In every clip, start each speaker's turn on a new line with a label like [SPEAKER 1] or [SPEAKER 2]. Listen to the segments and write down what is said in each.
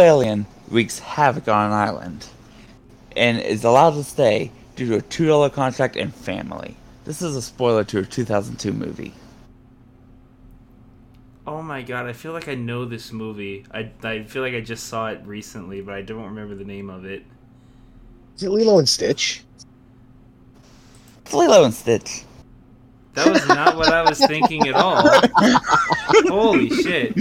[SPEAKER 1] alien wreaks havoc on an island and is allowed to stay due to a $2 contract and family. This is a spoiler to a 2002 movie.
[SPEAKER 2] Oh my god, I feel like I know this movie. I, I feel like I just saw it recently, but I don't remember the name of it.
[SPEAKER 3] Is it Lilo and Stitch?
[SPEAKER 1] It's Lilo and Stitch.
[SPEAKER 2] That was not what I was thinking at all. Holy shit.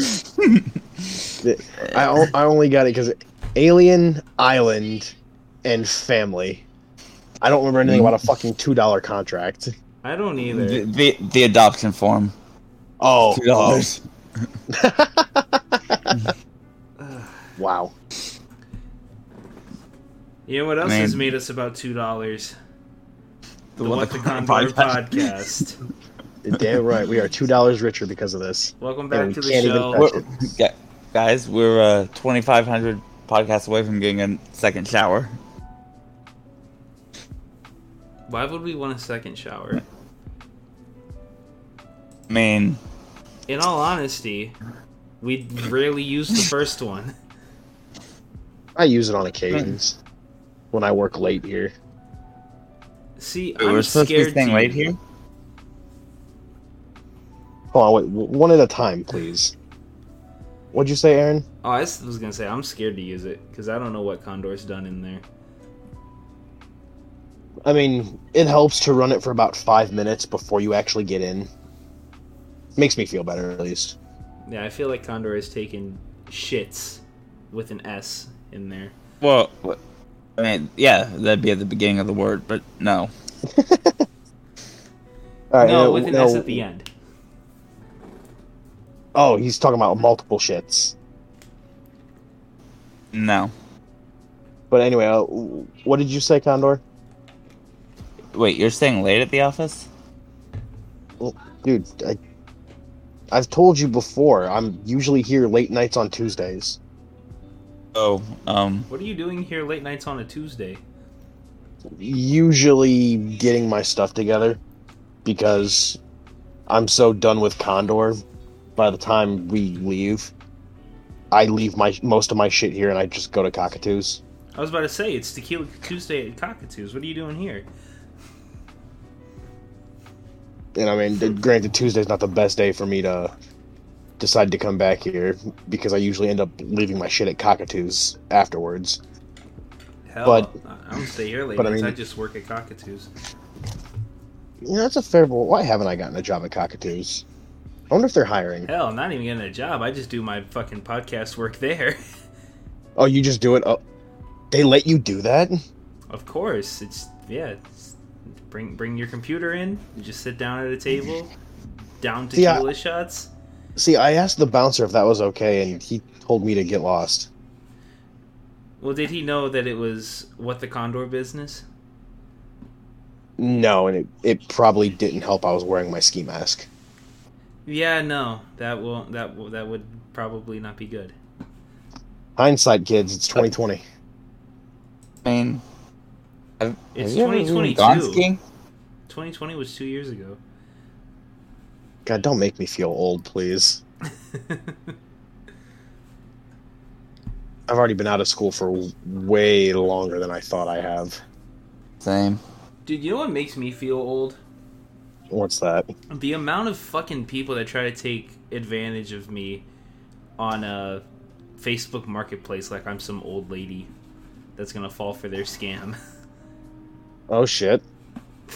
[SPEAKER 3] I, o- I only got it because Alien Island and Family. I don't remember anything about a fucking two dollar contract.
[SPEAKER 2] I don't
[SPEAKER 1] The,
[SPEAKER 2] either.
[SPEAKER 1] the, the adoption form.
[SPEAKER 3] Oh,
[SPEAKER 1] $2.
[SPEAKER 3] wow.
[SPEAKER 2] You know what else
[SPEAKER 1] Man.
[SPEAKER 2] has made us about two dollars? The,
[SPEAKER 1] What
[SPEAKER 2] What
[SPEAKER 1] the
[SPEAKER 2] the
[SPEAKER 1] Con
[SPEAKER 2] Condor
[SPEAKER 1] podcast.
[SPEAKER 2] podcast.
[SPEAKER 3] You're Damn right. We are two dollars richer because of this.
[SPEAKER 2] Welcome
[SPEAKER 3] Yeah,
[SPEAKER 2] back
[SPEAKER 3] we
[SPEAKER 2] to the
[SPEAKER 3] can't even
[SPEAKER 2] show.
[SPEAKER 3] touch
[SPEAKER 1] We're- gu- guys, we're uh, 2,500 podcasts away from getting a second shower.
[SPEAKER 2] Why would we want a second shower?
[SPEAKER 1] I mean,
[SPEAKER 2] In all honesty, we rarely use the first one.
[SPEAKER 3] I use it on occasions when I work late here.
[SPEAKER 2] See,
[SPEAKER 1] we
[SPEAKER 2] I'm
[SPEAKER 1] we're supposed to
[SPEAKER 2] scared
[SPEAKER 1] be staying
[SPEAKER 2] to-
[SPEAKER 1] late here?
[SPEAKER 3] Hold on, wait, w- one at a time, please. What'd you say, Aaron?
[SPEAKER 2] Oh, I was gonna say I'm scared to use it because I don't know what Condor's done in there.
[SPEAKER 3] I mean, it helps to run it for about five minutes before you actually get in. Makes me feel better, at least.
[SPEAKER 2] Yeah, I feel like Condor has taken shits with an S in there.
[SPEAKER 1] Well, wh- I mean, yeah, that'd be at the beginning of the word, but no.
[SPEAKER 3] All right,
[SPEAKER 2] no,
[SPEAKER 3] now-
[SPEAKER 2] with an
[SPEAKER 3] now-
[SPEAKER 2] S at the end.
[SPEAKER 3] Oh, he's talking about multiple shits.
[SPEAKER 1] No.
[SPEAKER 3] But anyway, uh, w- what did you say, Condor?
[SPEAKER 1] Wait, you're staying late at the office?
[SPEAKER 3] Dude, I, I've told you before. I'm usually here late nights on Tuesdays.
[SPEAKER 1] Oh, um,
[SPEAKER 2] What are you doing here late nights on a Tuesday?
[SPEAKER 3] Usually getting my stuff together because I'm so done with Condor. By the time we leave, I leave my most of my shit here and I just go to Cockatoos.
[SPEAKER 2] I was about to say it's Tequila Tuesday at Cockatoos. What are you doing here?
[SPEAKER 3] And I mean, th- granted, Tuesday's not the best day for me to decide to come back here because I usually end up leaving my shit at Cockatoos afterwards.
[SPEAKER 2] Hell,
[SPEAKER 3] But-
[SPEAKER 2] I I don't stay here late
[SPEAKER 3] but I
[SPEAKER 2] nights. I,
[SPEAKER 3] mean-
[SPEAKER 2] just work at Cockatoos.
[SPEAKER 3] Yeah, that's a fair. Well, why haven't I gotten a job at Cockatoos? I wonder if they're hiring.
[SPEAKER 2] Hell, I'm not even getting a job. I just do my fucking podcast work there.
[SPEAKER 3] Oh, you just do it. Oh, they let you do that?
[SPEAKER 2] of course, it's yeah. It's, bring bring your computer in. You just sit down at a table. Down
[SPEAKER 3] See, I-
[SPEAKER 2] tequila shots.
[SPEAKER 3] See, I asked the bouncer if that was okay, and he told me to get lost.
[SPEAKER 2] Well, did he know that it was what the Condor business?
[SPEAKER 3] No, and it, it probably didn't help. I was wearing my ski mask.
[SPEAKER 2] Yeah, no, that won't. That w- that would probably not be good.
[SPEAKER 3] Hindsight, kids, it's 2020.
[SPEAKER 1] I mean, have,
[SPEAKER 2] It's
[SPEAKER 1] have you ever even
[SPEAKER 2] 2022.
[SPEAKER 1] gone skiing?
[SPEAKER 2] 2020 was two years ago.
[SPEAKER 3] God, don't make me feel old, please. I've already been out of school for w- way longer than I thought I have.
[SPEAKER 1] Same.
[SPEAKER 2] Dude, you know what makes me feel old?
[SPEAKER 3] What's that?
[SPEAKER 2] The amount of fucking people that try to take advantage of me on a Facebook Marketplace like I'm some old lady that's gonna fall for their scam.
[SPEAKER 3] Oh shit!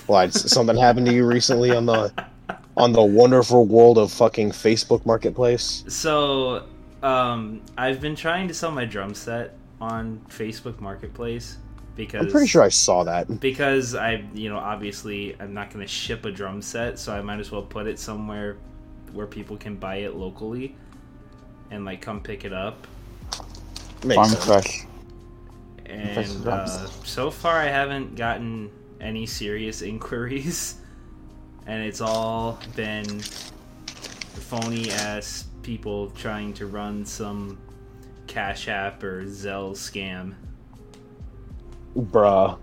[SPEAKER 3] Why? s- something happened to you recently on the on the wonderful world of fucking Facebook Marketplace?
[SPEAKER 2] So, um, I've been trying to sell my drum set on Facebook Marketplace because
[SPEAKER 3] I'm pretty sure I saw that.
[SPEAKER 2] because I, you know, obviously I'm not going to ship a drum set, so I might as well put it somewhere where people can buy it locally and like come pick it up.
[SPEAKER 3] Makes
[SPEAKER 1] Farm
[SPEAKER 3] sense.
[SPEAKER 1] Crush. Fresh
[SPEAKER 2] And
[SPEAKER 1] drums.
[SPEAKER 2] uh, so far, I haven't gotten any serious inquiries, and it's all been phony ass people trying to run some Cash App or Zelle scam.
[SPEAKER 3] Bruh.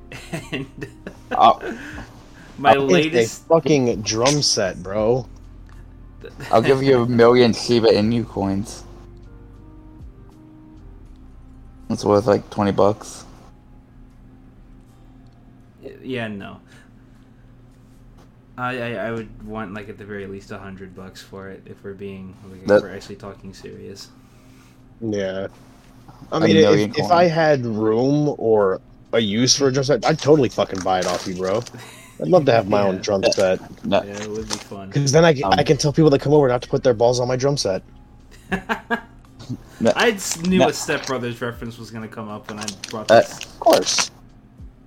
[SPEAKER 2] And
[SPEAKER 1] I'll,
[SPEAKER 2] my
[SPEAKER 3] It's
[SPEAKER 2] latest,
[SPEAKER 3] a fucking drum set, bro.
[SPEAKER 1] I'll give you a million Shiba Inu coins. It's worth like twenty bucks.
[SPEAKER 2] Yeah, no. I, I, I would want like at the very least a hundred bucks for it if we're being like,
[SPEAKER 1] That-
[SPEAKER 2] if we're actually talking serious.
[SPEAKER 3] Yeah. I
[SPEAKER 1] A
[SPEAKER 3] mean,
[SPEAKER 1] million
[SPEAKER 3] if, if
[SPEAKER 1] coins.
[SPEAKER 3] I had room or a use for a drum set, I'd totally fucking buy it off you, bro. I'd love to have my own
[SPEAKER 2] Yeah.
[SPEAKER 3] drum set
[SPEAKER 1] No,
[SPEAKER 2] Yeah, it would be fun.
[SPEAKER 3] because then I can,
[SPEAKER 1] Um,
[SPEAKER 3] I can tell people that come over not to put their balls on my drum set.
[SPEAKER 1] no,
[SPEAKER 2] I just knew
[SPEAKER 1] No.
[SPEAKER 2] a Step Brothers reference was gonna come up when I brought
[SPEAKER 1] Uh,
[SPEAKER 2] this.
[SPEAKER 3] Of course.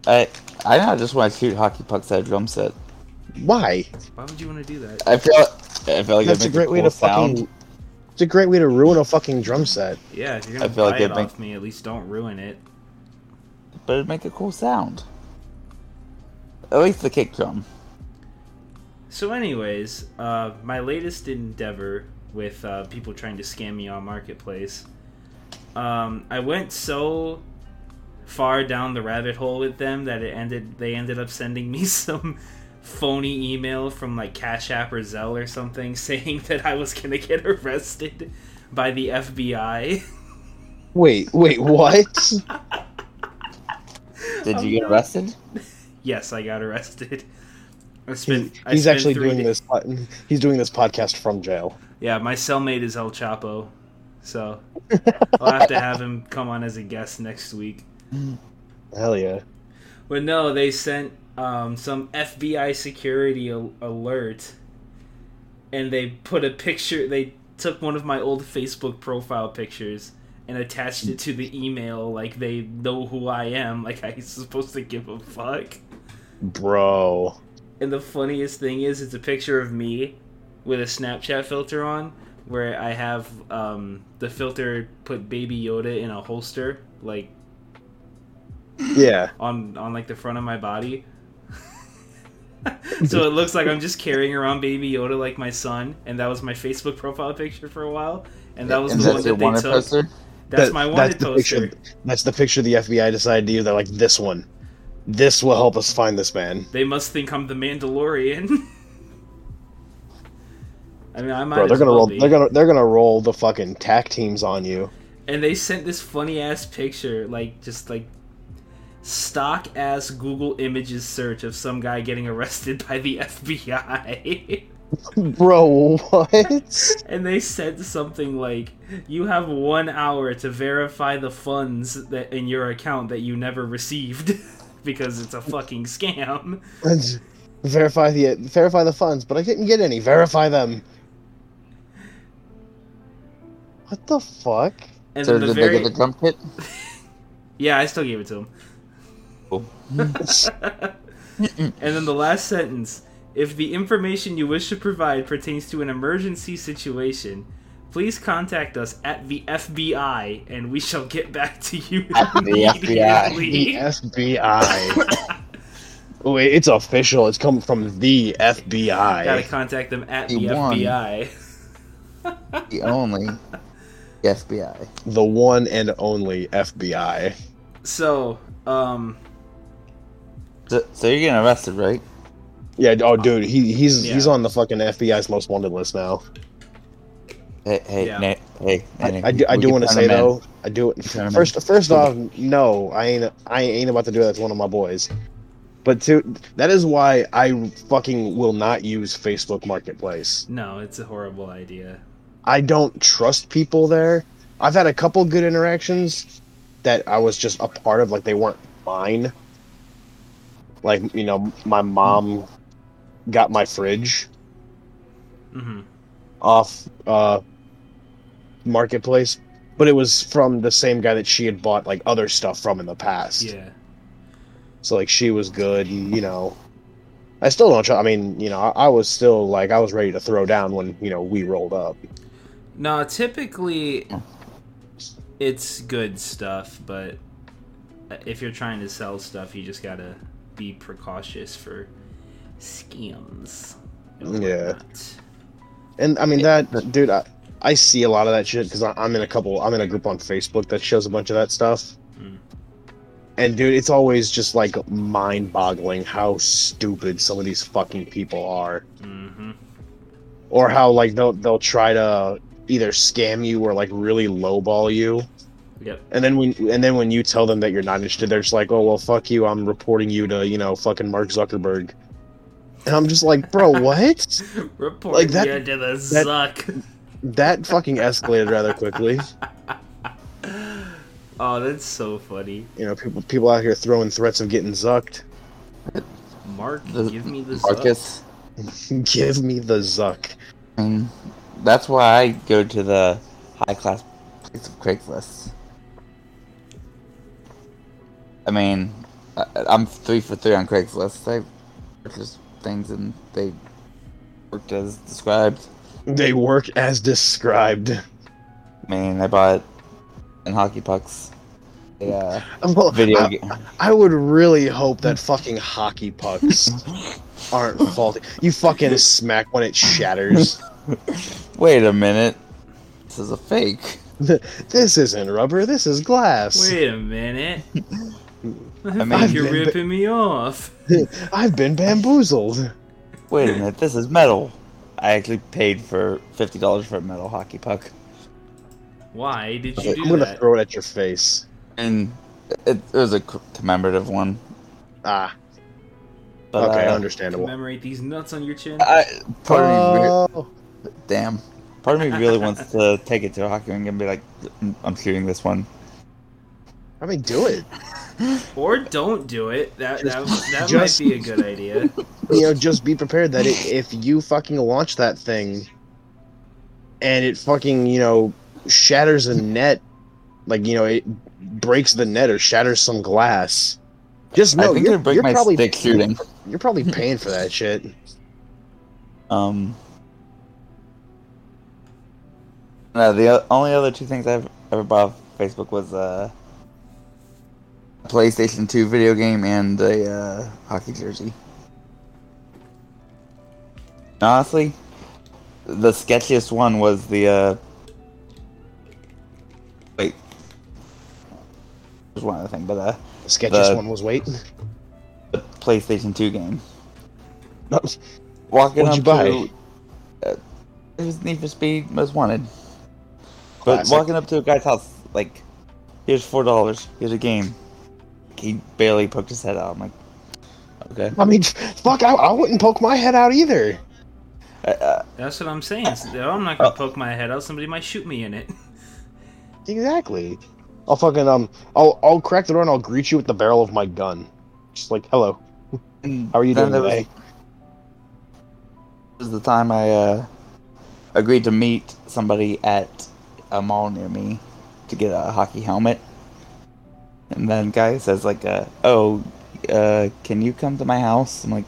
[SPEAKER 1] I I now just want to shoot hockey pucks at a drum set.
[SPEAKER 3] Why?
[SPEAKER 2] Why would you want to do that?
[SPEAKER 1] I feel I feel like it'd
[SPEAKER 3] That's a
[SPEAKER 1] make
[SPEAKER 3] great
[SPEAKER 1] cool
[SPEAKER 3] way to
[SPEAKER 1] sound.
[SPEAKER 3] fucking. It's a great way to ruin a fucking drum set.
[SPEAKER 2] Yeah, if you're gonna
[SPEAKER 1] I feel
[SPEAKER 2] buy
[SPEAKER 1] like
[SPEAKER 2] it
[SPEAKER 1] it make-
[SPEAKER 2] off me, at least don't ruin it.
[SPEAKER 1] but it'd make a cool sound. At least the kick drum.
[SPEAKER 2] So, anyways, uh, my latest endeavor with uh, people trying to scam me on Marketplace, um, I went so far down the rabbit hole with them that it ended. They ended up sending me some phony email from like Cash App or Zelle or something saying that I was gonna get arrested by the FBI.
[SPEAKER 3] Wait, wait, what?
[SPEAKER 1] Did you
[SPEAKER 2] Oh,
[SPEAKER 1] get
[SPEAKER 2] no.
[SPEAKER 1] arrested?
[SPEAKER 2] yes, I got arrested. I
[SPEAKER 3] he's
[SPEAKER 2] spent, I
[SPEAKER 3] he's
[SPEAKER 2] spent
[SPEAKER 3] actually
[SPEAKER 2] three
[SPEAKER 3] doing
[SPEAKER 2] da-
[SPEAKER 3] this. po- He's doing this podcast from jail.
[SPEAKER 2] Yeah, my cellmate is El Chapo, so I'll have to have him come on as a guest next week.
[SPEAKER 3] Hell yeah.
[SPEAKER 2] But no, they sent um, some FBI security al- alert, and they put a picture. They took one of my old Facebook profile pictures and attached it to the email, like they know who I am, like I'm supposed to give a fuck.
[SPEAKER 3] Bro.
[SPEAKER 2] And the funniest thing is, it's a picture of me with a Snapchat filter on, where I have um, the filter put Baby Yoda in a holster, like
[SPEAKER 3] Yeah.
[SPEAKER 2] on on like the front of my body. so it looks like I'm just carrying around Baby Yoda like my son, and that was my Facebook profile picture for a while, and that was
[SPEAKER 1] and
[SPEAKER 2] the one
[SPEAKER 1] that's your
[SPEAKER 2] that they
[SPEAKER 1] wanted
[SPEAKER 2] took.
[SPEAKER 1] poster.
[SPEAKER 2] That's
[SPEAKER 3] That-
[SPEAKER 2] my wanted
[SPEAKER 3] that's the
[SPEAKER 2] poster.
[SPEAKER 3] Picture, that's the picture the FBI decided to use. They're like, this one. This will help us find this man.
[SPEAKER 2] They must think I'm the Mandalorian. I mean, I might.
[SPEAKER 3] Bro,
[SPEAKER 2] as
[SPEAKER 3] they're gonna
[SPEAKER 2] well
[SPEAKER 3] roll.
[SPEAKER 2] be.
[SPEAKER 3] They're gonna they're gonna roll the fucking tack teams on you.
[SPEAKER 2] and they sent this funny ass picture, like just like stock ass Google Images search of some guy getting arrested by the FBI.
[SPEAKER 3] Bro, what?
[SPEAKER 2] and they said something like, "You have one hour to verify the funds that in your account that you never received, because it's a fucking scam."
[SPEAKER 3] Let's verify the verify the funds, but I didn't get any. Verify them. What the fuck?
[SPEAKER 2] And
[SPEAKER 1] So
[SPEAKER 2] then the
[SPEAKER 1] did
[SPEAKER 2] very
[SPEAKER 1] they get the drum kit?
[SPEAKER 2] yeah, I still gave it to him.
[SPEAKER 1] Cool.
[SPEAKER 2] and then the last sentence if the information you wish to provide pertains to an emergency situation please contact us at the fbi and we shall get back to you
[SPEAKER 1] At the FBI.
[SPEAKER 3] The
[SPEAKER 2] immediately."
[SPEAKER 3] FBI. Wait, it's official. It's come from the FBI.
[SPEAKER 2] gotta contact them at
[SPEAKER 1] He
[SPEAKER 2] the
[SPEAKER 1] won.
[SPEAKER 2] fbi
[SPEAKER 1] The only the FBI.
[SPEAKER 3] the one and only FBI.
[SPEAKER 2] so um
[SPEAKER 1] So, so you're getting arrested, right?
[SPEAKER 3] Yeah. Oh, dude, he he's he's
[SPEAKER 2] Yeah.
[SPEAKER 3] on the fucking FBI's most wanted list now.
[SPEAKER 1] Hey, hey,
[SPEAKER 2] Yeah.
[SPEAKER 1] Nate, hey,
[SPEAKER 3] I,
[SPEAKER 1] Nate,
[SPEAKER 3] I do, I
[SPEAKER 1] we
[SPEAKER 3] do
[SPEAKER 1] can
[SPEAKER 3] want to
[SPEAKER 1] turn
[SPEAKER 3] say
[SPEAKER 1] him in.
[SPEAKER 3] though, I do.
[SPEAKER 1] turn 'em in.
[SPEAKER 3] First, first off, no, I ain't, I ain't about to do that to one of my boys. But two, that is why I fucking will not use Facebook Marketplace.
[SPEAKER 2] no it's a horrible idea
[SPEAKER 3] I don't trust people there. I've had a couple good interactions that I was just a part of, like they weren't mine. Like you know, my mom got my fridge
[SPEAKER 2] hmm
[SPEAKER 3] off uh marketplace but it was from the same guy that she had bought like other stuff from in the past
[SPEAKER 2] yeah
[SPEAKER 3] so like she was good and, you know i still don't try i mean you know I, I was still like i was ready to throw down when you know we rolled up
[SPEAKER 2] no typically it's good stuff but if you're trying to sell stuff you just gotta be precautious for scams and
[SPEAKER 3] Yeah.
[SPEAKER 2] whatnot.
[SPEAKER 3] and i mean that dude i, I see a lot of that shit because i'm in a couple i'm in a group on facebook that shows a bunch of that stuff
[SPEAKER 2] Mm.
[SPEAKER 3] and dude it's always just like mind boggling how stupid some of these fucking people are
[SPEAKER 2] Mhm.
[SPEAKER 3] or how like they'll they'll try to either scam you or like really lowball you
[SPEAKER 2] Yep.
[SPEAKER 3] And then when and then when you tell them that you're not interested, they're just like, "Oh well, fuck you. I'm reporting you to you know fucking Mark Zuckerberg." And I'm just like, "Bro, what?"
[SPEAKER 2] Report
[SPEAKER 3] Like that-
[SPEAKER 2] you to the
[SPEAKER 3] that-
[SPEAKER 2] Zuck.
[SPEAKER 3] that fucking escalated rather quickly.
[SPEAKER 2] Oh, that's so funny.
[SPEAKER 3] You know, people people out here throwing threats of getting zucked.
[SPEAKER 2] Mark,
[SPEAKER 1] The-
[SPEAKER 2] give me the Zuck.
[SPEAKER 1] Marcus.
[SPEAKER 3] Give me the zuck.
[SPEAKER 1] And that's why I go to the high class place of Craigslist. I mean, I, I'm three for three on Craigslist. I purchase things and they worked as described.
[SPEAKER 3] They work as described.
[SPEAKER 1] I mean, I bought in hockey pucks. uh, Yeah,
[SPEAKER 3] Well,
[SPEAKER 1] video
[SPEAKER 3] I,
[SPEAKER 1] game.
[SPEAKER 3] I would really hope that fucking hockey pucks aren't faulty. You fucking smack when it shatters.
[SPEAKER 1] Wait a minute, this is a fake.
[SPEAKER 3] this isn't rubber. This is glass.
[SPEAKER 2] Wait a minute. I
[SPEAKER 1] mean-
[SPEAKER 2] think you're
[SPEAKER 3] I've been-
[SPEAKER 2] ripping me off.
[SPEAKER 3] I've been bamboozled.
[SPEAKER 1] Wait a minute, this is metal. I actually paid for fifty dollars for a metal hockey puck,
[SPEAKER 2] Why did you
[SPEAKER 3] I'm
[SPEAKER 2] do
[SPEAKER 3] gonna
[SPEAKER 2] that?
[SPEAKER 3] throw it at your face.
[SPEAKER 1] and it, it was a c- commemorative one.
[SPEAKER 3] Ah,
[SPEAKER 1] But,
[SPEAKER 3] okay,
[SPEAKER 1] uh,
[SPEAKER 3] understandable.
[SPEAKER 2] Commemorate these nuts on your chin.
[SPEAKER 1] I part of me,
[SPEAKER 3] Oh,
[SPEAKER 1] re- damn, part of me really wants to take it to a hockey rink and be like, "Mm, I'm shooting this one.
[SPEAKER 3] I mean, do it.
[SPEAKER 2] or don't do it. That that, that
[SPEAKER 3] just-
[SPEAKER 2] might be a good idea.
[SPEAKER 3] you know, just be prepared that it, if you fucking launch that thing and it fucking, you know, shatters a net, like, you know, it breaks the net or shatters some glass, just
[SPEAKER 1] I
[SPEAKER 3] know
[SPEAKER 1] think
[SPEAKER 3] you're,
[SPEAKER 1] it'd break
[SPEAKER 3] you're
[SPEAKER 1] my
[SPEAKER 3] probably
[SPEAKER 1] stick shooting.
[SPEAKER 3] You're probably paying for that shit.
[SPEAKER 1] Um. No, the o- only other two things I've ever bought off Facebook was uh, a PlayStation 2 video game and a uh, hockey jersey. Honestly, the sketchiest one was the. Uh, wait. There's one other thing, but uh,
[SPEAKER 3] The sketchiest
[SPEAKER 1] The-
[SPEAKER 3] one was wait.
[SPEAKER 1] the PlayStation 2 game.
[SPEAKER 3] No,
[SPEAKER 1] Walking
[SPEAKER 3] What'd
[SPEAKER 1] up
[SPEAKER 3] you buy?
[SPEAKER 1] to, uh, it was Need for Speed Most Wanted. But
[SPEAKER 3] Classic.
[SPEAKER 1] walking up to a guy's house, like, here's four dollars, here's a game. He barely poked his head out. I'm like, okay.
[SPEAKER 3] I mean, fuck, I, I wouldn't poke my head out either.
[SPEAKER 1] Uh, uh,
[SPEAKER 2] That's what I'm saying. So oh, I'm not gonna
[SPEAKER 1] Oh.
[SPEAKER 2] poke my head out. Somebody might shoot me in it.
[SPEAKER 3] Exactly. I'll fucking, um, I'll, I'll crack the door and I'll greet you with the barrel of my gun. Just like, hello,
[SPEAKER 1] and
[SPEAKER 3] how are you
[SPEAKER 1] then
[SPEAKER 3] doing
[SPEAKER 1] there was-
[SPEAKER 3] today?
[SPEAKER 1] This is the time I uh, agreed to meet somebody at a mall near me to get a hockey helmet. And then guy says like, uh, "Oh, uh, can you come to my house?" I'm like,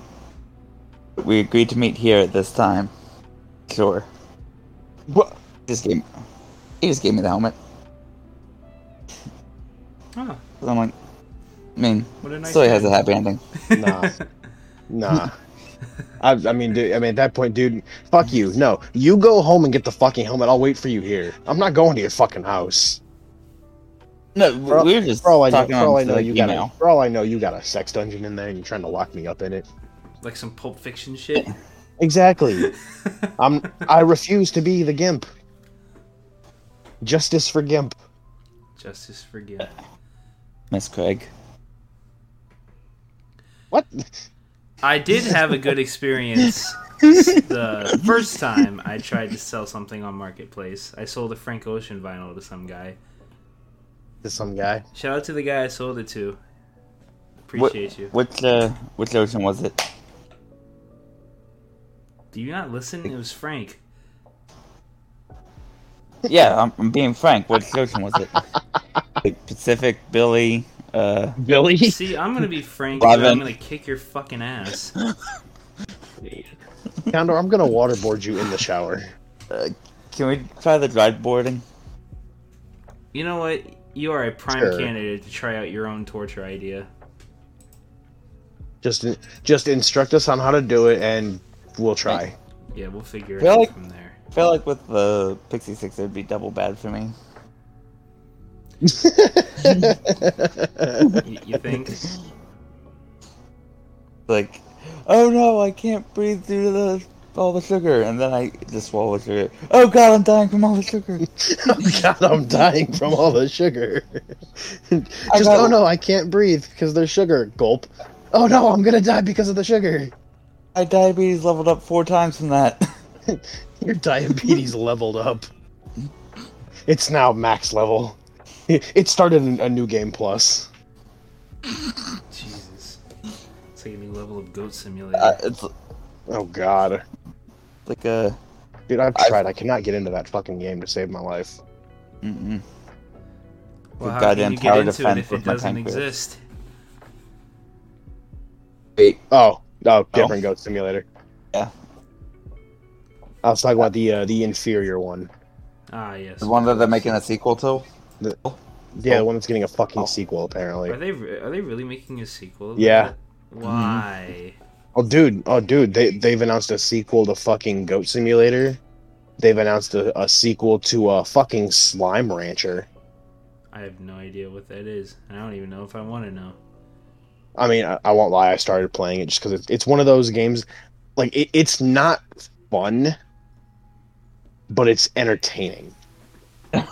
[SPEAKER 1] "We agreed to meet here at this time." Sure.
[SPEAKER 3] What?
[SPEAKER 1] Just gave he just gave me the helmet.
[SPEAKER 2] Huh.
[SPEAKER 1] So I'm like, I mean,
[SPEAKER 2] What a nice
[SPEAKER 1] still has a
[SPEAKER 2] guy.
[SPEAKER 1] happy ending.
[SPEAKER 3] Nah. Nah. I, I mean, dude, I mean, at that point, dude, fuck you. No, you go home and get the fucking helmet. I'll wait for you here. I'm not going to your fucking house.
[SPEAKER 1] No, we-
[SPEAKER 3] For all-
[SPEAKER 1] we were just
[SPEAKER 3] For all I know,
[SPEAKER 1] talking
[SPEAKER 3] for all I
[SPEAKER 1] on
[SPEAKER 3] know,
[SPEAKER 1] like,
[SPEAKER 3] you got
[SPEAKER 1] email.
[SPEAKER 3] a, for all I know, you got a sex dungeon in there, and you're trying to lock me up in it.
[SPEAKER 2] Like some Pulp Fiction shit.
[SPEAKER 3] Exactly. I'm. I refuse to be the gimp. Justice for gimp.
[SPEAKER 2] Justice for Gimp.
[SPEAKER 1] Miss Craig.
[SPEAKER 3] What?
[SPEAKER 2] I did have a good experience the first time I tried to sell something on Marketplace. I sold a Frank Ocean vinyl to some guy.
[SPEAKER 3] To some guy.
[SPEAKER 2] Shout out to the guy I sold it to.
[SPEAKER 1] What-
[SPEAKER 2] Appreciate you.
[SPEAKER 1] Which uh, which ocean was it?
[SPEAKER 2] Do you not listen? It was Frank.
[SPEAKER 1] Yeah, I'm, I'm being frank. What ocean was it? Like Pacific, Billy. Uh,
[SPEAKER 3] Billy.
[SPEAKER 2] See, I'm gonna be Frank. and I'm
[SPEAKER 1] Robin.
[SPEAKER 2] gonna kick your fucking ass.
[SPEAKER 3] Condor, I'm gonna waterboard you in the shower.
[SPEAKER 1] can we try the drive boarding?
[SPEAKER 2] You know what? You are a prime
[SPEAKER 3] Sure.
[SPEAKER 2] candidate to try out your own torture idea.
[SPEAKER 3] Just, just instruct us on how to do it, and we'll try.
[SPEAKER 2] Yeah, we'll figure it
[SPEAKER 1] Really?
[SPEAKER 2] out from there.
[SPEAKER 1] I feel like with the Pixie Six, it'd be double bad for me.
[SPEAKER 2] You, you think?
[SPEAKER 1] Like, oh no, I can't breathe through the all the sugar, and then I just swallow sugar. Oh god, I'm dying from all the sugar.
[SPEAKER 3] Oh, God, I'm dying from all the sugar. Just
[SPEAKER 1] I got-
[SPEAKER 3] oh no, I can't breathe because there's sugar. Gulp. Oh no, I'm gonna die because of the sugar.
[SPEAKER 1] My diabetes leveled up four times from that.
[SPEAKER 3] Your diabetes leveled up. It's now max level. It started in a new game plus.
[SPEAKER 2] Jesus. It's like a new level of Goat Simulator.
[SPEAKER 1] Uh, it's
[SPEAKER 3] Oh god,
[SPEAKER 1] like a.
[SPEAKER 3] dude, I've
[SPEAKER 1] I've-
[SPEAKER 3] tried. I cannot get into that fucking game to save my life.
[SPEAKER 1] Mm-mm.
[SPEAKER 2] well,
[SPEAKER 1] the
[SPEAKER 2] how
[SPEAKER 1] goddamn
[SPEAKER 2] can you
[SPEAKER 1] tower
[SPEAKER 2] get into it
[SPEAKER 1] defense
[SPEAKER 2] if it
[SPEAKER 1] with my
[SPEAKER 2] doesn't
[SPEAKER 1] pancreas.
[SPEAKER 2] exist?
[SPEAKER 1] Wait,
[SPEAKER 3] Oh, oh, different Goat Simulator.
[SPEAKER 1] Yeah.
[SPEAKER 3] I was talking about the uh, the inferior one.
[SPEAKER 2] Ah, yes.
[SPEAKER 1] the one that they're making a sequel to?
[SPEAKER 3] Yeah, the one that's getting a fucking
[SPEAKER 1] Oh.
[SPEAKER 3] sequel apparently.
[SPEAKER 2] Are they re- are they really making a sequel? of
[SPEAKER 3] Yeah.
[SPEAKER 2] that?
[SPEAKER 1] Mm-hmm.
[SPEAKER 2] Why?
[SPEAKER 3] Oh, dude. Oh, dude. They they've announced a sequel to fucking Goat Simulator. They've announced a, a sequel to uh, fucking Slime Rancher.
[SPEAKER 2] I have no idea what that is. and I don't even know if I want to know.
[SPEAKER 3] I mean, I, I won't lie. I started playing it just because it's it's one of those games. Like it, it's not fun, but it's entertaining. If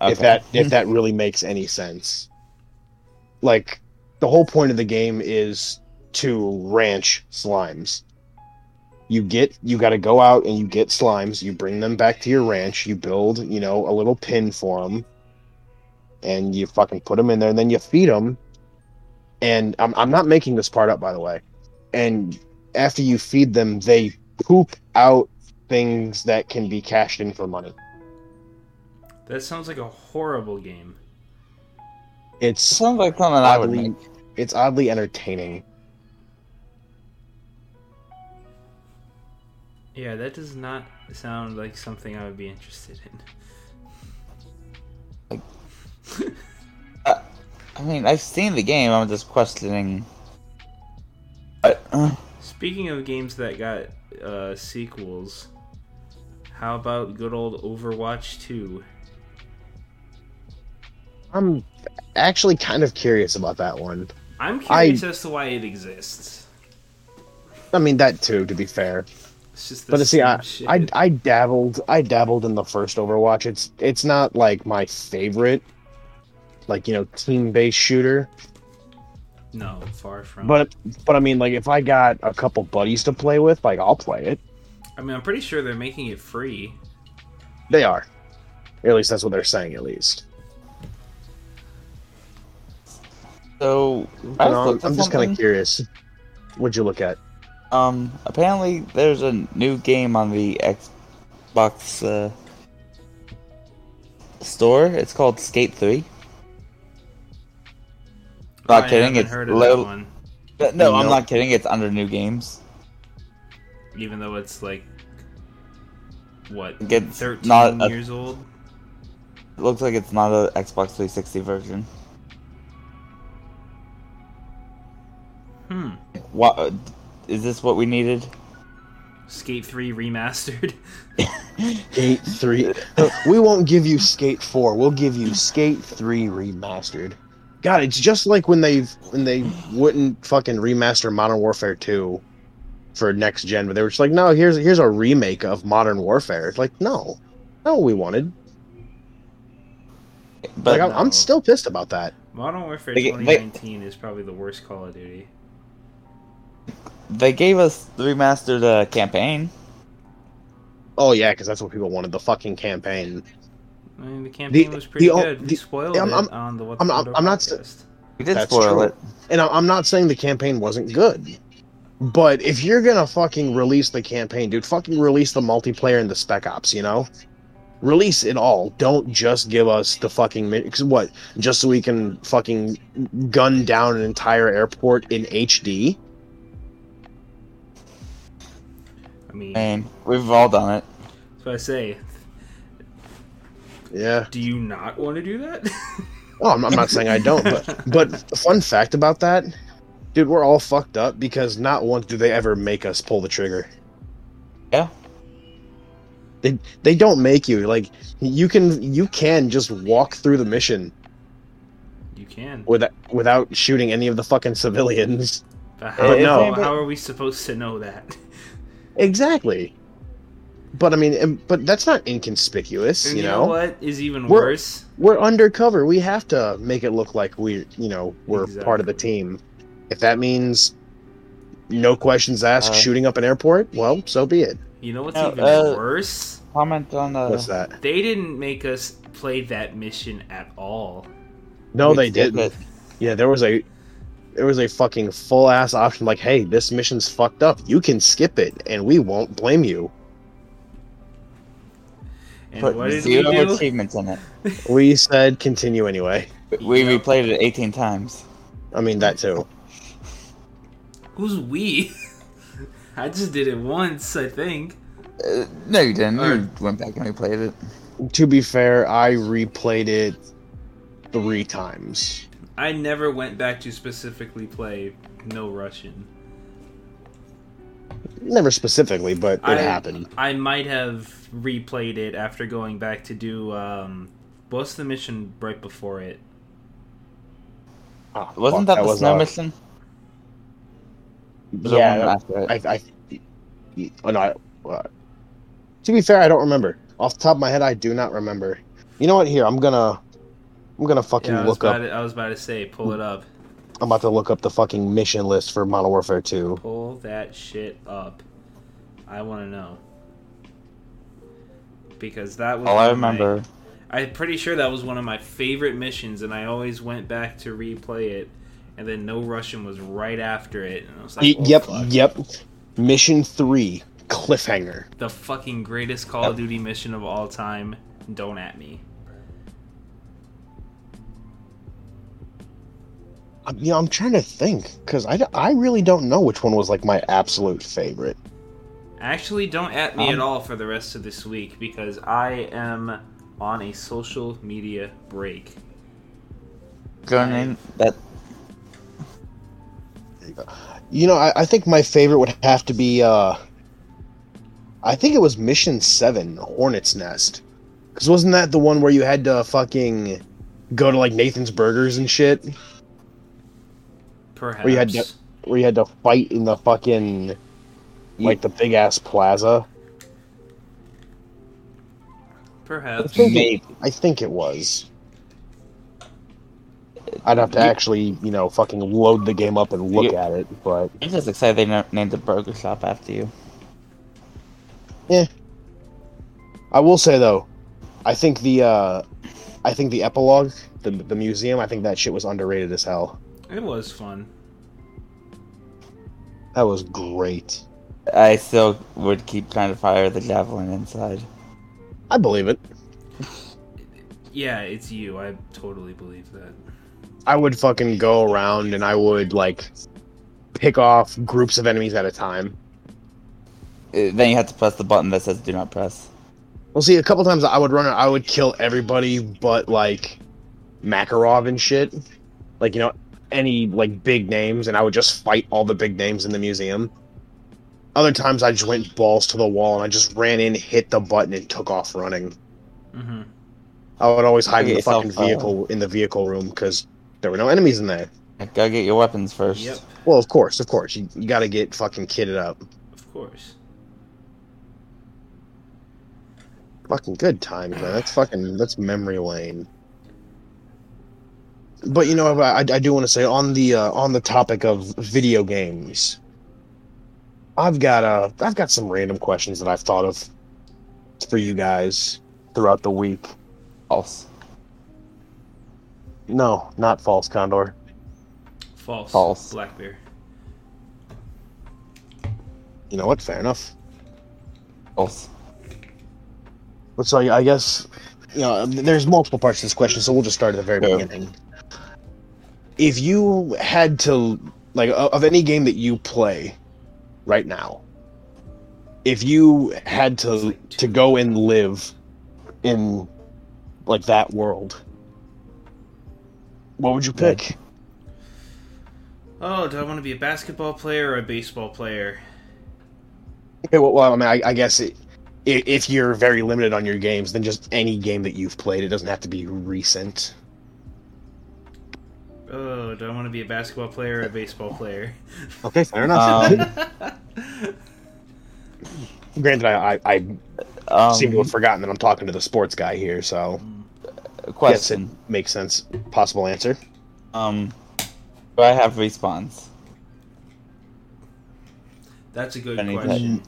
[SPEAKER 1] Okay.
[SPEAKER 3] that if that really makes any sense. Like the whole point of the game is to ranch slimes. You get you got to go out and you get slimes, you bring them back to your ranch, you build, you know, a little pen for them and you fucking put them in there and then you feed them. And I'm I'm not making this part up by the way. And after you feed them, they poop out things that can be cashed in for money.
[SPEAKER 2] That sounds like a horrible game.
[SPEAKER 3] It's
[SPEAKER 1] Sounds like something I would
[SPEAKER 3] oddly-
[SPEAKER 1] make.
[SPEAKER 3] it's oddly entertaining.
[SPEAKER 2] Yeah, that does not sound like something I would be interested in.
[SPEAKER 1] I mean, I've seen the game, I'm just questioning. But, uh,
[SPEAKER 2] Speaking of games that got uh, sequels, how about good old Overwatch 2?
[SPEAKER 3] I'm actually kind of curious about that one.
[SPEAKER 2] I'm curious as to why it exists.
[SPEAKER 3] I mean that too, to be fair.
[SPEAKER 2] It's just the
[SPEAKER 3] But see,
[SPEAKER 2] same
[SPEAKER 3] I,
[SPEAKER 2] shit.
[SPEAKER 3] I I dabbled I dabbled in the first Overwatch. It's it's not like my favorite, like you know team based shooter.
[SPEAKER 2] no, far from.
[SPEAKER 3] But but I mean like if I got a couple buddies to play with, like I'll play it.
[SPEAKER 2] I mean, I'm pretty sure they're making it free.
[SPEAKER 3] They are, at least that's what they're saying. At least
[SPEAKER 1] so. I just
[SPEAKER 3] I am
[SPEAKER 1] looked at
[SPEAKER 3] Um, just kind
[SPEAKER 1] something.
[SPEAKER 3] of curious. What'd you look at?
[SPEAKER 1] Um, apparently there's a new game on the Xbox uh, store. It's called Skate 3. Not
[SPEAKER 2] I
[SPEAKER 1] kidding.
[SPEAKER 2] haven't
[SPEAKER 1] It's
[SPEAKER 2] heard of
[SPEAKER 1] low-
[SPEAKER 2] that one,
[SPEAKER 1] Uh, No, I'm
[SPEAKER 3] Nope.
[SPEAKER 1] not kidding. It's under new games.
[SPEAKER 2] even though it's like what
[SPEAKER 1] It's
[SPEAKER 2] 13
[SPEAKER 1] not a-
[SPEAKER 2] years old.
[SPEAKER 1] It looks like it's not a Xbox 360 version.
[SPEAKER 2] Hmm.
[SPEAKER 1] What uh, is this? What we needed?
[SPEAKER 2] Skate 3 remastered.
[SPEAKER 3] Skate 3. we won't give you Skate 4. We'll give you Skate 3 remastered. God, it's just like when they when they wouldn't fucking remaster Modern Warfare 2 for next gen, but they were just like, "No, here's here's a remake of Modern Warfare." It's like, "No. Not what we wanted."
[SPEAKER 1] But
[SPEAKER 3] like I'm,
[SPEAKER 2] no.
[SPEAKER 3] I'm still pissed about that.
[SPEAKER 2] Modern Warfare
[SPEAKER 1] They- they-
[SPEAKER 2] 2019 is probably the worst Call of Duty.
[SPEAKER 1] they gave us the remastered uh, campaign.
[SPEAKER 3] Oh yeah, cuz that's what people wanted, the fucking campaign.
[SPEAKER 2] I mean, the campaign was pretty
[SPEAKER 3] the o-
[SPEAKER 2] good. we
[SPEAKER 3] the-
[SPEAKER 2] spoiled
[SPEAKER 3] I'm- I'm-
[SPEAKER 2] it on the What
[SPEAKER 3] I'm-
[SPEAKER 2] the
[SPEAKER 3] I'm-
[SPEAKER 2] Window
[SPEAKER 3] I'm not s-
[SPEAKER 2] podcast.
[SPEAKER 1] We did
[SPEAKER 3] That's
[SPEAKER 1] spoil
[SPEAKER 3] true.
[SPEAKER 1] it.
[SPEAKER 3] And I- I'm not saying the campaign wasn't good. But if you're gonna fucking release the campaign, dude, fucking release the multiplayer and the spec ops, you know? Release it all. Don't just give us the fucking mi- cause what? Just so we can fucking gun down an entire airport in HD?
[SPEAKER 2] I mean,
[SPEAKER 1] I mean, we've all done it.
[SPEAKER 2] that's what I say.
[SPEAKER 3] Yeah.
[SPEAKER 2] Do you not want to do that?
[SPEAKER 3] Oh, I'm, I'm not saying I don't, but but fun fact about that, dude, we're all fucked up because not once do they ever make us pull the trigger.
[SPEAKER 1] Yeah.
[SPEAKER 3] They they don't make you like you can you can just walk through the mission
[SPEAKER 2] you can.
[SPEAKER 3] without without shooting any of the fucking civilians.
[SPEAKER 2] But how,
[SPEAKER 3] But no.
[SPEAKER 2] how are we supposed to know that?
[SPEAKER 3] Exactly. But I mean, and- but that's not inconspicuous,
[SPEAKER 2] And
[SPEAKER 3] you, know?
[SPEAKER 2] what is even
[SPEAKER 3] We're-
[SPEAKER 2] worse?
[SPEAKER 3] We're undercover. We have to make it look like we're, you know, we're part of the
[SPEAKER 2] Exactly.
[SPEAKER 3] team. If that means no questions asked,
[SPEAKER 1] Uh,
[SPEAKER 3] shooting up an airport, well, so be it.
[SPEAKER 2] You know what's
[SPEAKER 1] No,
[SPEAKER 2] even
[SPEAKER 1] uh,
[SPEAKER 2] worse?
[SPEAKER 1] Comment on the.
[SPEAKER 3] What's that?
[SPEAKER 2] They didn't make us play that mission at all.
[SPEAKER 3] No,
[SPEAKER 1] we
[SPEAKER 3] they
[SPEAKER 1] skip
[SPEAKER 3] didn't.
[SPEAKER 1] it.
[SPEAKER 3] Yeah, there was a there was a fucking full ass option like, hey, this mission's fucked up. You can skip it and we won't blame you.
[SPEAKER 2] And
[SPEAKER 1] Put
[SPEAKER 2] what did we
[SPEAKER 1] zero
[SPEAKER 2] do?
[SPEAKER 1] achievements in it.
[SPEAKER 3] We said continue anyway.
[SPEAKER 1] We
[SPEAKER 2] Yeah.
[SPEAKER 1] replayed it 18 times.
[SPEAKER 3] I mean that too.
[SPEAKER 2] Who's we? I just did it once, I think.
[SPEAKER 1] Uh, no, you didn't. You
[SPEAKER 2] Alright.
[SPEAKER 1] went back and replayed it.
[SPEAKER 3] To be fair, I replayed it three times.
[SPEAKER 2] I never went back to specifically play No Russian.
[SPEAKER 3] Never specifically, but it
[SPEAKER 2] I-
[SPEAKER 3] happened.
[SPEAKER 2] I might have replayed it after going back to do um what's the mission right before it?
[SPEAKER 3] Ah,
[SPEAKER 1] Wasn't
[SPEAKER 3] fuck,
[SPEAKER 1] that, the
[SPEAKER 3] was
[SPEAKER 1] snow
[SPEAKER 3] a-
[SPEAKER 1] mission? The
[SPEAKER 3] Yeah,
[SPEAKER 1] one
[SPEAKER 3] that-
[SPEAKER 1] after it.
[SPEAKER 3] I, I, oh no. I, uh, to be fair, I don't remember. Off the top of my head, I do not remember. You know what? Here, I'm gonna, I'm gonna fucking
[SPEAKER 2] Yeah, I was,
[SPEAKER 3] look
[SPEAKER 2] about
[SPEAKER 3] up.
[SPEAKER 2] to, I was about to say, pull it up.
[SPEAKER 3] I'm about to look up the fucking mission list for Modern Warfare 2.
[SPEAKER 2] Pull that shit up. I want to know. Because that was.
[SPEAKER 1] All I
[SPEAKER 2] one of my-
[SPEAKER 1] remember.
[SPEAKER 2] I'm pretty sure that was one of my favorite missions, and I always went back to replay it. And then No Russian was right after it, and I was like,
[SPEAKER 3] Y-
[SPEAKER 2] oh,
[SPEAKER 3] yep,
[SPEAKER 2] fuck.
[SPEAKER 3] yep. Mission three, cliffhanger.
[SPEAKER 2] the fucking greatest Call of Duty mission of all time. Don't at me.
[SPEAKER 3] I, you know, I'm trying to think because I, I really don't know which one was like my absolute favorite.
[SPEAKER 2] Actually, don't at me
[SPEAKER 1] Um,
[SPEAKER 2] at all for the rest of this week because I am on a social media break.
[SPEAKER 1] Going in that
[SPEAKER 3] You know, I, I think my favorite would have to be. uh I think it was Mission Seven, Hornet's Nest, because wasn't that the one where you had to fucking go to like Nathan's Burgers and shit,
[SPEAKER 2] Perhaps.
[SPEAKER 3] you had to- where you had to fight in the fucking like the big ass plaza.
[SPEAKER 2] Perhaps.
[SPEAKER 3] think it-
[SPEAKER 1] maybe.
[SPEAKER 3] I think it was. I'd have to actually, you know, fucking load the game up and look
[SPEAKER 1] Yeah.
[SPEAKER 3] at it, but
[SPEAKER 1] I'm just excited they na- named the burger shop after you.
[SPEAKER 3] I will say though, I think the uh I think the epilogue, the the museum, I think that shit was underrated as hell.
[SPEAKER 2] It was fun.
[SPEAKER 3] That was great.
[SPEAKER 1] I still would keep trying to fire the javelin inside.
[SPEAKER 3] I believe it.
[SPEAKER 2] Yeah, it's you. I totally believe that.
[SPEAKER 3] I would fucking go around and I would like pick off groups of enemies at a time.
[SPEAKER 1] Uh, Then you have to press the button that says "Do not press."
[SPEAKER 3] Well, see, a couple times I would run it. I would kill everybody but like Makarov and shit. Like you know, any like big names, and I would just fight all the big names in the museum. Other times I just went balls to the wall and I just ran in, hit the button, and took off running.
[SPEAKER 2] hmm
[SPEAKER 3] I would always hide in
[SPEAKER 1] Okay,
[SPEAKER 3] the fucking
[SPEAKER 1] so, uh,
[SPEAKER 3] vehicle in the vehicle room because there were no enemies in there.
[SPEAKER 1] Go get your weapons first.
[SPEAKER 2] Yep,
[SPEAKER 3] Well, of course, of course, you, you got to get fucking kitted up.
[SPEAKER 2] of course.
[SPEAKER 3] Fucking good times, man. That's fucking that's memory lane. But you know, I, I do want to say on the uh, on the topic of video games, I've got uh, I've got some random questions that I've thought of for you guys throughout the week.
[SPEAKER 1] False.
[SPEAKER 3] No, not false, Condor.
[SPEAKER 2] False.
[SPEAKER 1] False.
[SPEAKER 2] Black bear.
[SPEAKER 3] You know what? Fair enough.
[SPEAKER 1] False.
[SPEAKER 3] But so I guess you know there's multiple parts to this question, so we'll just start at the very
[SPEAKER 1] Yeah.
[SPEAKER 3] beginning. If you had to like o- of any game that you play right now, if you had to to go and live in like that world, what would you pick?
[SPEAKER 2] Oh, do I want to be a basketball player or a baseball player?
[SPEAKER 3] Okay, well, well I mean, I, I guess it, i- if you're very limited on your games, then just any game that you've played. It doesn't have to be recent.
[SPEAKER 2] Oh, do I want to be a basketball player or a baseball player?
[SPEAKER 3] Um, Okay, fair
[SPEAKER 1] Um,
[SPEAKER 3] Granted, I, I, I
[SPEAKER 1] Um,
[SPEAKER 3] seem to have forgotten that I'm talking to the sports guy here, so
[SPEAKER 1] question.
[SPEAKER 3] yes, it makes sense. Possible answer.
[SPEAKER 1] Um, do I have respawns?
[SPEAKER 2] That's a good
[SPEAKER 1] Any
[SPEAKER 2] question.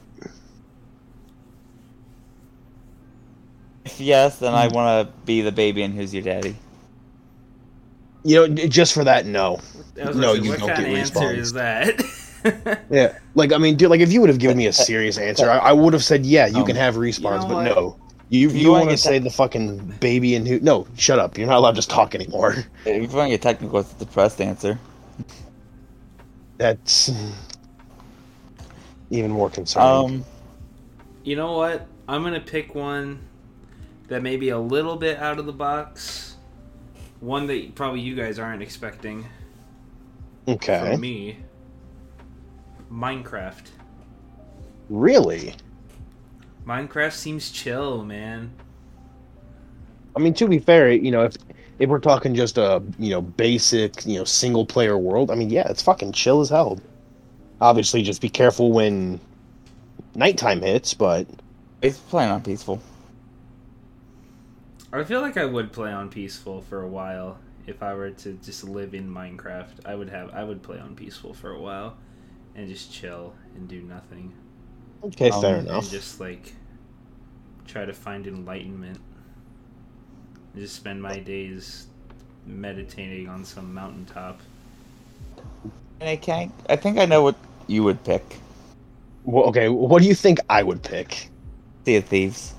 [SPEAKER 1] If yes, then I want to be the baby and who's your daddy.
[SPEAKER 3] You know, just for that, no.
[SPEAKER 2] I was gonna
[SPEAKER 3] No,
[SPEAKER 2] say,
[SPEAKER 3] you
[SPEAKER 2] what
[SPEAKER 3] don't
[SPEAKER 2] kind
[SPEAKER 3] get
[SPEAKER 2] of answer
[SPEAKER 3] respawns.
[SPEAKER 2] is that?
[SPEAKER 3] Yeah, like I mean, dude, like if you would have given me a serious answer, I, I would have said, yeah, you can have respawns,
[SPEAKER 2] know
[SPEAKER 3] but
[SPEAKER 2] what?
[SPEAKER 3] no. You,
[SPEAKER 1] If
[SPEAKER 3] you,
[SPEAKER 1] you wanna
[SPEAKER 3] want to
[SPEAKER 1] get
[SPEAKER 3] say the fucking baby and who? No, shut up. You're not allowed to just talk anymore.
[SPEAKER 1] If you want to get technical, it's a depressed answer.
[SPEAKER 3] That's even more concerning.
[SPEAKER 1] Um,
[SPEAKER 2] you know what? I'm gonna pick one that may be a little bit out of the box. One that probably you guys aren't expecting
[SPEAKER 3] okay.
[SPEAKER 2] from me. Minecraft.
[SPEAKER 3] Really?
[SPEAKER 2] Minecraft seems chill, man.
[SPEAKER 3] I mean, to be fair, you know, if if we're talking just a you know basic you know single player world, I mean, yeah, it's fucking chill as hell. Obviously, just be careful when nighttime hits, but
[SPEAKER 1] it's playing on peaceful.
[SPEAKER 2] I feel like I would play on peaceful for a while if I were to just live in Minecraft. I would have I would play on peaceful for a while and just chill and do nothing
[SPEAKER 3] okay,
[SPEAKER 1] Um,
[SPEAKER 3] fair
[SPEAKER 1] and
[SPEAKER 3] enough.
[SPEAKER 2] and just like try to find enlightenment. And just spend my days meditating on some mountaintop.
[SPEAKER 1] And I can't. I think I know what you would pick.
[SPEAKER 3] Well, okay, what do you think I would pick?
[SPEAKER 1] Sea of Thieves.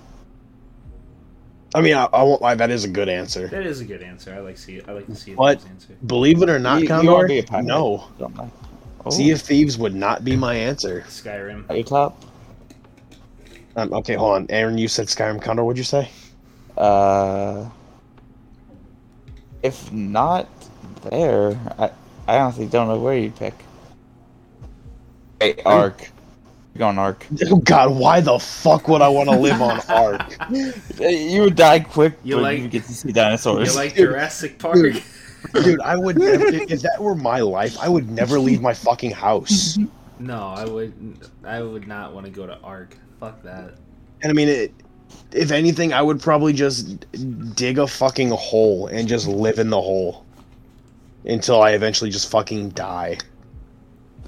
[SPEAKER 3] I mean, I, I won't lie, that is a good answer.
[SPEAKER 2] That is a good answer. I like see I like to see
[SPEAKER 3] What?
[SPEAKER 2] that answer.
[SPEAKER 3] Believe it or not,
[SPEAKER 1] You- you
[SPEAKER 3] Condor,
[SPEAKER 1] wanna be a pirate.
[SPEAKER 3] no.
[SPEAKER 1] Don't I? Oh,
[SPEAKER 3] Sea of Thieves would not be my answer.
[SPEAKER 2] Skyrim.
[SPEAKER 1] at your top.
[SPEAKER 3] Um, okay, hold on. Aaron, you said Skyrim Condor, what'd you say?
[SPEAKER 1] Uh, if not there, I, I honestly don't know where you'd pick. Hey, Ark. You're going Ark.
[SPEAKER 3] Oh, God, why the fuck would I want to live on Ark?
[SPEAKER 1] Uh, You would die quick.
[SPEAKER 2] You
[SPEAKER 1] when
[SPEAKER 2] like-
[SPEAKER 1] you get to see
[SPEAKER 2] You
[SPEAKER 1] dinosaurs.
[SPEAKER 2] like Jurassic Park?
[SPEAKER 3] Dude. Dude, I would never, if that were my life, I would never leave my fucking house.
[SPEAKER 2] No, I would I would not want to go to Ark. Fuck that.
[SPEAKER 3] And I mean, it, if anything, I would probably just dig a fucking hole and just live in the hole until I eventually just fucking die.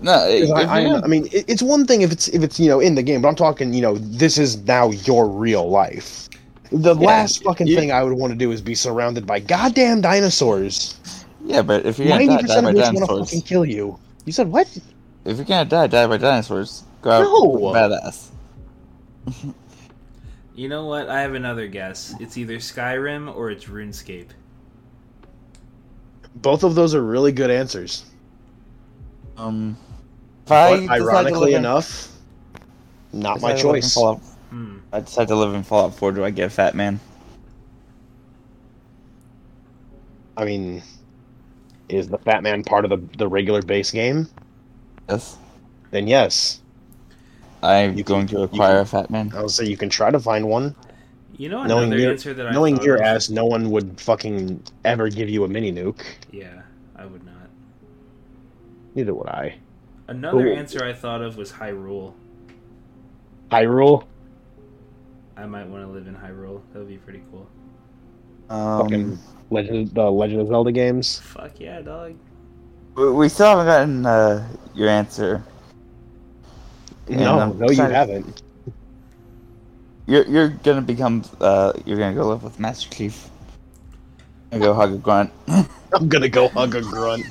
[SPEAKER 1] no, if
[SPEAKER 3] Because
[SPEAKER 1] you
[SPEAKER 3] I, I, I
[SPEAKER 1] had-
[SPEAKER 3] mean, it, it's one thing if it's if it's you know in the game, but I'm talking you know this is now your real life. The last fucking
[SPEAKER 1] you-
[SPEAKER 3] thing I would want to do is be surrounded by goddamn dinosaurs.
[SPEAKER 1] yeah, but if you're gonna
[SPEAKER 3] Ninety
[SPEAKER 1] die, die
[SPEAKER 3] percent
[SPEAKER 1] by
[SPEAKER 3] of which want to
[SPEAKER 1] dinosaurs,
[SPEAKER 3] fucking kill you. You said what?
[SPEAKER 1] if you're gonna die, die by dinosaurs. Go out
[SPEAKER 3] No.
[SPEAKER 1] with a badass.
[SPEAKER 2] You know what? I have another guess. It's either Skyrim or it's RuneScape.
[SPEAKER 3] Both of those are really good answers.
[SPEAKER 1] Um, if
[SPEAKER 3] But
[SPEAKER 1] decide to live
[SPEAKER 3] ironically
[SPEAKER 1] in-
[SPEAKER 3] enough, not my
[SPEAKER 1] decide to live in
[SPEAKER 3] choice.
[SPEAKER 1] Fallout-
[SPEAKER 2] Hmm.
[SPEAKER 1] I decide to live in Fallout 4. Do I get a fat man?
[SPEAKER 3] I mean, is the Fat Man part of the the regular base game?
[SPEAKER 1] Yes.
[SPEAKER 3] Then yes,
[SPEAKER 1] I'm
[SPEAKER 3] You
[SPEAKER 1] going
[SPEAKER 3] can-
[SPEAKER 1] to
[SPEAKER 3] you
[SPEAKER 1] acquire
[SPEAKER 3] can-
[SPEAKER 1] a fat man.
[SPEAKER 3] I would say you can try to find one.
[SPEAKER 2] You know
[SPEAKER 3] Knowing
[SPEAKER 2] another
[SPEAKER 3] your-
[SPEAKER 2] answer that I
[SPEAKER 3] Knowing
[SPEAKER 2] thought
[SPEAKER 3] your
[SPEAKER 2] of?
[SPEAKER 3] ass, no one would fucking ever give you a mini nuke.
[SPEAKER 2] Yeah, I would not.
[SPEAKER 3] Neither would I.
[SPEAKER 2] Another
[SPEAKER 3] Ooh.
[SPEAKER 2] answer I thought of was Hyrule.
[SPEAKER 3] Hyrule,
[SPEAKER 2] I might want to live in Hyrule. That would be pretty cool.
[SPEAKER 1] Um,
[SPEAKER 3] fucking Legend, the Legend of Zelda games.
[SPEAKER 2] Fuck yeah, dog.
[SPEAKER 1] we- we still haven't gotten uh, your answer. Yeah,
[SPEAKER 3] no,
[SPEAKER 1] I'm
[SPEAKER 3] no, you
[SPEAKER 1] excited.
[SPEAKER 3] haven't.
[SPEAKER 1] You're you're gonna become uh, you're gonna go live with Master Chief and go hug a grunt.
[SPEAKER 3] I'm gonna go hug a grunt.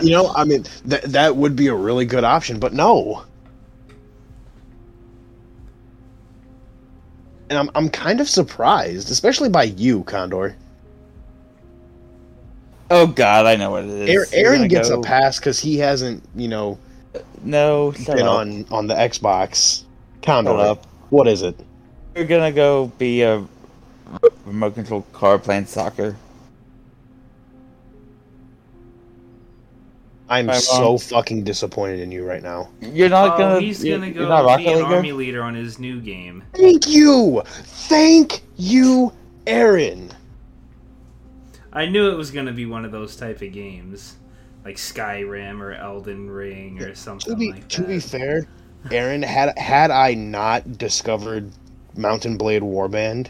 [SPEAKER 3] you know, I mean, that that would be a really good option, but no. And I'm I'm kind of surprised, especially by you, Condor.
[SPEAKER 1] oh God, I know what it is.
[SPEAKER 3] Aaron,
[SPEAKER 1] You're
[SPEAKER 3] Aaron
[SPEAKER 1] gonna
[SPEAKER 3] gets
[SPEAKER 1] go-
[SPEAKER 3] a pass because he hasn't, you know,
[SPEAKER 1] No, shut
[SPEAKER 3] been
[SPEAKER 1] up.
[SPEAKER 3] on on the Xbox. Condor,
[SPEAKER 1] Shut up.
[SPEAKER 3] what is it?
[SPEAKER 1] You're gonna go be a remote control car playing soccer.
[SPEAKER 3] I'm
[SPEAKER 1] Am I
[SPEAKER 3] so
[SPEAKER 1] wrong?
[SPEAKER 3] fucking disappointed in you right now.
[SPEAKER 1] You're not
[SPEAKER 2] Oh,
[SPEAKER 3] uh,
[SPEAKER 1] gonna.
[SPEAKER 2] he's
[SPEAKER 1] you're,
[SPEAKER 2] gonna
[SPEAKER 1] you're not
[SPEAKER 2] go
[SPEAKER 1] Rocket
[SPEAKER 2] be an
[SPEAKER 1] Leaguer?
[SPEAKER 2] army leader on his new game.
[SPEAKER 3] Thank you, thank you, Aaron.
[SPEAKER 2] I knew it was gonna be one of those type of games, like Skyrim or Elden Ring or
[SPEAKER 3] To
[SPEAKER 2] something
[SPEAKER 3] be
[SPEAKER 2] like
[SPEAKER 3] to
[SPEAKER 2] that.
[SPEAKER 3] be fair, Aaron had had I not discovered Mountain Blade Warband,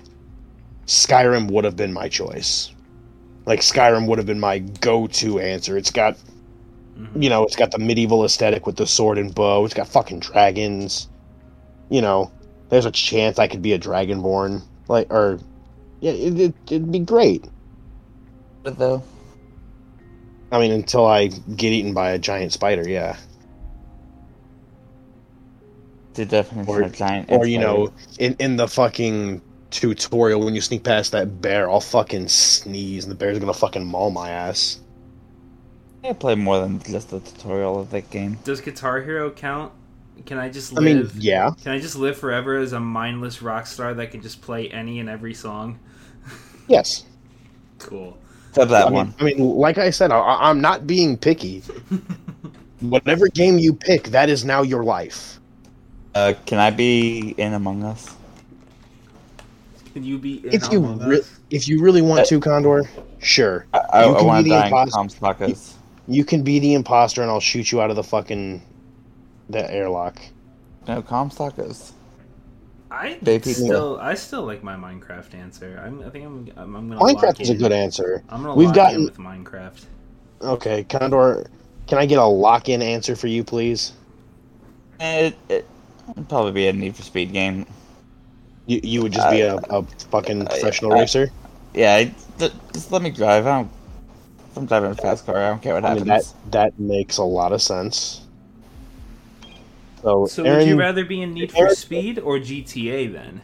[SPEAKER 3] Skyrim would have been my choice. Like Skyrim would have been my go-to answer. It's got
[SPEAKER 2] Mhm.
[SPEAKER 3] you know, it's got the medieval aesthetic with the sword and bow. It's got fucking dragons. You know, there's a chance I could be a dragonborn. Like, or yeah, it, it, it'd be great.
[SPEAKER 1] But though,
[SPEAKER 3] I mean, until I get eaten by a giant spider, yeah.
[SPEAKER 1] the definition
[SPEAKER 3] Or-
[SPEAKER 1] of giant.
[SPEAKER 3] Or
[SPEAKER 1] is
[SPEAKER 3] you
[SPEAKER 1] like-
[SPEAKER 3] know, in in the fucking tutorial when you sneak past that bear, I'll fucking sneeze and the bear's gonna fucking maul my ass.
[SPEAKER 1] I play more than just the tutorial of that game.
[SPEAKER 2] Does Guitar Hero count? Can I just
[SPEAKER 3] I mean,
[SPEAKER 2] live?
[SPEAKER 3] yeah.
[SPEAKER 2] Can I just live forever as a mindless rock star that can just play any and every song?
[SPEAKER 3] Yes.
[SPEAKER 2] Cool.
[SPEAKER 1] Except that
[SPEAKER 3] I mean,
[SPEAKER 1] one.
[SPEAKER 3] I mean, like I said, I- I, I'm not being picky. Whatever game you pick, that is now your life.
[SPEAKER 1] Uh, can I be in Among Us?
[SPEAKER 2] Can you be in
[SPEAKER 3] if you
[SPEAKER 2] Among
[SPEAKER 3] re-
[SPEAKER 2] Us?
[SPEAKER 3] if you really want
[SPEAKER 1] Uh,
[SPEAKER 3] to, Condor, sure.
[SPEAKER 1] I, I,
[SPEAKER 3] You
[SPEAKER 1] I
[SPEAKER 3] can
[SPEAKER 1] want
[SPEAKER 3] be
[SPEAKER 1] to
[SPEAKER 3] the
[SPEAKER 1] die in
[SPEAKER 3] imposter.
[SPEAKER 1] Tom's Tacos.
[SPEAKER 3] You can be the imposter, and I'll shoot you out of the fucking that airlock.
[SPEAKER 1] No, Tom's Tacos.
[SPEAKER 2] I
[SPEAKER 1] They people-
[SPEAKER 2] still, I still like my Minecraft answer. I'm, I think I'm, I'm, I'm gonna. lock
[SPEAKER 3] Minecraft is a
[SPEAKER 2] in.
[SPEAKER 3] good answer.
[SPEAKER 2] I'm gonna.
[SPEAKER 3] We've
[SPEAKER 2] lock
[SPEAKER 3] gotten-
[SPEAKER 2] in with Minecraft.
[SPEAKER 3] Okay, Condor, can I get a lock-in answer for you, please?
[SPEAKER 1] It, it, would probably be a Need for Speed game.
[SPEAKER 3] You you would just be a, a fucking professional
[SPEAKER 1] I-
[SPEAKER 3] racer.
[SPEAKER 1] Uh, Yeah, I, th- just let me drive. I don't, if I'm driving a fast car, I don't care what
[SPEAKER 3] I
[SPEAKER 1] happens.
[SPEAKER 3] mean that that makes a lot of sense. So,
[SPEAKER 2] So
[SPEAKER 3] Aaron,
[SPEAKER 2] would you rather be in Need for
[SPEAKER 3] Aaron-
[SPEAKER 2] Speed or GTA then?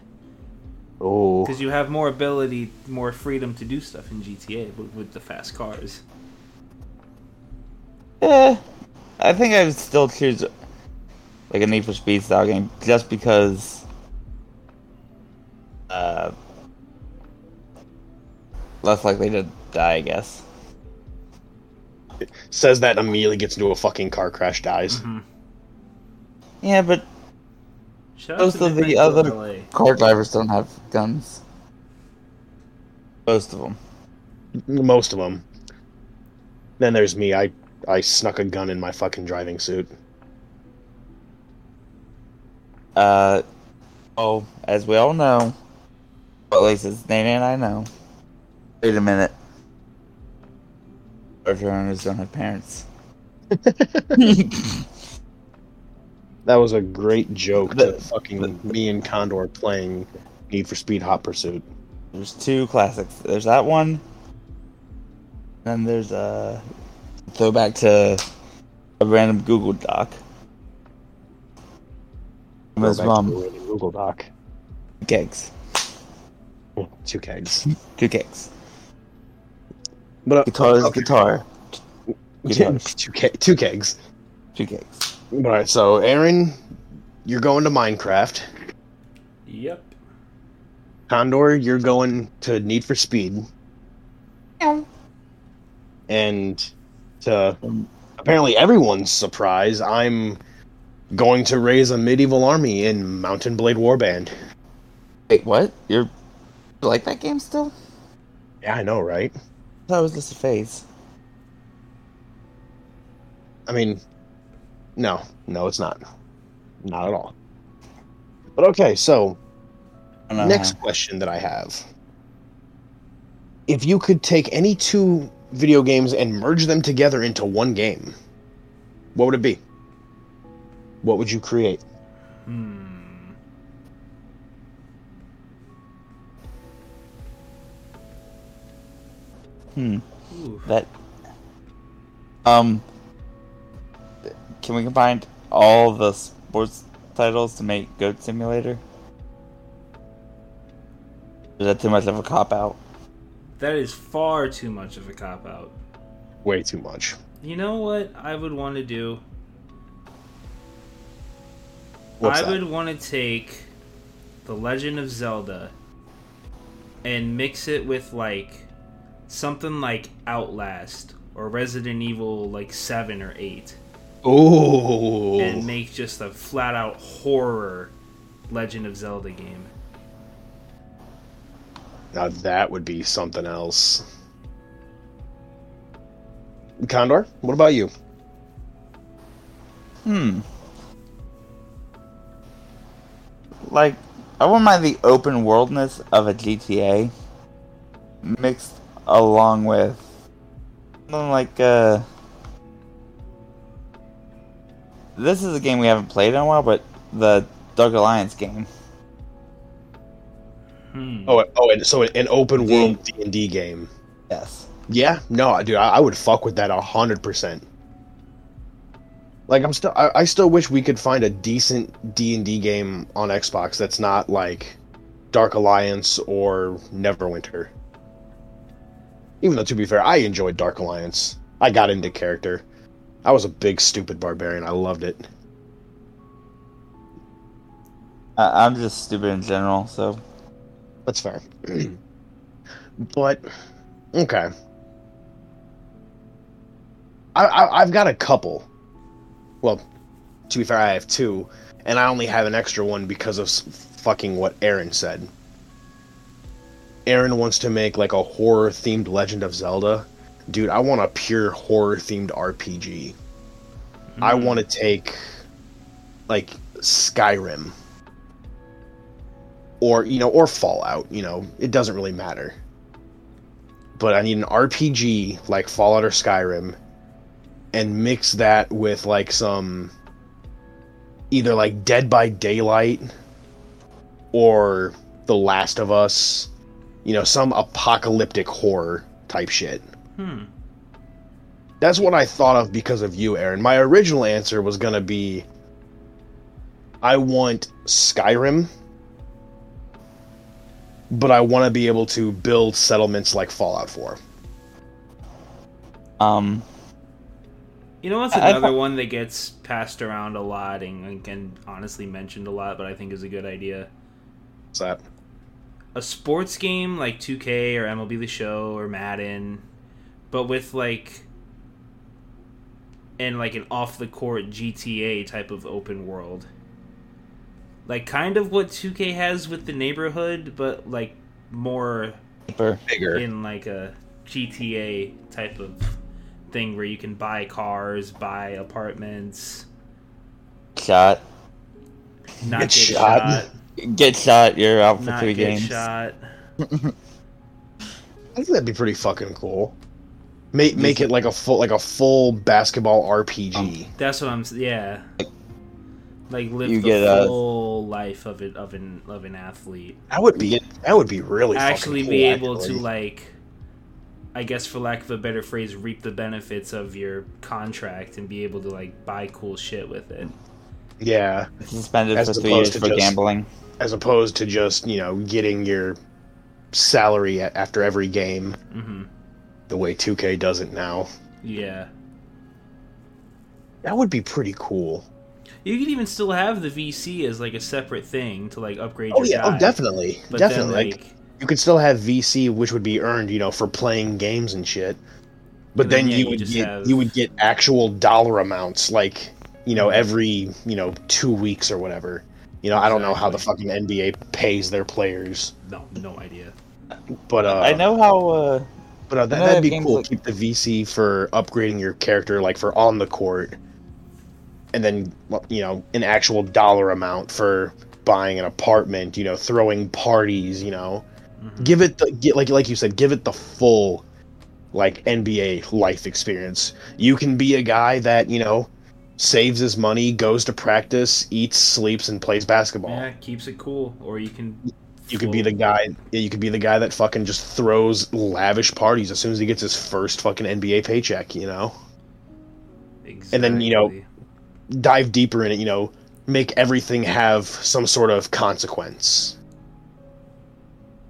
[SPEAKER 3] oh,
[SPEAKER 2] Because you have more ability, more freedom to do stuff in GTA with, with the fast cars.
[SPEAKER 1] Eh, I think I would still choose like a Need for Speed style game just because. Uh, less likely to die, I guess.
[SPEAKER 3] says that and immediately gets into a fucking car crash, dies.
[SPEAKER 2] Mhm.
[SPEAKER 1] Yeah, but
[SPEAKER 2] Shout out
[SPEAKER 1] most
[SPEAKER 2] to
[SPEAKER 1] of
[SPEAKER 2] Midnight
[SPEAKER 1] the other
[SPEAKER 2] LA.
[SPEAKER 1] car drivers don't have guns. Most of them.
[SPEAKER 2] Mm-hmm.
[SPEAKER 3] Most of them. Then there's me. I I snuck a gun in my fucking driving suit.
[SPEAKER 1] Uh, oh, as we all know, well, at least it's Nana and I know. Wait a minute. Larger owners don't have parents.
[SPEAKER 3] That was a great joke
[SPEAKER 1] The-
[SPEAKER 3] to fucking
[SPEAKER 1] the-
[SPEAKER 3] me and Condor playing Need for Speed Hot Pursuit.
[SPEAKER 1] There's two classics. There's that one, and there's a throwback to a random Google Doc. From his
[SPEAKER 3] Go back to
[SPEAKER 1] mom.
[SPEAKER 3] the random Google Doc.
[SPEAKER 1] Kegs.
[SPEAKER 3] Two kegs.
[SPEAKER 1] Two kegs.
[SPEAKER 3] But uh,
[SPEAKER 1] Guitar is
[SPEAKER 3] okay.
[SPEAKER 1] guitar. guitars.
[SPEAKER 3] two, ke- two kegs.
[SPEAKER 1] Two kegs.
[SPEAKER 3] All right. So Aaron, you're going to Minecraft.
[SPEAKER 2] Yep.
[SPEAKER 3] Condor, you're going to Need for Speed. And to apparently everyone's surprise, I'm going to raise a medieval army in Mountain Blade Warband.
[SPEAKER 1] Wait, what? You're you like that game still?
[SPEAKER 3] Yeah, I know, right?
[SPEAKER 1] That was just a phase.
[SPEAKER 3] I mean, no, no, it's not. Not at all. But okay, so
[SPEAKER 1] I don't know
[SPEAKER 3] next
[SPEAKER 1] how.
[SPEAKER 3] question that I have. If you could take any two video games and merge them together into one game, what would it be? What would you create?
[SPEAKER 2] Hmm.
[SPEAKER 1] Hmm.
[SPEAKER 2] Ooh.
[SPEAKER 1] That. Um. Can we combine all the sports titles to make Goat Simulator? Is that too much of a cop out?
[SPEAKER 2] That is far too much of a cop out.
[SPEAKER 3] Way too much.
[SPEAKER 2] You know what I would want to do?
[SPEAKER 3] What's
[SPEAKER 2] I
[SPEAKER 3] that?
[SPEAKER 2] would want to take The Legend of Zelda and mix it with like something like Outlast or Resident Evil like 7 or 8
[SPEAKER 3] Ooh.
[SPEAKER 2] and make just a flat out horror Legend of Zelda game.
[SPEAKER 3] Now that would be something else. Condor, what about you?
[SPEAKER 1] Hmm. Like I wouldn't mind the open worldness of a GTA mixed along with something like uh this is a game we haven't played in a while, but the Dark Alliance game.
[SPEAKER 2] Hmm.
[SPEAKER 3] Oh, oh, and so an open
[SPEAKER 1] Yeah.
[SPEAKER 3] world D and D game.
[SPEAKER 1] Yes.
[SPEAKER 3] Yeah, no, dude, I, I would fuck with that a hundred percent. Like, I'm still, I, I still wish we could find a decent D and D game on Xbox that's not like Dark Alliance or Neverwinter. Even though, to be fair, I enjoyed Dark Alliance. I got into character. I was a big stupid barbarian. I loved it.
[SPEAKER 1] I- I'm just stupid in general, so
[SPEAKER 3] That's fair. but okay, I, I I've got a couple. Well, to be fair, I have two, and I only have an extra one because of s- fucking what Aaron said. Aaron wants to make like a horror themed Legend of Zelda. Dude, I want a pure horror themed RPG. I
[SPEAKER 2] Hmm.
[SPEAKER 3] want to take like Skyrim or you know or Fallout, you know, it doesn't really matter. But I need an RPG like Fallout or Skyrim and mix that with like some either like Dead by Daylight or The Last of Us, you know, some apocalyptic horror type shit.
[SPEAKER 2] Hmm.
[SPEAKER 3] That's what I thought of because of you, Aaron. My original answer was going to be I want Skyrim, but I want to be able to build settlements like Fallout 4.
[SPEAKER 1] um
[SPEAKER 2] You know what's
[SPEAKER 1] I- I
[SPEAKER 2] another
[SPEAKER 1] thought-
[SPEAKER 2] one that gets passed around a lot and, and- and honestly mentioned a lot, but I think is a good idea.
[SPEAKER 3] What's that?
[SPEAKER 2] A sports game like 2K or MLB The Show or Madden, but with like and like an off the court GTA type of open world. Like kind of what 2K has with the neighborhood, but like more
[SPEAKER 1] paper.
[SPEAKER 3] Bigger.
[SPEAKER 2] in like a GTA type of thing where you can buy cars, buy apartments,
[SPEAKER 1] shot.
[SPEAKER 2] not
[SPEAKER 3] Get
[SPEAKER 2] get,
[SPEAKER 3] shot.
[SPEAKER 2] shot,
[SPEAKER 1] Get shot, you're out for
[SPEAKER 2] not
[SPEAKER 1] three
[SPEAKER 2] get
[SPEAKER 1] games.
[SPEAKER 2] shot.
[SPEAKER 3] I think that'd be pretty fucking cool. Make make it like a full like a full basketball RPG.
[SPEAKER 2] That's what I'm. s- Yeah, like live
[SPEAKER 1] You
[SPEAKER 2] the
[SPEAKER 1] get
[SPEAKER 3] uh,
[SPEAKER 1] a-
[SPEAKER 2] full life of it of an of an athlete.
[SPEAKER 3] that would be that would be really fucking
[SPEAKER 2] Actually,
[SPEAKER 3] cool,
[SPEAKER 2] be able
[SPEAKER 3] actually.
[SPEAKER 2] to like, I guess for lack of a better phrase, reap the benefits of your contract and be able to like buy cool shit with it.
[SPEAKER 3] yeah,
[SPEAKER 1] Suspended
[SPEAKER 3] As
[SPEAKER 1] for three
[SPEAKER 3] opposed
[SPEAKER 1] years
[SPEAKER 3] to
[SPEAKER 1] for
[SPEAKER 3] just-
[SPEAKER 1] gambling.
[SPEAKER 3] as opposed to just you know getting your salary a- after every game
[SPEAKER 2] hmm
[SPEAKER 3] the way 2K does it now.
[SPEAKER 2] Yeah.
[SPEAKER 3] That would be pretty cool.
[SPEAKER 2] You could even still have the VC as like a separate thing to like upgrade
[SPEAKER 3] Oh
[SPEAKER 2] your
[SPEAKER 3] yeah, oh
[SPEAKER 2] guy.
[SPEAKER 3] definitely,
[SPEAKER 2] But
[SPEAKER 3] definitely.
[SPEAKER 2] then
[SPEAKER 3] like,
[SPEAKER 2] like,
[SPEAKER 3] you could still have VC, which would be earned, you know, for playing games and shit. But
[SPEAKER 2] And then,
[SPEAKER 3] then,
[SPEAKER 2] yeah,
[SPEAKER 3] you
[SPEAKER 2] you
[SPEAKER 3] would
[SPEAKER 2] just
[SPEAKER 3] get
[SPEAKER 2] have-
[SPEAKER 3] you would get actual dollar amounts, like you know, every you know two weeks or whatever. You know, I don't know how the fucking NBA pays their players,
[SPEAKER 2] no, no idea.
[SPEAKER 3] but uh,
[SPEAKER 1] I know how uh
[SPEAKER 3] but uh, that,
[SPEAKER 1] I know
[SPEAKER 3] that'd
[SPEAKER 1] they
[SPEAKER 3] be
[SPEAKER 1] have
[SPEAKER 3] cool.
[SPEAKER 1] games
[SPEAKER 3] Keep the VC for upgrading your character, like for on the court, and then you know an actual dollar amount for buying an apartment. You know, throwing parties. You know,
[SPEAKER 1] Mm-hmm.
[SPEAKER 2] Mhm.
[SPEAKER 3] give it the get, like like you said, give it the full like NBA life experience. You can be a guy that you know saves his money, goes to practice, eats, sleeps, and plays basketball.
[SPEAKER 2] Yeah, keeps it cool. Or you can.
[SPEAKER 3] You could be the guy. yeah, You could be the guy that fucking just throws lavish parties as soon as he gets his first fucking NBA paycheck. You know,
[SPEAKER 2] Exactly.
[SPEAKER 3] and then, you know- dive deeper in it. You know, make everything have some sort of consequence.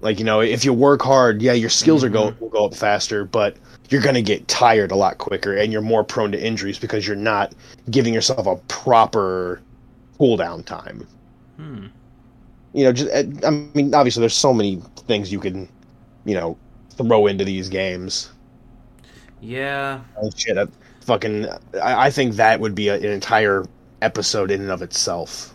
[SPEAKER 3] Like you know, if you work hard, yeah, your skills are go will go up faster, but you're gonna get tired a lot quicker, and you're more prone to injuries because you're not giving yourself a proper cooldown time.
[SPEAKER 2] Hmm.
[SPEAKER 3] you know just i mean obviously there's so many things you can you know throw into these games
[SPEAKER 2] Yeah.
[SPEAKER 3] oh shit I, fucking I, I think that would be a, an entire episode in and of itself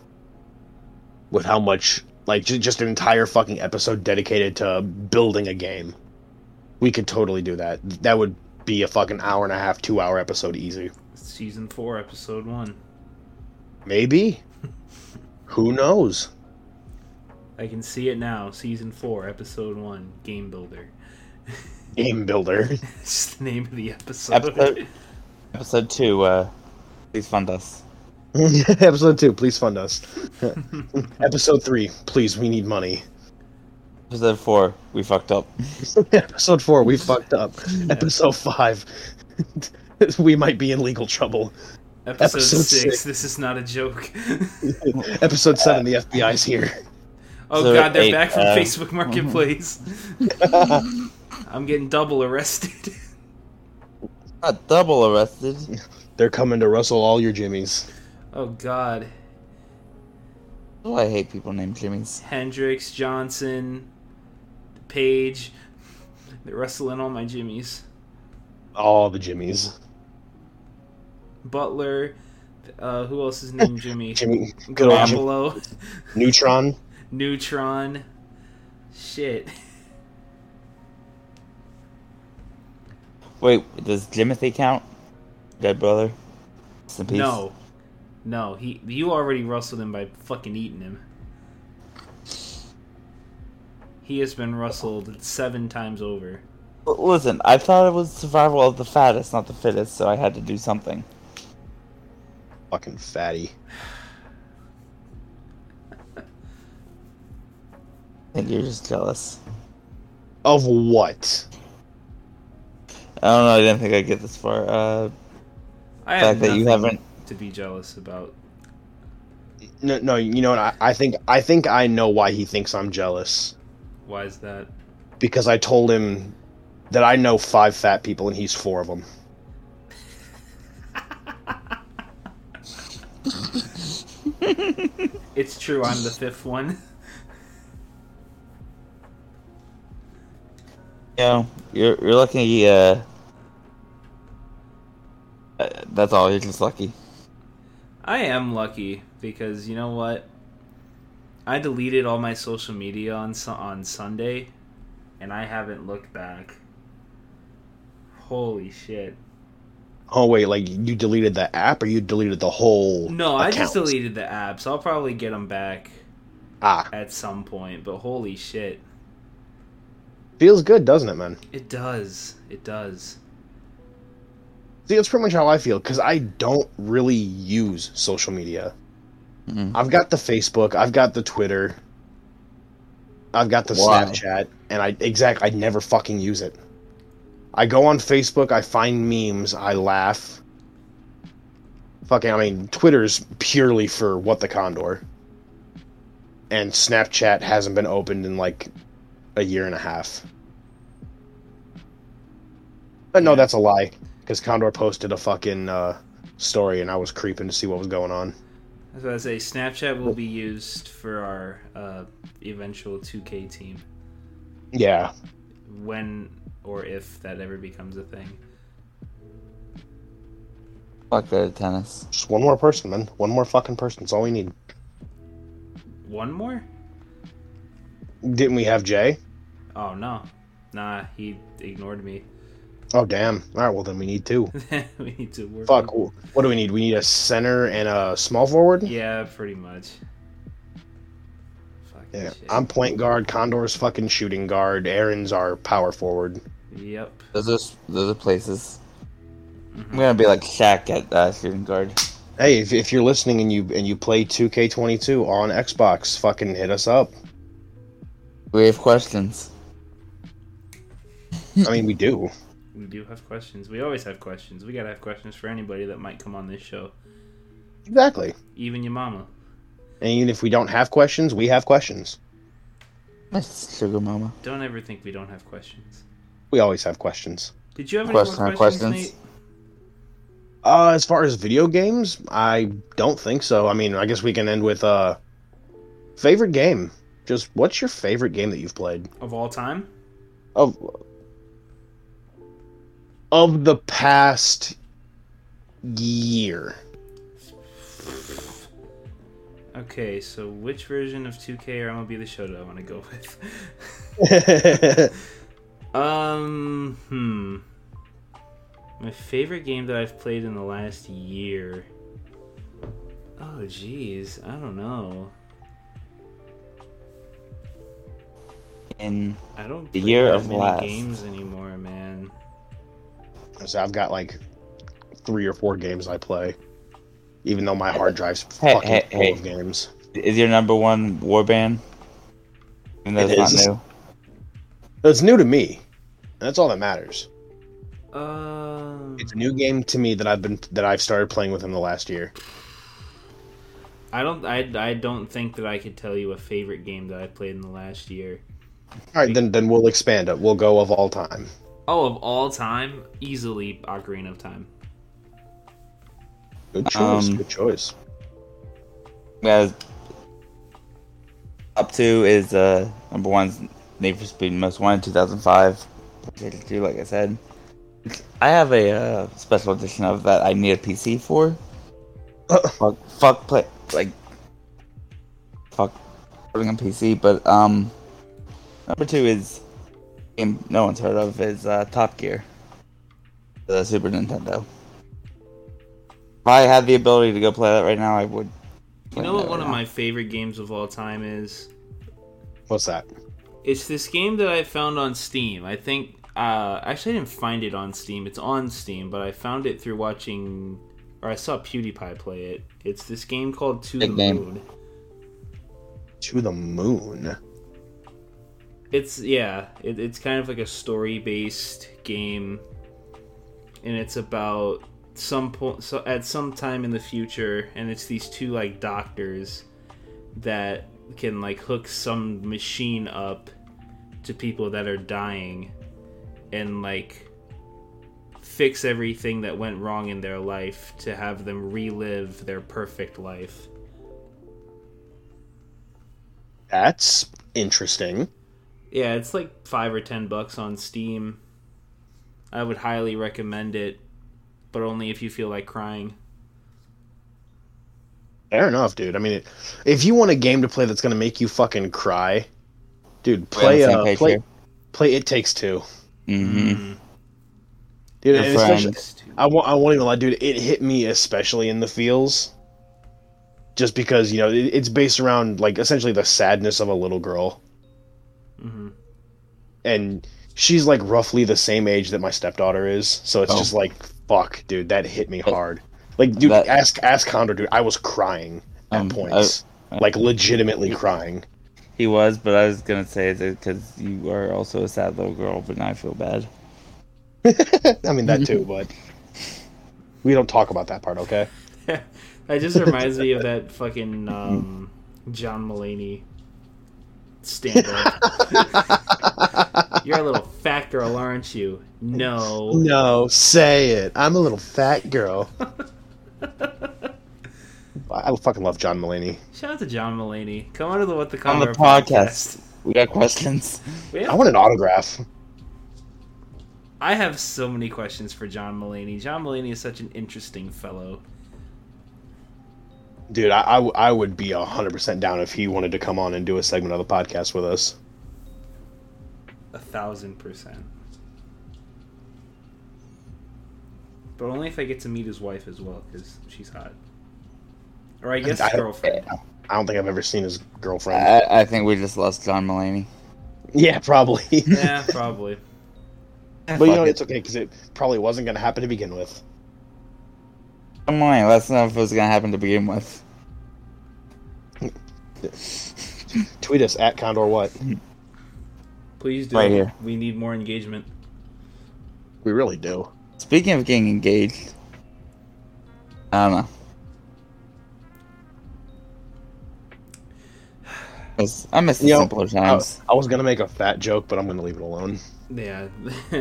[SPEAKER 3] with how much like just, just an entire fucking episode dedicated to building a game we could totally do that that would be a fucking hour and a half two hour episode easy
[SPEAKER 2] Season four, episode one.
[SPEAKER 3] maybe who knows
[SPEAKER 2] I can see it now. Season four, episode one, Game Builder.
[SPEAKER 3] Game builder.
[SPEAKER 2] It's just the name of the episode.
[SPEAKER 1] Episode, episode two, uh, please fund us.
[SPEAKER 3] Episode two, please fund us. Episode three, please, we need money.
[SPEAKER 1] Episode four, we fucked up.
[SPEAKER 3] Episode four, we fucked up. Episode five, we might be in legal trouble.
[SPEAKER 2] Episode,
[SPEAKER 3] Episode
[SPEAKER 2] six,
[SPEAKER 3] six.
[SPEAKER 2] This is not a joke.
[SPEAKER 3] Episode seven, the FBI's here.
[SPEAKER 2] oh
[SPEAKER 1] So
[SPEAKER 2] god, they're
[SPEAKER 1] eight,
[SPEAKER 2] back from
[SPEAKER 1] uh,
[SPEAKER 2] Facebook Marketplace. I'm getting double arrested.
[SPEAKER 1] Not double arrested.
[SPEAKER 3] They're coming to rustle all your jimmies.
[SPEAKER 2] Oh god,
[SPEAKER 1] Oh, I hate people named Jimmy's.
[SPEAKER 2] Hendrix, Johnson, Page. They're wrestling all my jimmies.
[SPEAKER 3] All the jimmies.
[SPEAKER 2] Butler. Uh, who else is named Jimmy?
[SPEAKER 3] Jimmy, good old Jim-
[SPEAKER 2] Garoppolo,
[SPEAKER 3] Neutron.
[SPEAKER 2] Neutron. Shit.
[SPEAKER 1] Wait, does Jimothy count? Dead brother? Rest in peace.
[SPEAKER 2] No, no. He, you already rustled him by fucking eating him. He has been rustled seven times over.
[SPEAKER 1] L- Listen, I thought it was survival of the fattest, not the fittest, so I had to do something.
[SPEAKER 3] Fucking fatty.
[SPEAKER 1] And you're just jealous.
[SPEAKER 3] Of what?
[SPEAKER 1] I don't know, I didn't think I'd get this far. Uh,
[SPEAKER 2] I
[SPEAKER 1] the
[SPEAKER 2] have
[SPEAKER 1] fact that you
[SPEAKER 2] nothing
[SPEAKER 1] haven't.
[SPEAKER 2] to be jealous about.
[SPEAKER 3] No, no. You know what? I, I think I think I know why he thinks I'm jealous
[SPEAKER 2] Why is that?
[SPEAKER 3] because I told him that I know five fat people and he's four of them.
[SPEAKER 2] It's true. I'm the fifth one.
[SPEAKER 1] You know, you're, you're lucky, uh. uh, That's all, you're just lucky.
[SPEAKER 2] I am lucky because you know what? I deleted all my social media on Su- on Sunday, and I haven't looked back. Holy shit!
[SPEAKER 3] Oh wait, like you deleted the app or you deleted the whole?
[SPEAKER 2] No, I just
[SPEAKER 3] account?
[SPEAKER 2] deleted the apps. I'll probably get them back
[SPEAKER 3] Ah,
[SPEAKER 2] at some point, but holy shit!
[SPEAKER 3] feels good, doesn't it, man?
[SPEAKER 2] It does. It does.
[SPEAKER 3] See, that's pretty much how I feel because I don't really use social media.
[SPEAKER 1] Mhm.
[SPEAKER 3] I've got the Facebook, I've got the Twitter, I've got the
[SPEAKER 1] Why?
[SPEAKER 3] Snapchat, and I exact I never fucking use it. I go on Facebook, I find memes, I laugh. Fucking, I mean, Twitter's purely for what the Condor, and Snapchat hasn't been opened in like a year and a half. But no, that's a lie, because Condor posted a fucking uh, story, and I was creeping to see what was going on.
[SPEAKER 2] As I say, Snapchat will be used for our uh, eventual 2K team
[SPEAKER 3] Yeah,
[SPEAKER 2] when or if that ever becomes a thing.
[SPEAKER 1] Fuck the tennis.
[SPEAKER 3] Just one more person, man. One more fucking person. That's all we need.
[SPEAKER 2] One more?
[SPEAKER 3] Didn't we have Jay?
[SPEAKER 2] Oh no. Nah, he ignored me.
[SPEAKER 3] Oh damn. All right. Well, then we need two.
[SPEAKER 2] we need to work.
[SPEAKER 3] Fuck.
[SPEAKER 2] with-
[SPEAKER 3] What do we need? We need a center and a small forward.
[SPEAKER 2] Yeah, pretty much. Fucking
[SPEAKER 3] Yeah.
[SPEAKER 2] shit.
[SPEAKER 3] I'm point guard. Condor's fucking shooting guard. Aaron's our power forward.
[SPEAKER 2] Yep.
[SPEAKER 1] Those are, those are places. I'm gonna be like Shaq at uh, shooting guard.
[SPEAKER 3] Hey, if, if you're listening and you and you play 2K22 on Xbox, fucking hit us up.
[SPEAKER 1] We have questions.
[SPEAKER 3] I mean, we do.
[SPEAKER 2] We do have questions. We always have questions. We gotta have questions for anybody that might come on this show.
[SPEAKER 3] Exactly.
[SPEAKER 2] Even your mama.
[SPEAKER 3] And even if we don't have questions, we have questions.
[SPEAKER 1] Miss Sugar Mama.
[SPEAKER 2] Don't ever think we don't have questions.
[SPEAKER 3] We always have questions.
[SPEAKER 2] Did you have
[SPEAKER 1] Question
[SPEAKER 2] any
[SPEAKER 1] on
[SPEAKER 2] more questions,
[SPEAKER 1] questions?
[SPEAKER 2] Nate?
[SPEAKER 3] Uh, as far as video games, I don't think so. I mean, I guess we can end with uh, favorite game. Just what's your favorite game that you've played
[SPEAKER 2] Of all time?
[SPEAKER 3] of of the past year?
[SPEAKER 2] Okay, so which version of 2K or MLB The Show do I want to go with? Um, hmm. My favorite game that I've played in the last year. Oh, jeez, I don't know.
[SPEAKER 1] in
[SPEAKER 2] I don't
[SPEAKER 1] The
[SPEAKER 2] play
[SPEAKER 1] year
[SPEAKER 2] that
[SPEAKER 1] of
[SPEAKER 2] many
[SPEAKER 1] last.
[SPEAKER 2] games anymore, man.
[SPEAKER 3] So I've got like three or four games I play, even though my hard drive's
[SPEAKER 1] Hey,
[SPEAKER 3] fucking
[SPEAKER 1] hey,
[SPEAKER 3] full
[SPEAKER 1] hey.
[SPEAKER 3] of games.
[SPEAKER 1] is your number one warband? And
[SPEAKER 3] It
[SPEAKER 1] that's not
[SPEAKER 3] is.
[SPEAKER 1] new.
[SPEAKER 3] It's new to me. That's all that matters.
[SPEAKER 2] Um,
[SPEAKER 3] It's a new game to me that I've been that I've started playing within the last year.
[SPEAKER 2] I don't. I, I don't think that I could tell you a favorite game that I played in the last year.
[SPEAKER 3] All right, then then we'll expand it. We'll go of all time.
[SPEAKER 2] Oh, of all time, easily Ocarina of Time.
[SPEAKER 3] Good choice.
[SPEAKER 1] Um,
[SPEAKER 3] good choice.
[SPEAKER 1] Yeah, up two is uh number one's Need for Speed Most Wanted 2005. PlayStation 2, like I said. I have a uh, special edition of that I need a PC for. fuck, fuck, play like fuck having a PC. But um, number two is game no one's heard of is uh, Top Gear, the Super Nintendo. If I had the ability to go play that right now, I would.
[SPEAKER 2] You
[SPEAKER 1] play
[SPEAKER 2] know what?
[SPEAKER 1] that
[SPEAKER 2] One
[SPEAKER 1] right
[SPEAKER 2] of
[SPEAKER 1] now.
[SPEAKER 2] my favorite games of all time is.
[SPEAKER 3] What's that?
[SPEAKER 2] It's this game that I found on Steam. I think. Uh, actually, I didn't find it on Steam. It's on Steam, but I found it through watching, or I saw PewDiePie play it. It's this game called To
[SPEAKER 1] Big
[SPEAKER 2] the
[SPEAKER 1] game.
[SPEAKER 2] Moon.
[SPEAKER 3] To the moon.
[SPEAKER 2] It's yeah, it, it's kind of like a story-based game, and it's about some point so at some time in the future, and it's these two like doctors that can like hook some machine up to people that are dying, and like fix everything that went wrong in their life to have them relive their perfect life.
[SPEAKER 3] That's interesting.
[SPEAKER 2] Yeah, it's like five or ten bucks on Steam. I would highly recommend it, but only if you feel like crying.
[SPEAKER 3] Fair enough, dude. I mean, it, if you want a game to play that's gonna make you fucking cry, dude,
[SPEAKER 1] We're on the
[SPEAKER 3] play
[SPEAKER 1] same
[SPEAKER 3] uh,
[SPEAKER 1] page
[SPEAKER 3] play,
[SPEAKER 1] here.
[SPEAKER 3] play It Takes Two,
[SPEAKER 1] Mm-hmm.
[SPEAKER 3] dude.
[SPEAKER 1] Your
[SPEAKER 3] And especially,
[SPEAKER 1] friends.
[SPEAKER 3] I won't, I won't even lie, dude. It hit me especially in the feels, just because you know it, it's based around like essentially the sadness of a little girl,
[SPEAKER 2] Mm-hmm.
[SPEAKER 3] and she's like roughly the same age that my stepdaughter is. So it's
[SPEAKER 1] Oh.
[SPEAKER 3] just like, fuck, dude, that hit me hard. Like, dude,
[SPEAKER 1] That-
[SPEAKER 3] ask ask Condor, dude. I was crying at
[SPEAKER 1] Um, I-
[SPEAKER 3] points,
[SPEAKER 1] I-
[SPEAKER 3] like legitimately crying.
[SPEAKER 1] He was, but I was gonna say that because you are also a sad little girl, but now I feel bad.
[SPEAKER 3] I mean that too, but we don't talk about that part, okay?
[SPEAKER 2] that just reminds me of that fucking um, John Mulaney stand up. You're a little fat girl, aren't you? No.
[SPEAKER 3] No, say it. I'm a little fat girl. I I fucking love John Mulaney.
[SPEAKER 2] Shout out to John Mulaney. Come on to the What the
[SPEAKER 1] On
[SPEAKER 2] Cover
[SPEAKER 1] the podcast, we got questions.
[SPEAKER 2] We have-
[SPEAKER 3] I want an autograph.
[SPEAKER 2] I have so many questions for John Mulaney. John Mulaney is such an interesting fellow.
[SPEAKER 3] Dude, I, I, w- I would be 100% down if he wanted to come on and do a segment of the podcast with us.
[SPEAKER 2] A thousand percent. But only if I get to meet his wife as well, because she's hot. Or I guess
[SPEAKER 3] I don't-
[SPEAKER 2] girlfriend.
[SPEAKER 3] I don't think I've ever seen his girlfriend.
[SPEAKER 1] I, I think we just lost John Mulaney.
[SPEAKER 3] yeah, probably.
[SPEAKER 2] yeah, probably.
[SPEAKER 3] but you know,
[SPEAKER 1] Fuck
[SPEAKER 3] it's okay because it probably wasn't going to happen to begin with.
[SPEAKER 1] John Mulaney. That's not if it was gonna happen to begin with.
[SPEAKER 3] Tweet us at Condor What.
[SPEAKER 2] Please do.
[SPEAKER 1] Right here.
[SPEAKER 2] We need more engagement.
[SPEAKER 3] We really do.
[SPEAKER 1] Speaking of getting engaged, I don't know. I miss- I miss the
[SPEAKER 3] You know,
[SPEAKER 1] simpler
[SPEAKER 3] I,
[SPEAKER 1] times.
[SPEAKER 3] I was going to make a fat joke, but I'm going to leave it alone.
[SPEAKER 2] Yeah.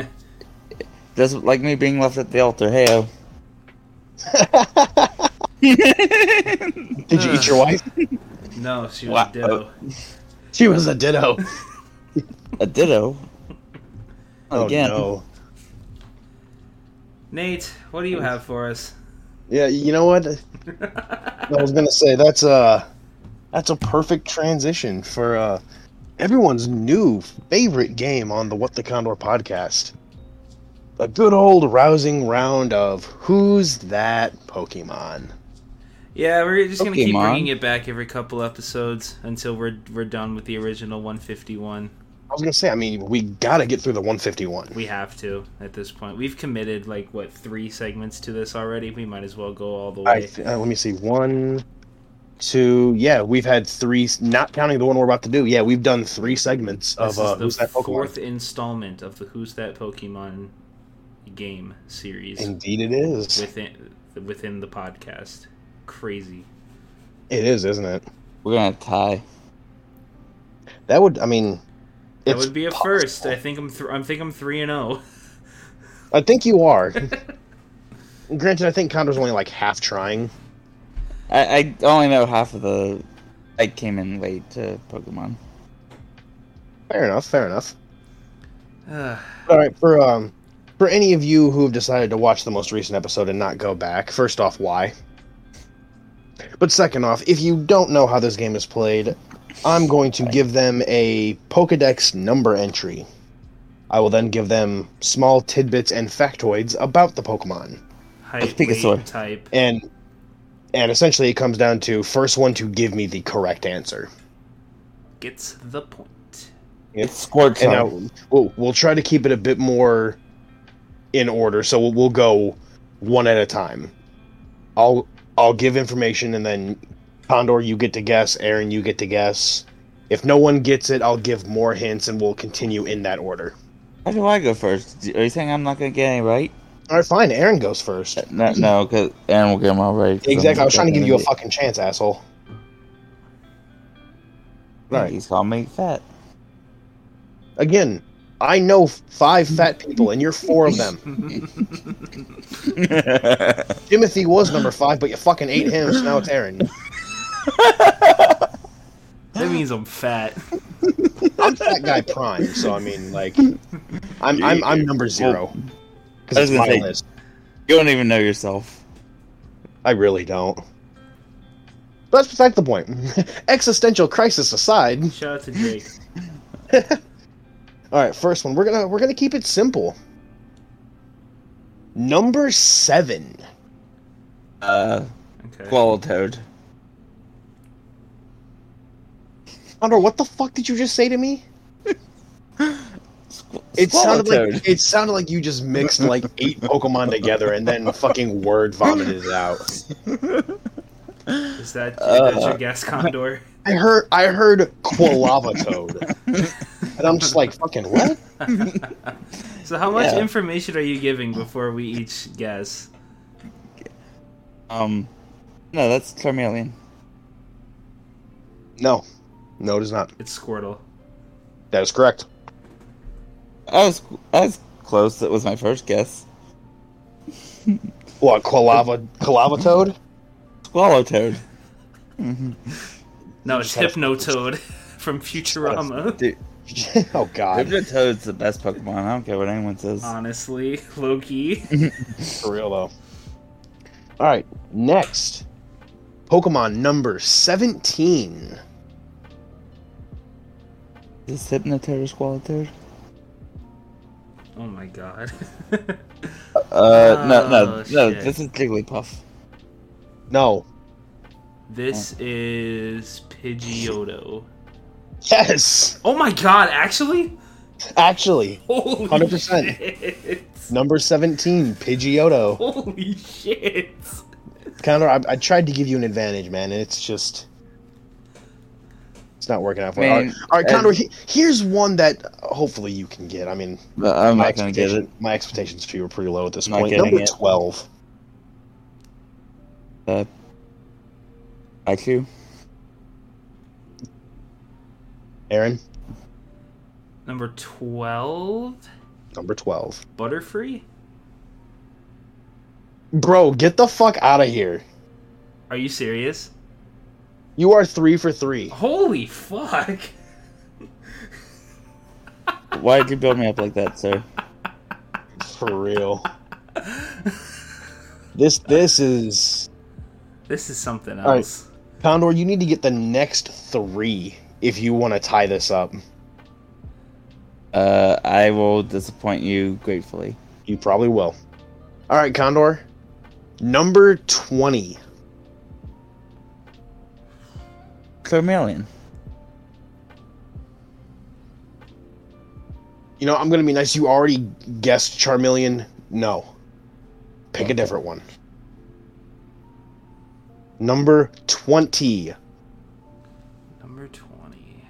[SPEAKER 1] Just like me being left at the altar. Hey, oh.
[SPEAKER 3] Did you eat your wife?
[SPEAKER 2] no, she was
[SPEAKER 1] Wow.
[SPEAKER 2] ditto.
[SPEAKER 3] She was a ditto.
[SPEAKER 1] a ditto.
[SPEAKER 3] Oh
[SPEAKER 1] Again.
[SPEAKER 3] no.
[SPEAKER 2] Nate, what do you have for us?
[SPEAKER 3] Yeah, you know what? I was gonna say that's a that's a perfect transition for uh, everyone's new favorite game on the What the Condor podcast. A good old rousing round of who's that Pokemon?
[SPEAKER 2] Yeah, we're just gonna keep
[SPEAKER 1] Pokemon.
[SPEAKER 2] bringing it back every couple episodes until we're we're done with the original 151.
[SPEAKER 3] was gonna say. I mean, we gotta get through the 151.
[SPEAKER 2] We have to at this point. We've committed like what three segments to this already. We might as well go all the
[SPEAKER 3] I
[SPEAKER 2] way.
[SPEAKER 3] th- uh, let me see. One, two. Yeah, we've had three. Not counting the one we're about to do. Yeah, we've done three segments
[SPEAKER 2] This
[SPEAKER 3] of uh,
[SPEAKER 2] is the
[SPEAKER 3] who's that Pokemon?
[SPEAKER 2] fourth installment of the Who's That Pokemon game series
[SPEAKER 3] Indeed, it is.
[SPEAKER 2] within within the podcast. Crazy.
[SPEAKER 3] It is, isn't it?
[SPEAKER 1] We're gonna tie.
[SPEAKER 3] That would. I mean,
[SPEAKER 2] That
[SPEAKER 3] it's
[SPEAKER 2] would be a
[SPEAKER 3] possible.
[SPEAKER 2] first. I think I'm th- I think I'm three and oh. zero.
[SPEAKER 3] I think you are. Granted, I think Condor's only like half trying.
[SPEAKER 1] I, I only know half of the. I came in late to Pokemon.
[SPEAKER 3] Fair enough. Fair enough.
[SPEAKER 2] Uh,
[SPEAKER 3] All right, for um, for any of you who have decided to watch the most recent episode and not go back, first off, why? But second off, if you don't know how this game is played, I'm going to give them a Pokedex number entry. I will then give them small tidbits and factoids about the Pokemon,
[SPEAKER 2] height,
[SPEAKER 1] Pikasaur.
[SPEAKER 2] weight, type.
[SPEAKER 3] and and essentially it comes down to first one to give me the correct answer.
[SPEAKER 2] Gets the point.
[SPEAKER 1] It's Squirtle.
[SPEAKER 3] and now we'll, we'll try to keep it a bit more in order so we'll, we'll go one at a time i'll i'll give information and then condor you get to guess aaron you get to guess if no one gets it i'll give more hints and we'll continue in that order
[SPEAKER 1] Why do I go first? Do- Are you saying I'm not gonna get any right?
[SPEAKER 3] all right fine aaron goes first
[SPEAKER 1] No, no, because Aaron will get them all right. 'cause I'm
[SPEAKER 3] exactly i was trying to
[SPEAKER 1] fucking
[SPEAKER 3] give you a
[SPEAKER 1] idiot.
[SPEAKER 3] fucking chance asshole all right
[SPEAKER 1] He's called me fat.
[SPEAKER 3] again i know five fat people and you're four of them Timothy was number five, but you fucking ate him, so now it's Aaron.
[SPEAKER 2] That means I'm fat.
[SPEAKER 3] I'm fat guy prime, so I mean, like, I'm I'm, I'm number zero
[SPEAKER 1] I
[SPEAKER 3] because
[SPEAKER 1] was
[SPEAKER 3] it's my
[SPEAKER 1] gonna say-
[SPEAKER 3] list.
[SPEAKER 1] you don't even know yourself.
[SPEAKER 3] I really don't. But that's beside the point. Existential crisis aside.
[SPEAKER 2] Shout out to Jake.
[SPEAKER 3] All right, first one. We're gonna we're gonna keep it simple. Number seven.
[SPEAKER 1] Uh,
[SPEAKER 2] Okay.
[SPEAKER 1] Qualitoad.
[SPEAKER 3] Condor, what the fuck did you just say to me?
[SPEAKER 1] Squ-
[SPEAKER 3] It sounded
[SPEAKER 1] Swallowtoad.
[SPEAKER 3] like it sounded like you just mixed like eight Pokemon together and then fucking word vomited it out.
[SPEAKER 2] Is that, is that
[SPEAKER 1] Uh.
[SPEAKER 2] your gas condor?
[SPEAKER 3] I heard I heard Quilava Toad. and I'm just like, fucking what?
[SPEAKER 2] So how much
[SPEAKER 1] Yeah.
[SPEAKER 2] information are you giving before we each guess?
[SPEAKER 1] Um, no, that's Charmeleon.
[SPEAKER 3] No. No, it is not.
[SPEAKER 2] It's Squirtle.
[SPEAKER 3] That is correct.
[SPEAKER 1] I was, I was close. That was my first guess.
[SPEAKER 3] What, Quilava Quilava Toad?
[SPEAKER 1] Swallowtoad. Mm-hmm.
[SPEAKER 2] No, it's
[SPEAKER 3] had a-
[SPEAKER 2] Hypnotoad from Futurama.
[SPEAKER 3] oh god.
[SPEAKER 1] Hypnotoad's the best Pokemon. I don't care what anyone says.
[SPEAKER 2] Uh, Honestly, Loki.
[SPEAKER 3] For real though. Alright, next. Pokemon number seventeen.
[SPEAKER 1] Is this Hypnotoad or Swallowtoad?
[SPEAKER 2] Oh my god.
[SPEAKER 1] Uh, no, no,
[SPEAKER 2] Oh,
[SPEAKER 1] no.
[SPEAKER 2] shit.
[SPEAKER 1] This is Jigglypuff.
[SPEAKER 3] No. Oh.
[SPEAKER 2] this is Pidgeotto.
[SPEAKER 3] Yes!
[SPEAKER 2] Oh my god, actually?
[SPEAKER 3] Actually,
[SPEAKER 2] Holy
[SPEAKER 3] 100%.
[SPEAKER 2] shit.
[SPEAKER 3] number seventeen, Pidgeotto.
[SPEAKER 2] Holy shit.
[SPEAKER 3] Counter, I, I tried to give you an advantage, man, and it's just it's not working out for me. All right,
[SPEAKER 1] Man,
[SPEAKER 3] all right,
[SPEAKER 1] and-
[SPEAKER 3] Condor. he- here's one that hopefully you can get. I mean,
[SPEAKER 1] But I'm
[SPEAKER 3] my
[SPEAKER 1] not gonna get
[SPEAKER 3] expectation-
[SPEAKER 1] it.
[SPEAKER 3] My expectations for you were pretty low at this
[SPEAKER 1] Not
[SPEAKER 3] point.
[SPEAKER 1] getting
[SPEAKER 3] Number
[SPEAKER 1] it.
[SPEAKER 3] twelve.
[SPEAKER 1] Uh, Pikachu.
[SPEAKER 3] Aaron,
[SPEAKER 2] Number 12?
[SPEAKER 3] number twelve.
[SPEAKER 2] Butterfree?
[SPEAKER 3] Bro, get the fuck out of here.
[SPEAKER 2] Are you serious?
[SPEAKER 3] You are three for three.
[SPEAKER 2] Holy fuck.
[SPEAKER 1] Why did you build me up like that, sir?
[SPEAKER 3] For real. this this is
[SPEAKER 2] This is something
[SPEAKER 3] All right.
[SPEAKER 2] else.
[SPEAKER 3] Condor, you need to get the next three if you want to tie this up.
[SPEAKER 1] Uh, I will disappoint you gratefully.
[SPEAKER 3] You probably will. Alright, Condor. Number twenty.
[SPEAKER 1] Charmeleon.
[SPEAKER 3] You know, I'm gonna be nice. You already guessed Charmeleon. No. Pick a different one. Number 20.
[SPEAKER 2] Number 20.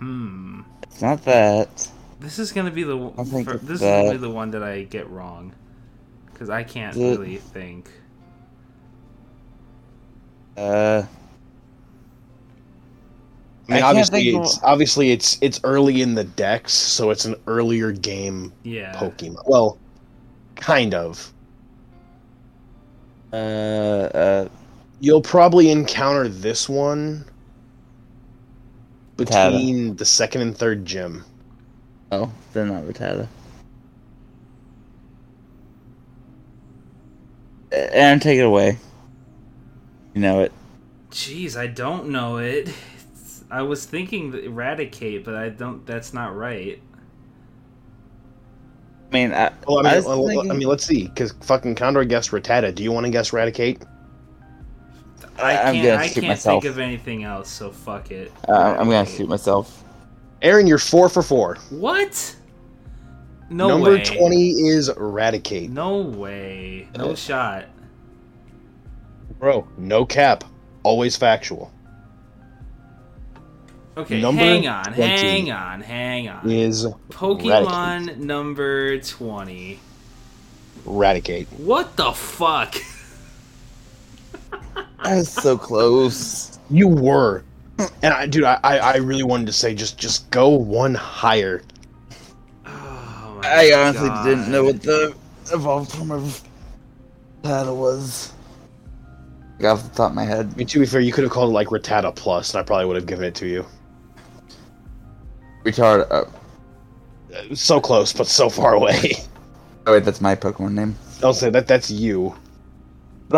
[SPEAKER 2] Hmm.
[SPEAKER 1] It's not that.
[SPEAKER 2] This is gonna be the
[SPEAKER 1] I think
[SPEAKER 2] fir-
[SPEAKER 1] it's
[SPEAKER 2] this is
[SPEAKER 1] that.
[SPEAKER 2] gonna be the one that I get wrong, because I can't
[SPEAKER 1] The-
[SPEAKER 2] really think.
[SPEAKER 1] Uh,
[SPEAKER 3] I mean,
[SPEAKER 1] I can't
[SPEAKER 3] obviously,
[SPEAKER 1] think of-
[SPEAKER 3] it's obviously it's it's early in the decks, so it's an earlier game
[SPEAKER 2] Yeah.
[SPEAKER 3] Pokemon. Well, kind of.
[SPEAKER 1] uh, uh,
[SPEAKER 3] You'll probably encounter this one
[SPEAKER 1] Tata.
[SPEAKER 3] between the second and third gym.
[SPEAKER 1] oh, they're not Rattata. Uh, Aaron, take it away. You know it.
[SPEAKER 2] Jeez, I don't know it. It's- I was thinking the- eradicate, but I don't. That's not right.
[SPEAKER 1] I mean, I,
[SPEAKER 3] Well, I mean,
[SPEAKER 1] I was
[SPEAKER 3] well,
[SPEAKER 1] thinking-
[SPEAKER 3] I mean, let's see, because fucking Condor guessed Rattata. Do you want to guess Raticate?
[SPEAKER 2] I
[SPEAKER 1] I- I'm
[SPEAKER 2] can't.
[SPEAKER 1] gonna
[SPEAKER 2] I
[SPEAKER 1] shoot
[SPEAKER 2] can't
[SPEAKER 1] myself.
[SPEAKER 2] think of anything else. So fuck it.
[SPEAKER 1] uh, I'm gonna
[SPEAKER 2] Eradicate.
[SPEAKER 1] shoot myself.
[SPEAKER 3] Aaron, you're four for four.
[SPEAKER 2] What? No
[SPEAKER 3] Number
[SPEAKER 2] way.
[SPEAKER 3] twenty is Raticate,
[SPEAKER 2] No way. No
[SPEAKER 1] Uh,
[SPEAKER 2] shot.
[SPEAKER 3] bro. No cap, always factual.
[SPEAKER 2] Okay,
[SPEAKER 3] number
[SPEAKER 2] hang on,
[SPEAKER 3] 20.
[SPEAKER 2] hang on, hang on.
[SPEAKER 3] Is
[SPEAKER 2] Pokemon number twenty.
[SPEAKER 3] Raticate?
[SPEAKER 2] What the fuck?
[SPEAKER 1] I was so close.
[SPEAKER 3] You were, and I, dude, I, I, I really wanted to say just, just go one higher.
[SPEAKER 2] Oh my
[SPEAKER 1] I honestly didn't know
[SPEAKER 2] God.
[SPEAKER 1] what the evolved form of Rattata was. Like, off the top of my head.
[SPEAKER 3] I mean, to be fair, you could have called it like Rattata Plus, and I probably would have given it to you.
[SPEAKER 1] Retard. Oh,
[SPEAKER 3] Uh, So close, but so far away.
[SPEAKER 1] oh wait, that's my Pokemon name.
[SPEAKER 3] I'll say that that's you. All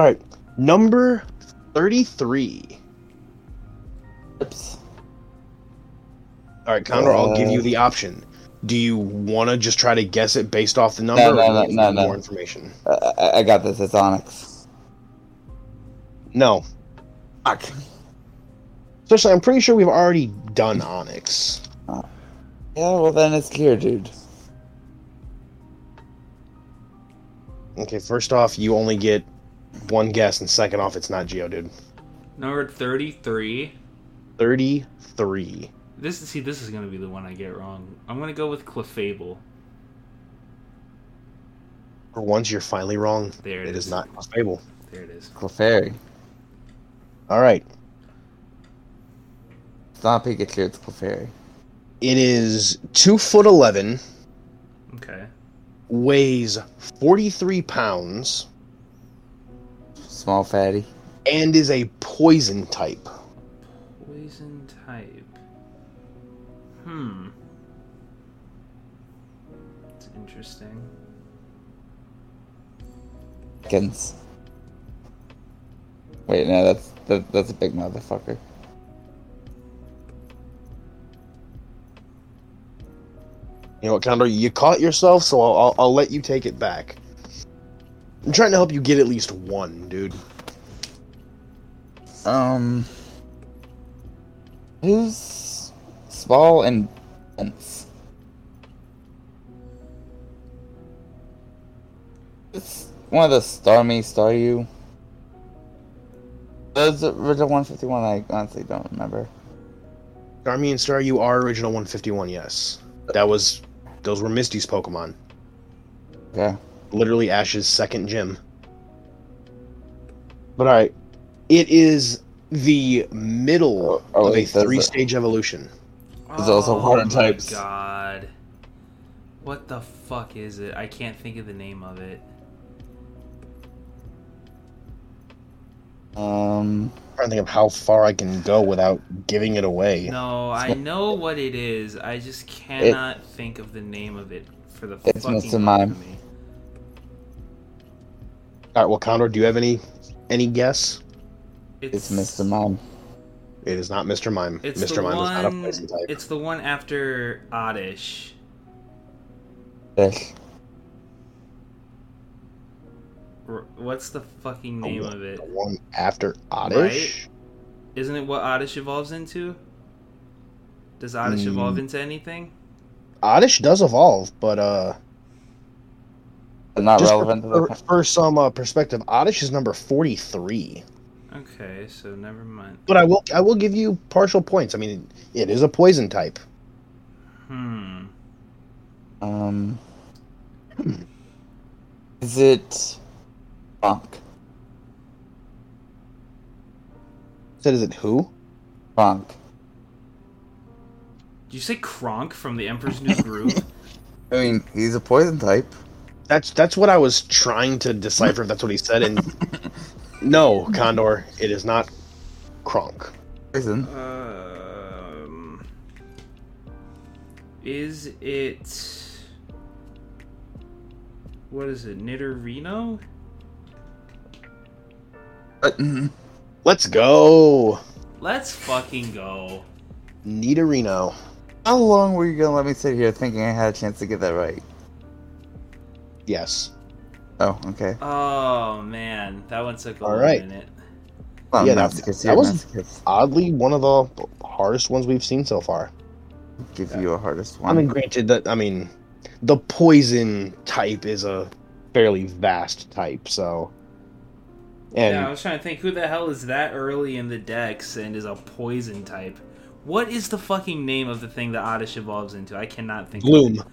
[SPEAKER 3] right, number thirty-three.
[SPEAKER 1] Oops.
[SPEAKER 3] All right, Conrad, I'll give
[SPEAKER 1] Uh,
[SPEAKER 3] you the option. Do you want to just try to guess it based off the number,
[SPEAKER 1] No, no,
[SPEAKER 3] or do you
[SPEAKER 1] no,
[SPEAKER 3] want
[SPEAKER 1] no, no.
[SPEAKER 3] more information?
[SPEAKER 1] Uh, I, I got this. It's Onyx.
[SPEAKER 3] No,
[SPEAKER 1] Fuck.
[SPEAKER 3] especially I'm pretty sure we've already done Onyx.
[SPEAKER 1] Yeah, well then it's clear, dude.
[SPEAKER 3] Okay, first off, you only get one guess, and second off, it's not Geodude.
[SPEAKER 2] Number thirty-three.
[SPEAKER 3] Thirty-three.
[SPEAKER 2] This see, this is gonna be the one I get wrong. I'm gonna go with Clefable.
[SPEAKER 3] For once, you're finally wrong.
[SPEAKER 2] There it
[SPEAKER 3] It
[SPEAKER 2] is.
[SPEAKER 3] is not Fable.
[SPEAKER 2] There it is.
[SPEAKER 1] Clefairy.
[SPEAKER 3] All right,
[SPEAKER 1] It's not Pikachu. It's Clefairy.
[SPEAKER 3] it is two foot eleven,
[SPEAKER 2] Okay.
[SPEAKER 3] weighs forty-three pounds,
[SPEAKER 1] Small fatty.
[SPEAKER 3] and is a poison type.
[SPEAKER 2] Poison type. Hmm. It's interesting.
[SPEAKER 1] Dickens. Wait, no, that's that, that's a big motherfucker.
[SPEAKER 3] You know what, Condor? You caught yourself, so I'll, I'll, I'll let you take it back. I'm trying to help you get at least one, dude.
[SPEAKER 1] Um, who's small and dense? It's one of the Starmie, Staryu. Those original 151, I honestly don't remember.
[SPEAKER 3] Army and Star, you are original 151, yes. That was. Those were Misty's Pokemon.
[SPEAKER 1] Okay.
[SPEAKER 3] Literally Ash's second gym. But alright. It is the middle
[SPEAKER 1] Oh, oh,
[SPEAKER 3] of a
[SPEAKER 1] wait, that's
[SPEAKER 3] three stage evolution.
[SPEAKER 1] There's also water
[SPEAKER 2] Oh my
[SPEAKER 1] types.
[SPEAKER 2] God. What the fuck is it? I can't think of the name of it.
[SPEAKER 1] Um,
[SPEAKER 3] I'm trying to think of how far I can go without giving it away.
[SPEAKER 2] No, I know what it is. I just cannot think of the name of it for the
[SPEAKER 1] It's
[SPEAKER 2] fucking
[SPEAKER 1] Mr.
[SPEAKER 2] life of
[SPEAKER 1] Mime.
[SPEAKER 2] me.
[SPEAKER 3] Alright, well, Condor, do you have any any guess?
[SPEAKER 1] it's Mr. Mime.
[SPEAKER 3] It is not Mr. Mime.
[SPEAKER 2] It's
[SPEAKER 3] Mr.
[SPEAKER 2] the
[SPEAKER 3] Mime is not a
[SPEAKER 2] one.
[SPEAKER 3] poison type.
[SPEAKER 2] It's the one after Oddish.
[SPEAKER 1] Ish.
[SPEAKER 2] R- What's the fucking name
[SPEAKER 3] one-
[SPEAKER 2] of it?
[SPEAKER 3] The one after Oddish?
[SPEAKER 2] Isn't it what Oddish evolves into? Does Oddish
[SPEAKER 1] Hmm.
[SPEAKER 3] Mm.
[SPEAKER 2] evolve into anything?
[SPEAKER 3] Oddish does evolve, but uh,
[SPEAKER 1] But not
[SPEAKER 3] just
[SPEAKER 1] relevant to
[SPEAKER 3] for,
[SPEAKER 1] the
[SPEAKER 3] for some uh, perspective, Oddish is number forty-three.
[SPEAKER 2] Okay, so never mind.
[SPEAKER 3] But I will I will give you partial points. I mean, it is a poison type.
[SPEAKER 2] Hmm.
[SPEAKER 1] Um, hmm. is it Bonk?
[SPEAKER 3] Said, is it who?
[SPEAKER 1] Bonk.
[SPEAKER 2] Did you say Kronk from The Emperor's New Groove?
[SPEAKER 1] I mean, he's a poison type.
[SPEAKER 3] That's that's what I was trying to decipher. If that's what he said, and no, Condor, it is not Kronk.
[SPEAKER 1] Poison.
[SPEAKER 2] um, is it? What is it? Nidorino?
[SPEAKER 1] But, mm,
[SPEAKER 3] Let's go,
[SPEAKER 2] Let's fucking go.
[SPEAKER 3] Nidorino.
[SPEAKER 1] how long were you gonna let me sit here thinking I had a chance to get that right?
[SPEAKER 3] Yes.
[SPEAKER 1] Oh, okay.
[SPEAKER 2] Oh man, that one took a
[SPEAKER 3] All
[SPEAKER 2] little
[SPEAKER 3] right.
[SPEAKER 2] minute.
[SPEAKER 1] Well,
[SPEAKER 3] Yeah,
[SPEAKER 1] yeah,
[SPEAKER 3] that-
[SPEAKER 1] masochist,
[SPEAKER 3] that
[SPEAKER 1] you're a
[SPEAKER 3] was-
[SPEAKER 1] masochist.
[SPEAKER 3] Oddly, one of the hardest ones we've seen so far.
[SPEAKER 1] Give you a hardest
[SPEAKER 3] I
[SPEAKER 1] one.
[SPEAKER 3] mean, granted that I mean, the poison type is a fairly vast type, so. And
[SPEAKER 2] yeah, I was trying to think who the hell is that early in the decks and is a poison type. What is the fucking name of the thing that Oddish evolves into? I cannot think. of it.
[SPEAKER 3] Gloom,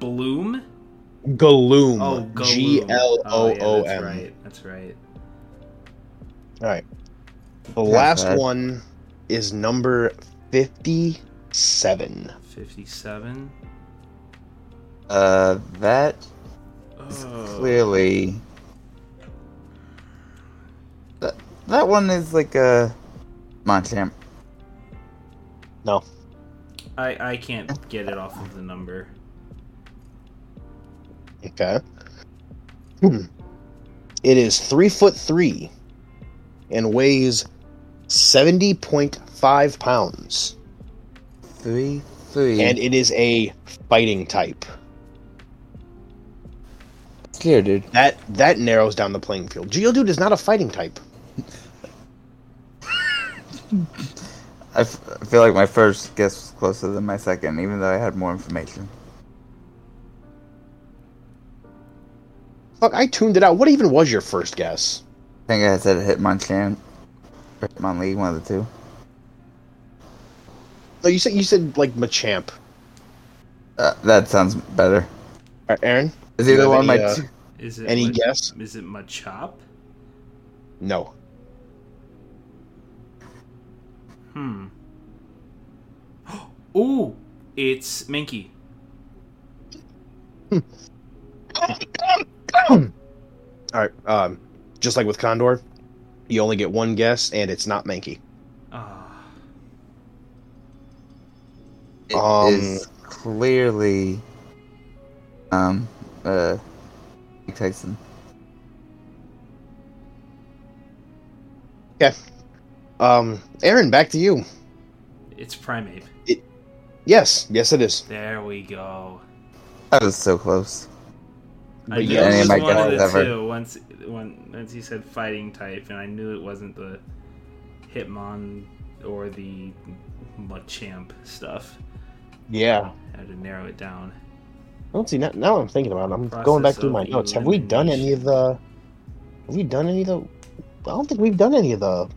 [SPEAKER 2] Bloom.
[SPEAKER 3] Gloom,
[SPEAKER 2] Oh, Gloom.
[SPEAKER 3] Mm-hmm. G L
[SPEAKER 2] Oh,
[SPEAKER 3] O
[SPEAKER 2] yeah,
[SPEAKER 3] O
[SPEAKER 2] That's
[SPEAKER 3] M.
[SPEAKER 2] right. That's right.
[SPEAKER 3] All right. The
[SPEAKER 1] Not
[SPEAKER 3] last
[SPEAKER 1] bad.
[SPEAKER 3] one is number 57.
[SPEAKER 2] Fifty-seven.
[SPEAKER 1] uh, that is
[SPEAKER 2] Oh.
[SPEAKER 1] clearly that that one is like a Machamp.
[SPEAKER 3] No.
[SPEAKER 2] I I can't get it off of the number.
[SPEAKER 3] Okay. Hmm. It is three foot three and weighs 70.5 pounds.
[SPEAKER 1] Three, three.
[SPEAKER 3] And it is a fighting type.
[SPEAKER 1] scared, dude.
[SPEAKER 3] That that narrows down the playing field. Geodude is not a fighting type.
[SPEAKER 1] I, f- I feel like my first guess was closer than my second, even though I had more information.
[SPEAKER 3] Fuck, I tuned it out. What even was your first guess?
[SPEAKER 1] I think I said Hitmonchan, or Hitmonlee, one of the two.
[SPEAKER 3] No, you said you said like Machamp.
[SPEAKER 1] Uh, that sounds better.
[SPEAKER 3] All right, Aaron,
[SPEAKER 1] Is
[SPEAKER 3] You
[SPEAKER 1] either
[SPEAKER 3] have
[SPEAKER 1] one
[SPEAKER 3] any,
[SPEAKER 1] my
[SPEAKER 3] uh,
[SPEAKER 1] two?
[SPEAKER 2] Is it
[SPEAKER 3] any
[SPEAKER 2] Mach-
[SPEAKER 3] guess?
[SPEAKER 2] Is it Machop?
[SPEAKER 3] No.
[SPEAKER 2] Hmm. Ooh, it's Minky.
[SPEAKER 3] All right. Um, just like with Condor, you only get one guess, and it's not Mankey.
[SPEAKER 2] Ah.
[SPEAKER 1] It
[SPEAKER 3] Um,
[SPEAKER 1] is clearly, um, uh, Mike Tyson.
[SPEAKER 3] Okay. Um, Aaron, back to you.
[SPEAKER 2] It's Primeape.
[SPEAKER 3] Yes, yes, it is.
[SPEAKER 2] There we go.
[SPEAKER 1] That was so close.
[SPEAKER 2] I
[SPEAKER 3] But
[SPEAKER 2] knew
[SPEAKER 3] yeah, any
[SPEAKER 2] it was
[SPEAKER 3] of my
[SPEAKER 2] one of the
[SPEAKER 1] guesses ever.
[SPEAKER 2] two once when once you said fighting type, and I knew it wasn't the Hitmon or the Machamp stuff.
[SPEAKER 3] Yeah.
[SPEAKER 2] I had to narrow it down.
[SPEAKER 3] Let's see. Now, now I'm thinking about. It. I'm
[SPEAKER 2] Process
[SPEAKER 3] going back through
[SPEAKER 2] of
[SPEAKER 3] my notes. Have we done any of the? Have we done any of the? I don't think we've done any of the.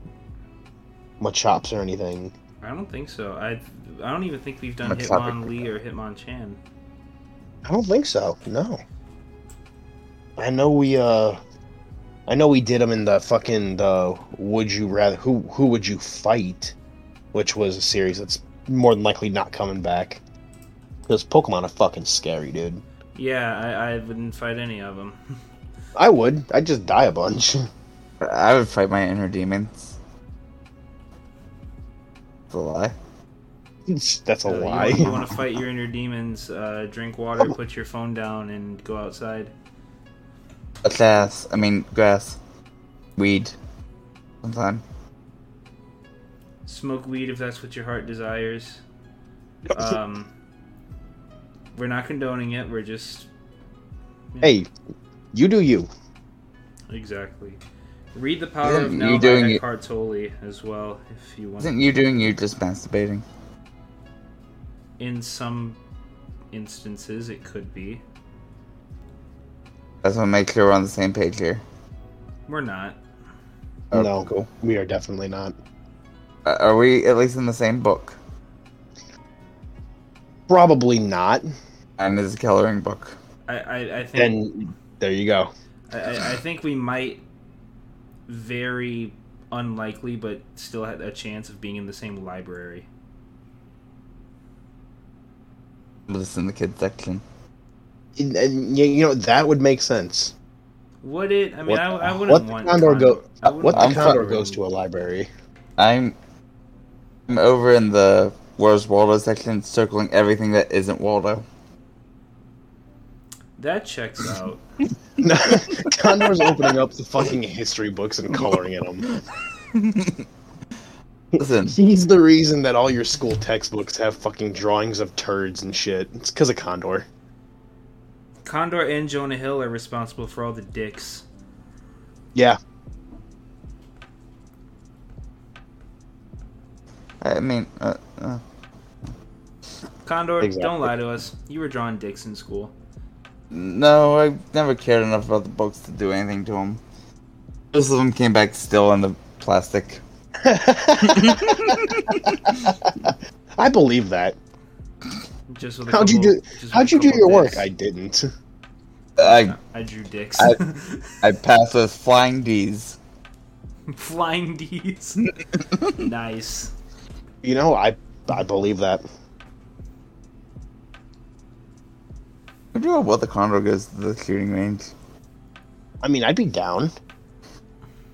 [SPEAKER 3] Machops or anything.
[SPEAKER 2] I don't think so. I I don't even think we've done
[SPEAKER 1] What topic
[SPEAKER 2] Hitmon Lee or Hitmon Chan.
[SPEAKER 3] I don't think so. No. I know we uh. I know we did them in the fucking the would you rather who who would you fight, which was a series that's more than likely not coming back. Because Pokemon are fucking scary, dude.
[SPEAKER 2] Yeah, I, I wouldn't fight any of them.
[SPEAKER 3] I would. I'd just die a bunch.
[SPEAKER 1] I would fight my inner demons. It's a lie.
[SPEAKER 3] that's a
[SPEAKER 2] Uh, you
[SPEAKER 3] lie.
[SPEAKER 2] want- You, want to fight your inner demons? Uh, drink water,
[SPEAKER 1] Oh.
[SPEAKER 2] put your phone down, and go outside.
[SPEAKER 1] That's ass. I mean, grass. Weed. Sometime.
[SPEAKER 2] Smoke weed if that's what your heart desires. Um, we're not condoning it. We're just
[SPEAKER 3] hey, you do you.
[SPEAKER 2] exactly. Read the power of
[SPEAKER 1] Isn't
[SPEAKER 2] now
[SPEAKER 1] you
[SPEAKER 2] by
[SPEAKER 1] doing it-
[SPEAKER 2] Eckhart Tolle as well, if you want.
[SPEAKER 1] Isn't you doing you just masturbating?
[SPEAKER 2] In some instances, it could be.
[SPEAKER 1] I just want to make sure we're on the same page here.
[SPEAKER 2] We're not.
[SPEAKER 1] Oh,
[SPEAKER 3] No.
[SPEAKER 1] Cool.
[SPEAKER 3] We are definitely not.
[SPEAKER 1] Uh, are we at least in the same book?
[SPEAKER 3] Probably not.
[SPEAKER 1] And it's a coloring book.
[SPEAKER 2] I, I, I think
[SPEAKER 3] Then there you go.
[SPEAKER 2] I- I, I think we might very unlikely, but still had a chance of being in the same library.
[SPEAKER 1] But it's in the kids section.
[SPEAKER 3] And- and, you- you know that would make sense.
[SPEAKER 2] Would it? I mean,
[SPEAKER 3] What-
[SPEAKER 2] I, I wouldn't
[SPEAKER 3] what the
[SPEAKER 2] want
[SPEAKER 3] condor go-
[SPEAKER 2] I wouldn't
[SPEAKER 3] What the
[SPEAKER 2] want
[SPEAKER 1] I'm
[SPEAKER 3] condor
[SPEAKER 2] room.
[SPEAKER 3] goes to a library?
[SPEAKER 1] I'm, I'm over in the Where's Waldo section, circling everything that isn't Waldo.
[SPEAKER 2] That checks out.
[SPEAKER 3] Condor's opening up the fucking history books and coloring in them.
[SPEAKER 1] Listen,
[SPEAKER 3] He's the reason that all your school textbooks have fucking drawings of turds and shit. It's because of Condor.
[SPEAKER 2] Condor and Jonah Hill are responsible for all the dicks.
[SPEAKER 3] Yeah.
[SPEAKER 1] I mean, uh, uh,
[SPEAKER 2] Condor,
[SPEAKER 3] Exactly.
[SPEAKER 2] don't lie to us. You were drawing dicks in school.
[SPEAKER 1] no, I never cared enough about the books to do anything to them. Most of them came back still in the plastic.
[SPEAKER 3] I believe that.
[SPEAKER 2] Just with a
[SPEAKER 3] How'd you
[SPEAKER 2] couple-
[SPEAKER 3] do-
[SPEAKER 2] just with
[SPEAKER 3] How'd
[SPEAKER 2] a
[SPEAKER 3] you do
[SPEAKER 2] couple
[SPEAKER 3] your work?
[SPEAKER 2] dicks.
[SPEAKER 3] I didn't.
[SPEAKER 1] I
[SPEAKER 2] I drew dicks.
[SPEAKER 1] I- I passed with flying D's.
[SPEAKER 2] Flying D's. nice.
[SPEAKER 3] You know, I I believe that.
[SPEAKER 1] I do what the condor goes to the shooting range.
[SPEAKER 3] I mean, I'd be down.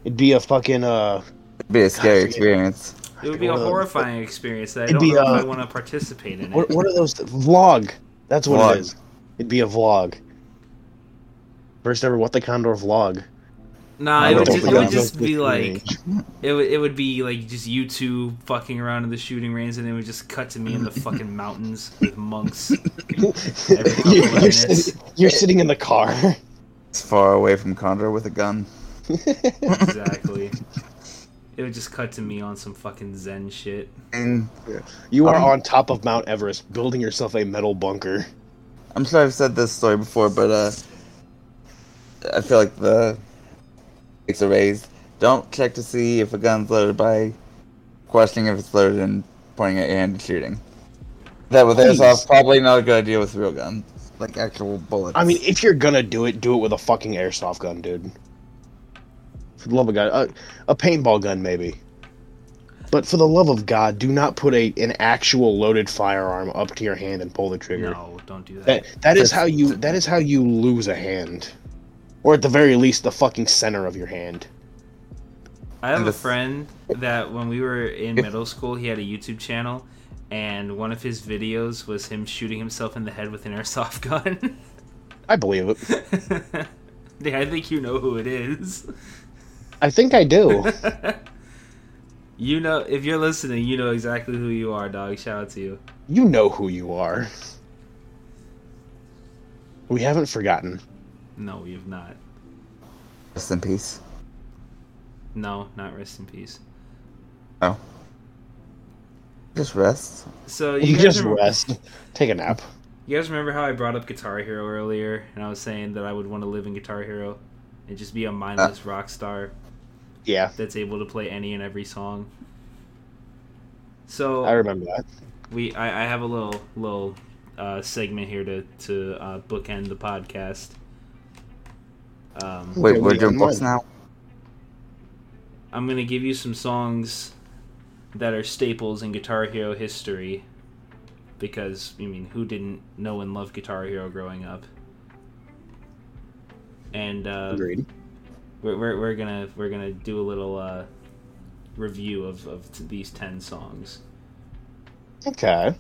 [SPEAKER 3] It'd be a fucking uh.
[SPEAKER 1] It'd be a scary
[SPEAKER 3] yeah.
[SPEAKER 1] experience.
[SPEAKER 2] It would be a
[SPEAKER 3] Well,
[SPEAKER 2] horrifying experience that I
[SPEAKER 3] it'd
[SPEAKER 2] don't
[SPEAKER 3] be,
[SPEAKER 2] know if
[SPEAKER 3] uh,
[SPEAKER 2] I want to participate in
[SPEAKER 3] What
[SPEAKER 2] it.
[SPEAKER 3] what are those vlog? That's what
[SPEAKER 1] Vlog.
[SPEAKER 3] it is. It'd be a vlog. First ever what the Condor vlog.
[SPEAKER 2] Nah,
[SPEAKER 1] I
[SPEAKER 2] it
[SPEAKER 1] don't
[SPEAKER 2] would
[SPEAKER 1] think
[SPEAKER 2] just, it
[SPEAKER 1] that
[SPEAKER 2] would just
[SPEAKER 3] was
[SPEAKER 2] be
[SPEAKER 3] the
[SPEAKER 2] like
[SPEAKER 3] age.
[SPEAKER 2] it would, it would be like just you two fucking around in the shooting range, and it would just cut to me in the fucking mountains with monks. couple
[SPEAKER 3] you're,
[SPEAKER 2] of
[SPEAKER 3] you're
[SPEAKER 2] minutes.
[SPEAKER 3] sitting, you're sitting in the car.
[SPEAKER 1] It's far away from condor with a gun.
[SPEAKER 2] Exactly. It would just cut to me on some fucking Zen shit.
[SPEAKER 1] And
[SPEAKER 3] You are
[SPEAKER 1] Um,
[SPEAKER 3] on top of Mount Everest, building yourself a metal bunker.
[SPEAKER 1] I'm sure I've said this story before, but uh, I feel like the stakes are raised. Don't check to see if a gun's loaded by questioning if it's loaded and pointing at your hand and shooting. That with
[SPEAKER 3] Please.
[SPEAKER 1] airsoft, probably not a good idea with real guns, like actual bullets.
[SPEAKER 3] I mean, if you're gonna do it, do it with a fucking airsoft gun, dude. For the love of God, a, a paintball gun maybe. But for the love of God, do not put a an actual loaded firearm up to your hand and pull the trigger.
[SPEAKER 2] No, don't do that.
[SPEAKER 3] That that is how you that is how you lose a hand, or at the very least, the fucking center of your hand.
[SPEAKER 2] I have
[SPEAKER 1] And
[SPEAKER 2] a
[SPEAKER 1] the-
[SPEAKER 2] friend that when we were in middle school, he had a YouTube channel, and one of his videos was him shooting himself in the head with an airsoft gun.
[SPEAKER 3] I believe it.
[SPEAKER 2] yeah, I think you know who it is.
[SPEAKER 3] I think I do.
[SPEAKER 2] You know, if you're listening, you know exactly who you are, dog. Shout out to you.
[SPEAKER 3] you know who you are. We haven't forgotten.
[SPEAKER 2] No, we have not.
[SPEAKER 1] rest in peace.
[SPEAKER 2] No, not rest in peace.
[SPEAKER 1] Oh, just rest.
[SPEAKER 2] So
[SPEAKER 3] You,
[SPEAKER 2] you, guys
[SPEAKER 3] just
[SPEAKER 2] remember-
[SPEAKER 3] rest, take a nap.
[SPEAKER 2] You guys remember how I brought up Guitar Hero earlier, and I was saying that I would want to live in Guitar Hero and just be a mindless
[SPEAKER 3] Ah.
[SPEAKER 2] rock star
[SPEAKER 3] Yeah,
[SPEAKER 2] that's able to play any and every song. So
[SPEAKER 3] I remember that.
[SPEAKER 2] we, I, I have a little little uh, segment here to to uh, bookend the podcast. Um,
[SPEAKER 1] Wait,
[SPEAKER 3] Okay,
[SPEAKER 1] we're
[SPEAKER 3] we
[SPEAKER 1] doing
[SPEAKER 3] got
[SPEAKER 1] books
[SPEAKER 3] mine.
[SPEAKER 1] now.
[SPEAKER 2] I'm gonna give you some songs that are staples in Guitar Hero history, because I mean, who didn't know and love Guitar Hero growing up? And uh,
[SPEAKER 3] Agreed.
[SPEAKER 2] we're, we're, we're gonna we're gonna do a little uh, review of, of t- these ten songs.
[SPEAKER 3] Okay.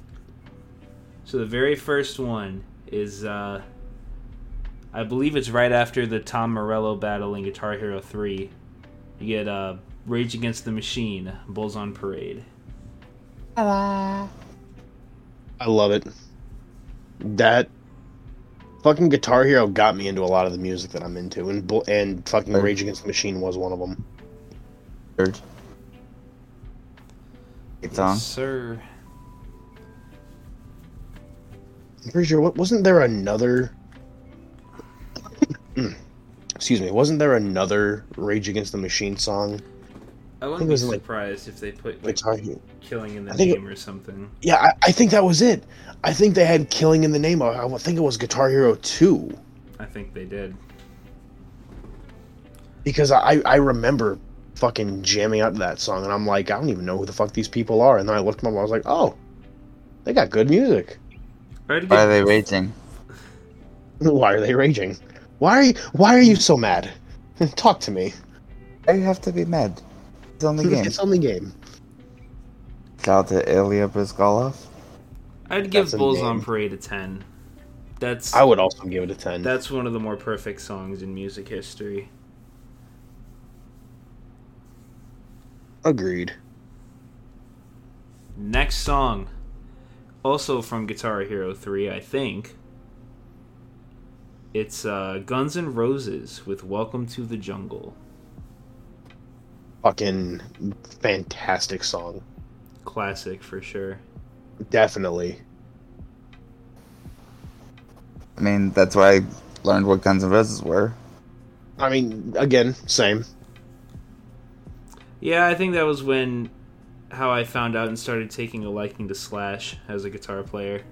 [SPEAKER 2] So the very first one is, uh, I believe it's right after the Tom Morello battle in Guitar Hero Three. You get uh, Rage Against the Machine, Bulls on Parade.
[SPEAKER 3] I love it. That fucking Guitar Hero got me into a lot of the music that I'm into, and bu- and fucking
[SPEAKER 1] Right.
[SPEAKER 3] Rage Against the Machine was one of them.
[SPEAKER 1] Third. It's on.
[SPEAKER 2] Yes, sir.
[SPEAKER 3] I'm pretty sure. What wasn't there another? Excuse me. Wasn't there another Rage Against the Machine song?
[SPEAKER 2] I
[SPEAKER 3] think it
[SPEAKER 2] wouldn't be
[SPEAKER 3] was in, like-
[SPEAKER 2] surprised if they put like
[SPEAKER 3] Guitar-
[SPEAKER 2] killing in the
[SPEAKER 3] I think it-
[SPEAKER 2] name or something.
[SPEAKER 3] Yeah, I, I think that was it. I think they had Killing in the Name. I, I think it was Guitar Hero Two
[SPEAKER 2] I think they did.
[SPEAKER 3] because I I remember fucking jamming out to that song, and I'm like, I don't even know who the fuck these people are. And then I looked them up. I was like, oh, they got good music.
[SPEAKER 2] Why did
[SPEAKER 1] Why are
[SPEAKER 2] they-
[SPEAKER 1] they raging?
[SPEAKER 3] Why are they raging? Why are you Why are you so mad? Talk to me.
[SPEAKER 1] Why do you have to be mad? It's on the game.
[SPEAKER 3] It's only game.
[SPEAKER 1] Shout out to Ilya Brizgalov.
[SPEAKER 2] I'd give
[SPEAKER 3] That's a
[SPEAKER 2] Bulls on
[SPEAKER 3] name.
[SPEAKER 2] Parade a ten. That's
[SPEAKER 3] I would also give it a ten.
[SPEAKER 2] that's one of the more perfect songs in music history.
[SPEAKER 3] Agreed.
[SPEAKER 2] Next song, also from Guitar Hero 3, I think. It's uh, Guns N' Roses with Welcome to the Jungle.
[SPEAKER 3] Fucking fantastic song.
[SPEAKER 2] Classic for sure.
[SPEAKER 3] Definitely.
[SPEAKER 1] I mean, that's why I learned what Guns N' Roses were.
[SPEAKER 3] I mean, again, same.
[SPEAKER 2] Yeah, I think that was when how I found out and started taking a liking to Slash as a guitar player.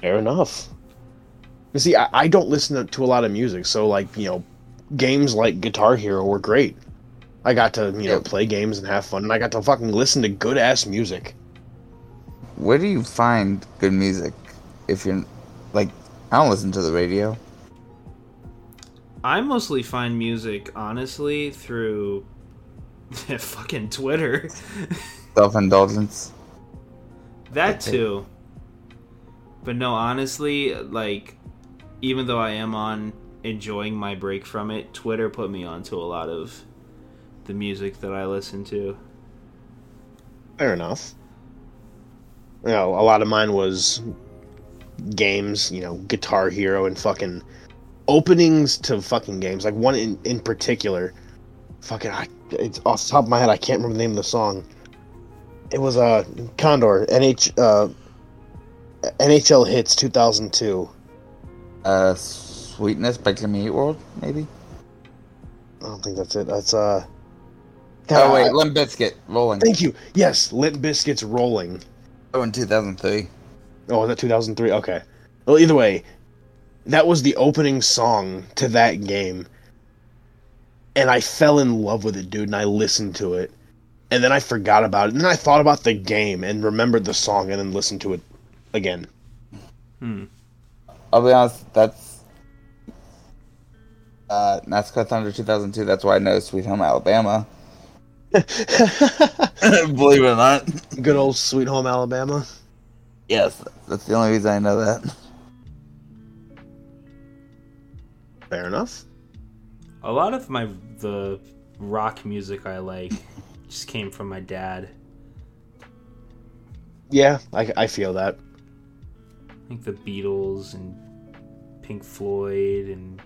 [SPEAKER 3] Fair enough. You see, I, I don't listen to, to a lot of music, so like you know, games like Guitar Hero were great. I got to you know
[SPEAKER 1] Yeah.
[SPEAKER 3] play games and have fun, and I got to fucking listen to good ass music.
[SPEAKER 1] Where do you find good music if you're like I don't listen to the radio.
[SPEAKER 2] I mostly find music honestly through fucking Twitter.
[SPEAKER 1] Self indulgence.
[SPEAKER 2] That
[SPEAKER 1] Okay.
[SPEAKER 2] too. But no, honestly, like, even though I am on enjoying my break from it, Twitter put me onto a lot of the music that I listen to.
[SPEAKER 3] Fair enough. You know, a lot of mine was games, you know, Guitar Hero and fucking openings to fucking games. Like one in, in particular, fucking, I, it's off the top of my head, I can't remember the name of the song. It was uh, Condor, NH, uh, NHL Hits 2002.
[SPEAKER 1] Uh, sweetness by Jimmy Eat World, maybe.
[SPEAKER 3] I don't think that's it. That's, uh.
[SPEAKER 1] Oh wait,
[SPEAKER 3] God,
[SPEAKER 1] Limp Biscuit rolling.
[SPEAKER 3] Thank you. Yes, Limp Biscuits Rolling.
[SPEAKER 1] Oh, in 2003.
[SPEAKER 3] Oh, was that 2003? Okay. Well, either way, that was the opening song to that game. And I fell in love with it, dude, and I listened to it. And then I forgot about it. And then I thought about the game and remembered the song and then listened to it again.
[SPEAKER 2] Hmm.
[SPEAKER 1] I'll be honest, that's uh, NASCAR Thunder 2002. That's why I know Sweet Home Alabama. Believe it or not.
[SPEAKER 3] Good old Sweet Home Alabama.
[SPEAKER 1] Yes, that's the only reason I know that.
[SPEAKER 3] Fair enough.
[SPEAKER 2] A lot of my the rock music I like just came from my dad.
[SPEAKER 3] Yeah, I, I feel that.
[SPEAKER 2] I think the Beatles and Pink Floyd and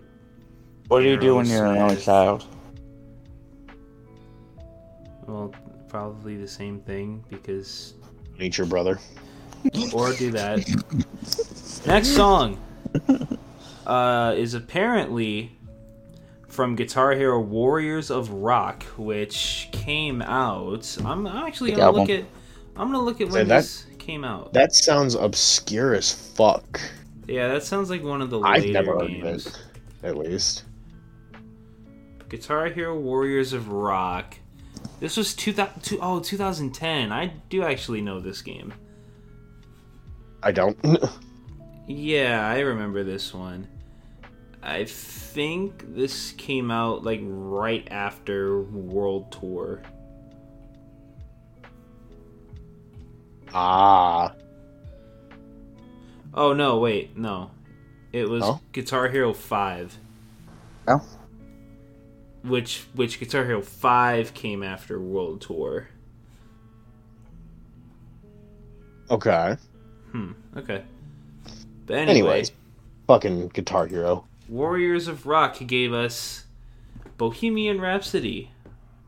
[SPEAKER 1] What do you do when you're an only
[SPEAKER 2] Aerosmith.
[SPEAKER 1] child?
[SPEAKER 2] well, probably the same thing because
[SPEAKER 3] Meet your brother.
[SPEAKER 2] or do that. Next song uh, is apparently from Guitar Hero Warriors of Rock, which came out. I'm, I'm actually
[SPEAKER 1] Big
[SPEAKER 2] gonna look at.
[SPEAKER 1] album.
[SPEAKER 2] I'm gonna look at
[SPEAKER 3] Say
[SPEAKER 2] when
[SPEAKER 3] that-
[SPEAKER 2] this came out.
[SPEAKER 3] That sounds obscure as fuck.
[SPEAKER 2] yeah, that sounds like one of the
[SPEAKER 3] I've
[SPEAKER 2] later
[SPEAKER 3] never heard of
[SPEAKER 2] games.
[SPEAKER 3] it, at least.
[SPEAKER 2] Guitar Hero Warriors of Rock. This was 2000, two- oh, 2010. I do actually know this game.
[SPEAKER 3] I don't.
[SPEAKER 2] Yeah, I remember this one. I think this came out like right after World Tour.
[SPEAKER 3] ah.
[SPEAKER 2] Oh no, wait, no. It was
[SPEAKER 3] Oh?
[SPEAKER 2] Guitar Hero 5,
[SPEAKER 1] Oh,
[SPEAKER 2] which which Guitar Hero 5 came after World Tour.
[SPEAKER 3] Okay.
[SPEAKER 2] Hmm, okay. But anyway,
[SPEAKER 3] Anyways, fucking Guitar Hero.
[SPEAKER 2] Warriors of Rock gave us Bohemian Rhapsody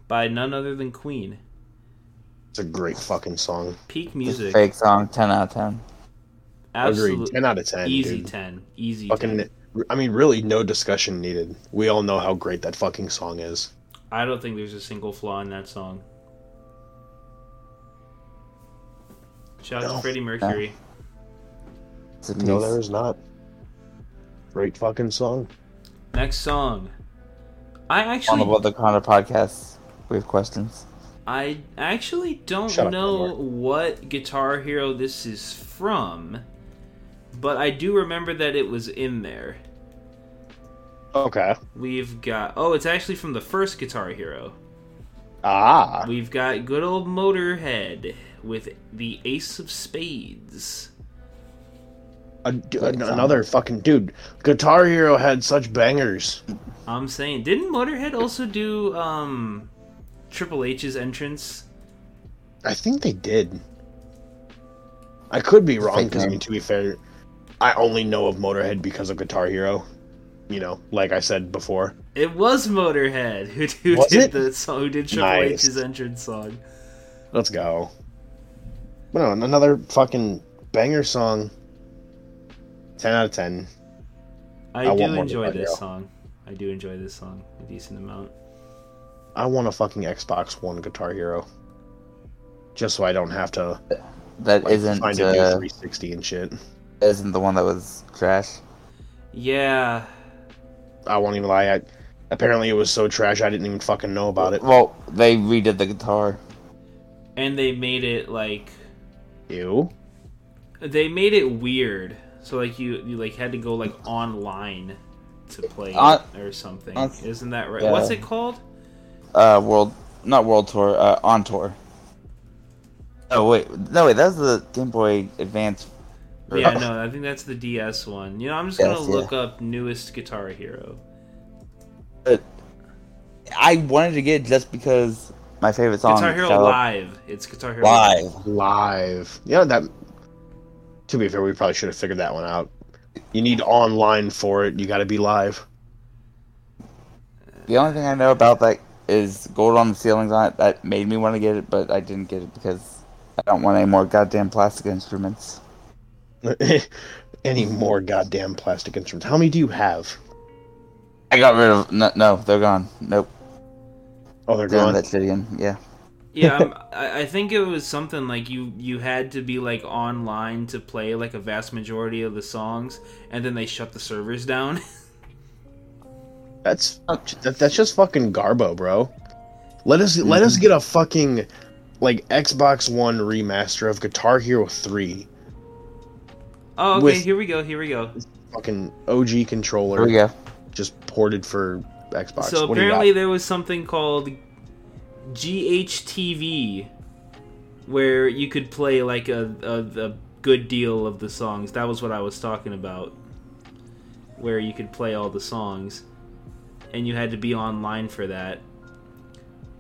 [SPEAKER 2] by none other than Queen.
[SPEAKER 3] It's a great fucking song.
[SPEAKER 2] Peak
[SPEAKER 1] Just
[SPEAKER 2] music.
[SPEAKER 1] fake song, ten out of ten.
[SPEAKER 3] Agreed.
[SPEAKER 2] Absolute
[SPEAKER 3] Ten out of ten.
[SPEAKER 2] easy
[SPEAKER 3] dude.
[SPEAKER 2] ten. Easy ten.
[SPEAKER 3] Fucking. I mean, really, no discussion needed. We all know how great that fucking song is.
[SPEAKER 2] I don't think there's a single flaw in that song. Shout out
[SPEAKER 3] No.
[SPEAKER 2] to Freddie Mercury.
[SPEAKER 1] It's a
[SPEAKER 3] No,
[SPEAKER 1] piece.
[SPEAKER 3] there is not. Great fucking song.
[SPEAKER 2] Next song. I
[SPEAKER 1] on
[SPEAKER 2] actually
[SPEAKER 1] about the Connor podcast. We have questions.
[SPEAKER 2] I actually don't
[SPEAKER 3] Shut up,
[SPEAKER 2] know
[SPEAKER 3] Gilmore.
[SPEAKER 2] what Guitar Hero this is from, but I do remember that it was in there.
[SPEAKER 3] Okay.
[SPEAKER 2] We've got oh, it's actually from the first Guitar Hero.
[SPEAKER 3] Ah.
[SPEAKER 2] We've got good old Motorhead with the Ace of Spades.
[SPEAKER 3] A- d- an- another fucking dude. Guitar Hero had such bangers.
[SPEAKER 2] I'm saying, didn't Motorhead also do um Triple H's entrance?
[SPEAKER 3] I think they did. I could be wrong
[SPEAKER 1] Fake
[SPEAKER 3] because I
[SPEAKER 1] name.
[SPEAKER 3] mean, to be fair, I only know of Motorhead because of Guitar Hero. You know, like I said before.
[SPEAKER 2] It was Motorhead who, who
[SPEAKER 3] Was
[SPEAKER 2] did
[SPEAKER 3] it?
[SPEAKER 2] the song, who did Triple
[SPEAKER 3] Nice.
[SPEAKER 2] H's entrance song.
[SPEAKER 3] Let's go. But no, another fucking banger song. Ten out of ten.
[SPEAKER 2] I,
[SPEAKER 3] I want
[SPEAKER 2] do
[SPEAKER 3] more
[SPEAKER 2] enjoy
[SPEAKER 3] Guitar
[SPEAKER 2] this
[SPEAKER 3] Hero.
[SPEAKER 2] song. I do enjoy this song a decent amount.
[SPEAKER 3] I want a fucking Xbox One Guitar Hero. Just so I don't have to
[SPEAKER 1] That
[SPEAKER 3] like,
[SPEAKER 1] not
[SPEAKER 3] find a new
[SPEAKER 1] uh,
[SPEAKER 3] 360 and shit.
[SPEAKER 1] isn't the one that was trash.
[SPEAKER 2] Yeah,
[SPEAKER 3] I won't even lie. I, apparently, it was so trash I didn't even fucking know about it.
[SPEAKER 1] Well, they redid the guitar.
[SPEAKER 2] and they made it like
[SPEAKER 3] Ew.
[SPEAKER 2] they made it weird. So like you you like had to go like online to play it
[SPEAKER 1] On-
[SPEAKER 2] or something.
[SPEAKER 1] on-
[SPEAKER 2] Isn't that right?
[SPEAKER 1] Uh, yeah.
[SPEAKER 2] What's it called?
[SPEAKER 1] Uh, world, not world tour. Uh, on tour. Oh wait, no wait, that was the Game Boy Advance. or-
[SPEAKER 2] Yeah, no, I think that's the DS one. You know, I'm just gonna
[SPEAKER 1] Yes, Uh, yeah.
[SPEAKER 2] look up newest Guitar Hero.
[SPEAKER 1] I wanted to get it just because my favorite song.
[SPEAKER 2] Guitar Hero
[SPEAKER 1] Shallow-
[SPEAKER 2] Live. It's Guitar Hero
[SPEAKER 1] Live.
[SPEAKER 3] Live. You know, that. To be fair, we probably should have figured that one out. You need online for it. You got to be live.
[SPEAKER 1] The only thing I know about that is gold on the ceilings on it. That made me want to get it, but I didn't get it because I don't want any more goddamn plastic instruments.
[SPEAKER 3] Any more goddamn plastic instruments? How many do you have?
[SPEAKER 1] I got rid of no, no they're gone. Nope,
[SPEAKER 3] Oh, they're
[SPEAKER 1] they're
[SPEAKER 3] gone.
[SPEAKER 1] that shit again. Yeah,
[SPEAKER 2] yeah I'm, I, I think it was something like you you had to be like online to play like a vast majority of the songs and then they shut the servers down
[SPEAKER 3] That's
[SPEAKER 1] Oh.
[SPEAKER 3] that, that's just fucking garbo, bro. Let us let
[SPEAKER 1] Mm-hmm.
[SPEAKER 3] us get a fucking like Xbox One remaster of Guitar Hero Three,
[SPEAKER 2] oh okay
[SPEAKER 3] With-
[SPEAKER 2] here we go here we go
[SPEAKER 3] fucking OG
[SPEAKER 1] here we
[SPEAKER 3] controller,
[SPEAKER 1] go.
[SPEAKER 3] just ported for Xbox.
[SPEAKER 2] so
[SPEAKER 3] What do you got?
[SPEAKER 2] apparently there was something called ghtv where you could play like a, a, a good deal of the songs that was what i was talking about where you could play all the songs and you had to be online for that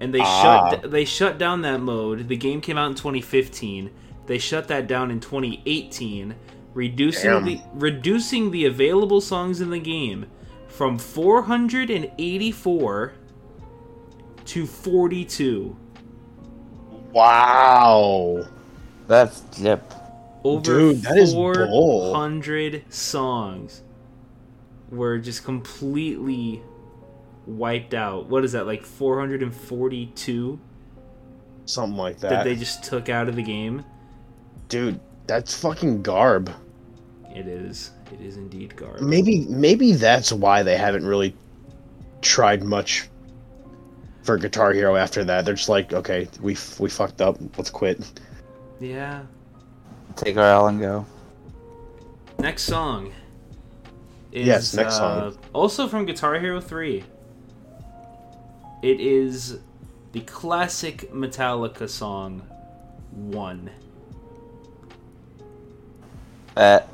[SPEAKER 2] and they
[SPEAKER 3] Ah.
[SPEAKER 2] shut they shut down that mode the game came out in 2015 they shut that down in 2018 reducing
[SPEAKER 3] Damn.
[SPEAKER 2] the reducing the available songs in the game from 484 to 42
[SPEAKER 3] Wow.
[SPEAKER 1] That's jip.
[SPEAKER 2] over
[SPEAKER 3] Dude, that is bull.
[SPEAKER 2] 400 songs were just completely wiped out what is that like 442
[SPEAKER 3] Something like
[SPEAKER 2] that
[SPEAKER 3] that.
[SPEAKER 2] they just took out of the game
[SPEAKER 3] Dude, that's fucking garb.
[SPEAKER 2] it is it is indeed garbage
[SPEAKER 3] Maybe maybe that's why they haven't really tried much for Guitar Hero after that. They're just like, okay, we f- we fucked up. Let's quit.
[SPEAKER 2] yeah
[SPEAKER 1] Take our L and go.
[SPEAKER 2] next song is,
[SPEAKER 3] Yes, next
[SPEAKER 2] uh, also from guitar hero 3 it is the classic metallica song one
[SPEAKER 1] That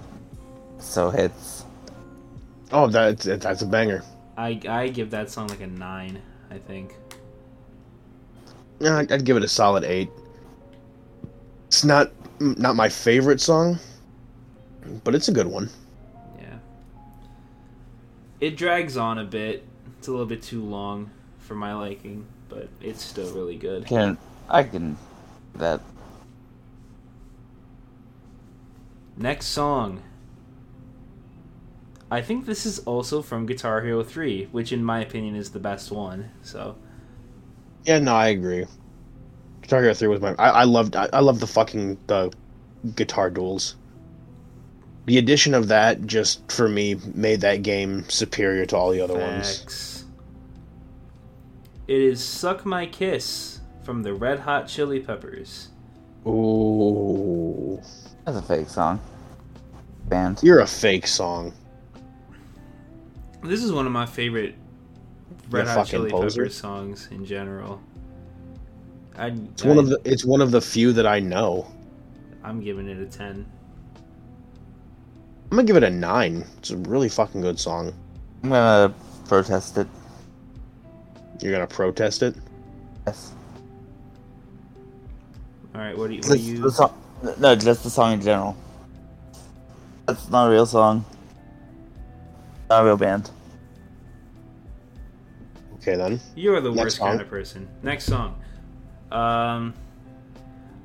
[SPEAKER 1] so hits.
[SPEAKER 3] Oh, that's that's a banger.
[SPEAKER 2] I, I give that song like a nine, I think.
[SPEAKER 3] Yeah, I'd I'd give it a solid eight. It's not not my favorite song, but it's a good one.
[SPEAKER 2] Yeah. It drags on a bit. It's a little bit too long for my liking, but it's still really good.
[SPEAKER 1] Can I can That
[SPEAKER 2] Next song. I think this is also from Guitar Hero 3, which in my opinion is the best one. So,
[SPEAKER 3] Yeah, no, I agree. Guitar Hero Three was my. I, I loved. I, I loved the fucking the guitar duels. The addition of that just for me made that game superior to all the other ones.
[SPEAKER 2] facts. It is Suck My Kiss from the Red Hot Chili Peppers.
[SPEAKER 3] Ooh,
[SPEAKER 1] that's a fake song. Band.
[SPEAKER 3] you're a fake song.
[SPEAKER 2] This is one of my favorite Red
[SPEAKER 3] You
[SPEAKER 2] Hot
[SPEAKER 3] fucking
[SPEAKER 2] Chili
[SPEAKER 3] poser.
[SPEAKER 2] Peppers songs in general. I,
[SPEAKER 3] It's one of the. It's one of the few that I know.
[SPEAKER 2] I'm giving it a 10.
[SPEAKER 3] I'm gonna give it a nine. It's a really fucking good song.
[SPEAKER 1] I'm gonna protest it.
[SPEAKER 3] You're gonna protest it?
[SPEAKER 1] Yes.
[SPEAKER 2] All right, what do you, what do
[SPEAKER 1] Just
[SPEAKER 2] you
[SPEAKER 1] the song, no, just the song in general. That's not a real song. Not a real band.
[SPEAKER 3] Okay then.
[SPEAKER 2] You're the
[SPEAKER 3] Next
[SPEAKER 2] worst
[SPEAKER 3] song.
[SPEAKER 2] kind of person. Next song. Um,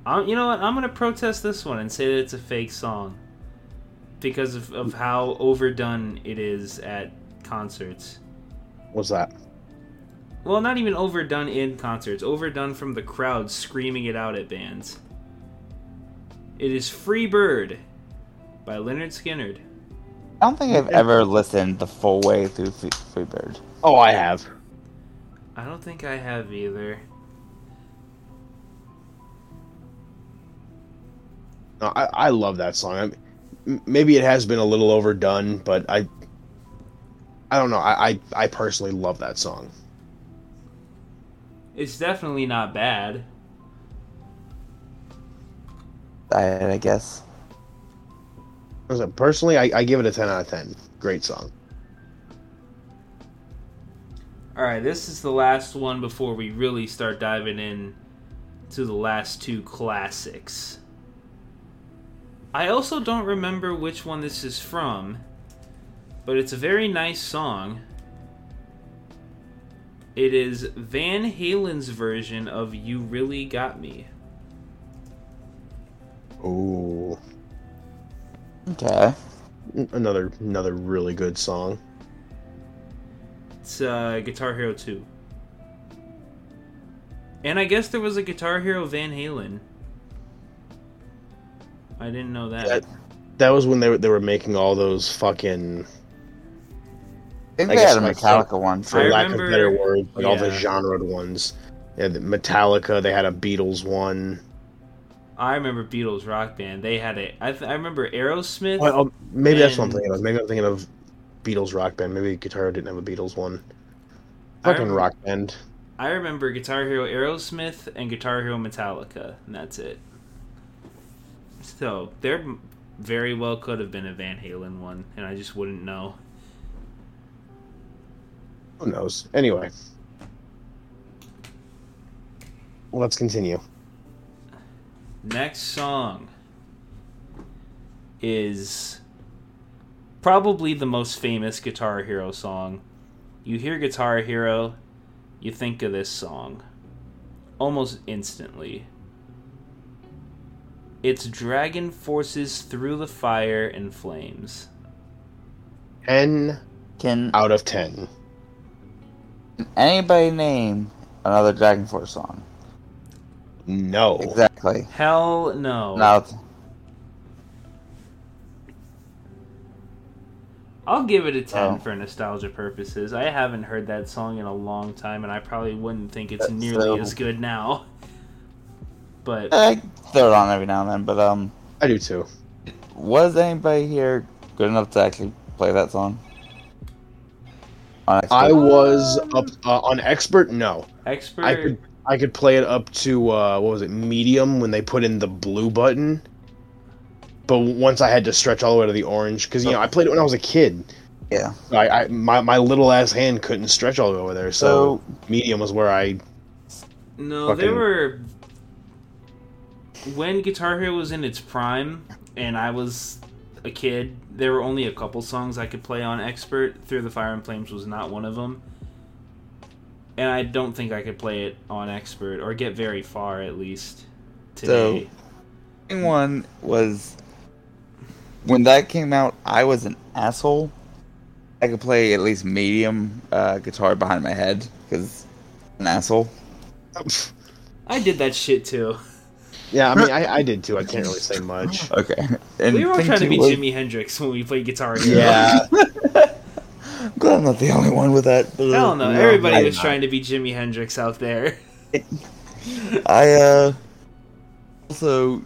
[SPEAKER 2] I'm, you know what? I'm gonna protest this one and say that it's a fake song because of, of how overdone it is at concerts.
[SPEAKER 3] What's that?
[SPEAKER 2] Well, not even overdone in concerts. Overdone from the crowd screaming it out at bands. It is "Free Bird" by Leonard Skinnerd.
[SPEAKER 1] I don't think I've
[SPEAKER 3] Yeah.
[SPEAKER 1] ever listened the full way through Free- Freebird.
[SPEAKER 3] Oh, I have.
[SPEAKER 2] I don't think I have either.
[SPEAKER 3] No, I, I love that song. I, m- maybe it has been a little overdone, but I I don't know. I, I, I personally love that song.
[SPEAKER 2] It's definitely not bad.
[SPEAKER 1] I, I guess.
[SPEAKER 3] As I- Personally, I, I give it a 10 out of 10. Great song.
[SPEAKER 2] All right, this is the last one before we really start diving in to the last two classics. I also don't remember which one this is from, but it's a very nice song. It is Van Halen's version of You Really Got Me.
[SPEAKER 3] Ooh.
[SPEAKER 1] Okay.
[SPEAKER 3] N- Another another really good song.
[SPEAKER 2] It's uh, Guitar Hero 2. And I guess there was a Guitar Hero Van Halen. I didn't know
[SPEAKER 3] That- That was when they were, they were making all those fucking,
[SPEAKER 1] I think they
[SPEAKER 3] I guess
[SPEAKER 1] had a
[SPEAKER 3] my
[SPEAKER 1] Metallica one
[SPEAKER 3] for
[SPEAKER 2] I
[SPEAKER 1] too.
[SPEAKER 3] lack
[SPEAKER 2] remember-
[SPEAKER 3] of better words, like all the
[SPEAKER 2] yeah.
[SPEAKER 3] genre ones. Yeah, the Metallica, they had a Beatles one.
[SPEAKER 2] I remember Beatles Rock Band. They had a. I, th- I remember Aerosmith.
[SPEAKER 3] Well, oh, maybe that's what I'm
[SPEAKER 2] And-
[SPEAKER 3] thinking of. Maybe I'm thinking of Beatles Rock Band. Maybe Guitar didn't have a Beatles one.
[SPEAKER 2] I
[SPEAKER 3] Fucking
[SPEAKER 2] remember-
[SPEAKER 3] Rock Band.
[SPEAKER 2] I remember Guitar Hero Aerosmith and Guitar Hero Metallica, and that's it. So there m- very well could have been a Van Halen one, and I just wouldn't know.
[SPEAKER 3] Who knows? Anyway. Let's continue.
[SPEAKER 2] Next song is probably the most famous Guitar Hero song. You hear Guitar Hero, you think of this song almost instantly. It's Dragon Forces Through the Fire and Flames.
[SPEAKER 3] 10
[SPEAKER 1] Can
[SPEAKER 3] out of 10. um,
[SPEAKER 1] anybody name another Dragon Force song?
[SPEAKER 3] No.
[SPEAKER 1] Exactly.
[SPEAKER 2] Hell
[SPEAKER 3] Oh.
[SPEAKER 2] no.
[SPEAKER 1] Now, it's-
[SPEAKER 2] I'll give it a 10
[SPEAKER 1] Oh.
[SPEAKER 2] for nostalgia purposes. I haven't heard that song in a long time, and I probably wouldn't think it's
[SPEAKER 1] That's
[SPEAKER 2] nearly
[SPEAKER 1] so-
[SPEAKER 2] as good now. But
[SPEAKER 1] I throw it on every now and then, but um,
[SPEAKER 3] I do too.
[SPEAKER 1] was anybody here good enough to actually play that song? On Xbox?
[SPEAKER 3] I was
[SPEAKER 2] Um,
[SPEAKER 3] up uh, on expert. No,
[SPEAKER 2] expert,
[SPEAKER 3] I could I could play it up to uh, what was it medium when they put in the blue button. But once I had to stretch all the way to the orange because you know I played it when I was a kid.
[SPEAKER 1] Yeah.
[SPEAKER 3] I, I my, my little ass hand couldn't stretch all the way over there, so, medium was where I.
[SPEAKER 2] no,
[SPEAKER 3] fucking-
[SPEAKER 2] there were when Guitar Hero was in its prime, and I was a kid. There were only a couple songs I could play on expert. Through the Fire and Flames was not one of them, and I don't think I could play it on expert or get very far at least. today.
[SPEAKER 1] One was when that came out. I was an asshole. I could play at least medium uh, guitar behind my head because an asshole.
[SPEAKER 2] I did that shit too.
[SPEAKER 3] yeah, I mean, I, I did too. I can't really say much.
[SPEAKER 1] Okay. And
[SPEAKER 2] we were all
[SPEAKER 1] thing
[SPEAKER 2] trying to
[SPEAKER 1] two
[SPEAKER 2] be
[SPEAKER 1] was-
[SPEAKER 2] Jimi Hendrix when we played Guitar Hero.
[SPEAKER 3] Yeah,
[SPEAKER 1] I'm glad I'm not the only one with that.
[SPEAKER 2] Hell no,
[SPEAKER 1] Uh,
[SPEAKER 2] everybody
[SPEAKER 1] I-
[SPEAKER 2] was trying to be Jimi Hendrix out there.
[SPEAKER 1] I uh also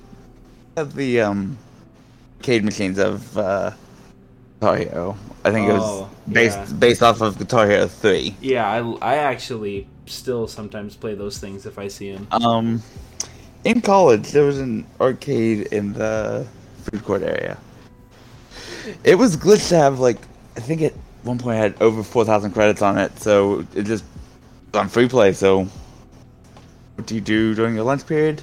[SPEAKER 1] have the um arcade machines of uh Guitar Hero. I think it was
[SPEAKER 2] Oh,
[SPEAKER 1] based
[SPEAKER 2] yeah.
[SPEAKER 1] based off of Guitar Hero three.
[SPEAKER 2] Yeah, I, I actually still sometimes play those things if I see them.
[SPEAKER 1] Um in college there was an arcade in the food court area. It was glitched to have like I think at one point I had over four thousand credits on it, so it just it was on free play, so what do you do during your lunch period?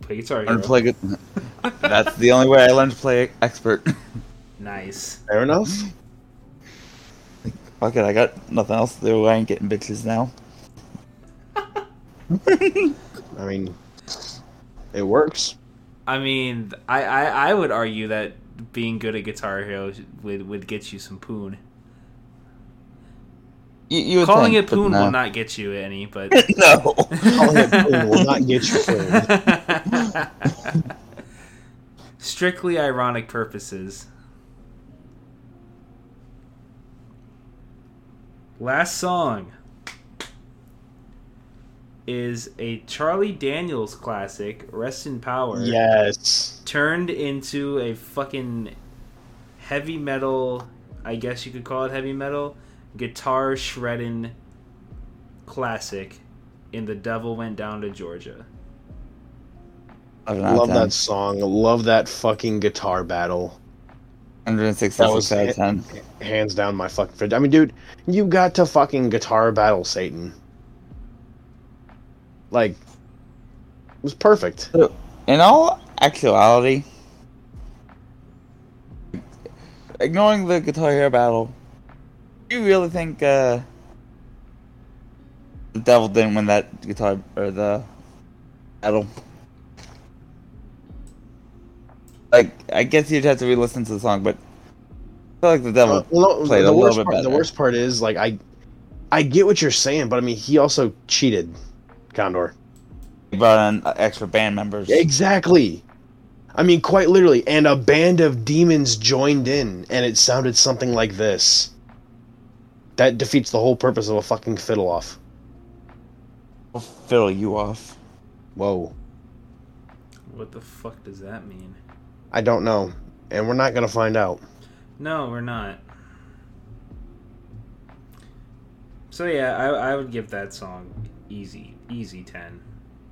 [SPEAKER 2] Play Guitar Hero.
[SPEAKER 1] Learn to play good. That's the only way I learned to play expert.
[SPEAKER 2] Nice.
[SPEAKER 3] fair enough.
[SPEAKER 1] Fuck it, I got nothing else to do. I ain't getting bitches now.
[SPEAKER 3] I mean, it works.
[SPEAKER 2] I mean, I, I, I would argue that being good at Guitar Hero would, would get you some poon.
[SPEAKER 1] You, you would
[SPEAKER 2] Calling
[SPEAKER 1] think,
[SPEAKER 2] it
[SPEAKER 1] but
[SPEAKER 2] poon
[SPEAKER 1] no.
[SPEAKER 2] will not get you any, but.
[SPEAKER 1] no.
[SPEAKER 3] Calling it poon will not get you poon.
[SPEAKER 2] Strictly ironic purposes. Last song is a Charlie Daniels classic, Rest in Power,
[SPEAKER 3] Yes.
[SPEAKER 2] turned into a fucking heavy metal, I guess you could call it heavy metal, guitar shredding classic in The Devil Went Down to Georgia.
[SPEAKER 1] Love
[SPEAKER 3] Love
[SPEAKER 1] that.
[SPEAKER 3] that song. Love that fucking guitar battle.
[SPEAKER 1] 166
[SPEAKER 3] That was
[SPEAKER 1] out of
[SPEAKER 3] it.
[SPEAKER 1] 10.
[SPEAKER 3] Hands down, my fucking fridge. I mean, dude, you got to fucking guitar battle Satan. Like, it was perfect.
[SPEAKER 1] In all actuality, ignoring the Guitar Hero battle, do you really think uh, the devil didn't win that guitar or the battle? Like, I guess you'd have to re-listen to the song, but I feel like the devil.
[SPEAKER 3] Uh, well,
[SPEAKER 1] played a
[SPEAKER 3] the,
[SPEAKER 1] little
[SPEAKER 3] worst
[SPEAKER 1] bit
[SPEAKER 3] part, the
[SPEAKER 1] better.
[SPEAKER 3] worst part is like I, I get what you're saying, but I mean he also cheated, Condor.
[SPEAKER 1] They brought in extra band members.
[SPEAKER 3] Exactly. I mean, quite literally, and a band of demons joined in, and it sounded something like this. That defeats the whole purpose of a fucking fiddle off.
[SPEAKER 1] I'll fiddle you off.
[SPEAKER 3] Whoa,
[SPEAKER 2] What the fuck does that mean?
[SPEAKER 3] I don't know, and we're not gonna find out.
[SPEAKER 2] No, we're not. So yeah, I, I would give that song easy, easy ten.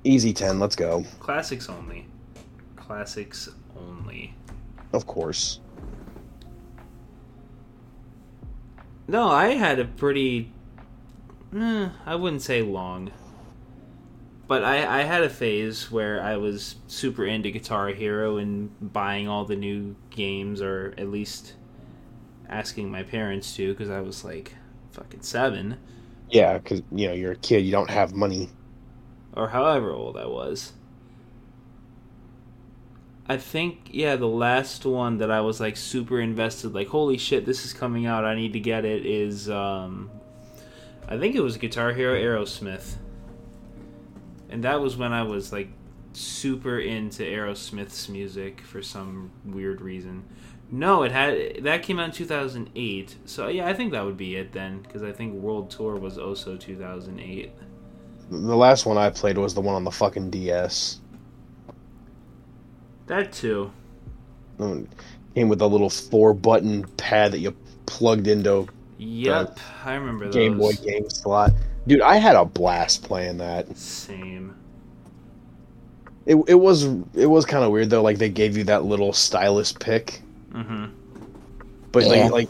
[SPEAKER 3] Easy ten, let's go.
[SPEAKER 2] Classics only. Classics only.
[SPEAKER 3] Of course.
[SPEAKER 2] No, I had a pretty. Eh, I wouldn't say long. But I, I had a phase where I was super into Guitar Hero and buying all the new games, or at least asking my parents to, because I was like fucking seven.
[SPEAKER 3] Yeah, because you know you're a kid, you don't have money.
[SPEAKER 2] or however old I was. I think yeah, the last one that I was like super invested, like holy shit, this is coming out, I need to get it. Is um, I think it was Guitar Hero Aerosmith, and that was when I was like super into Aerosmith's music for some weird reason. No, it had that came out in 2008. So yeah, I think that would be it then because I think World Tour was also 2008.
[SPEAKER 3] The last one I played was the one on the fucking DS.
[SPEAKER 2] That too.
[SPEAKER 3] Mm. Came with a little four button pad that you plugged into
[SPEAKER 2] Yep, I remember those.
[SPEAKER 3] Game Boy game slot. Dude, I had a blast playing that.
[SPEAKER 2] Same.
[SPEAKER 3] It, it was it was kind of weird though. Like they gave you that little stylus pick,
[SPEAKER 2] Mm-hmm.
[SPEAKER 3] but
[SPEAKER 1] Yeah.
[SPEAKER 3] like like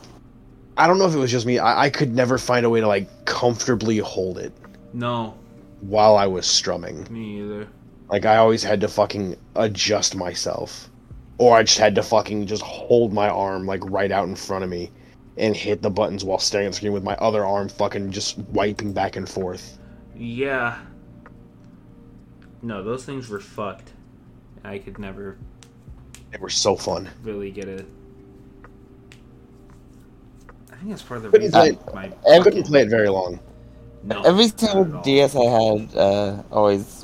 [SPEAKER 3] I don't know if it was just me. I, I could never find a way to like comfortably hold it
[SPEAKER 2] No,
[SPEAKER 3] while I was strumming.
[SPEAKER 2] me either.
[SPEAKER 3] Like I always had to fucking adjust myself, or I just had to fucking just hold my arm like right out in front of me, and hit the buttons while staring at the screen with my other arm fucking just wiping back and forth.
[SPEAKER 2] Yeah. No, those things were fucked. I could never
[SPEAKER 3] They were so fun.
[SPEAKER 2] really get a. I think that's part of the
[SPEAKER 3] Couldn't
[SPEAKER 2] reason
[SPEAKER 3] play-
[SPEAKER 2] my
[SPEAKER 3] I couldn't play it very long.
[SPEAKER 2] no,
[SPEAKER 1] Every
[SPEAKER 2] not
[SPEAKER 1] single
[SPEAKER 2] at all.
[SPEAKER 1] DS I had uh, always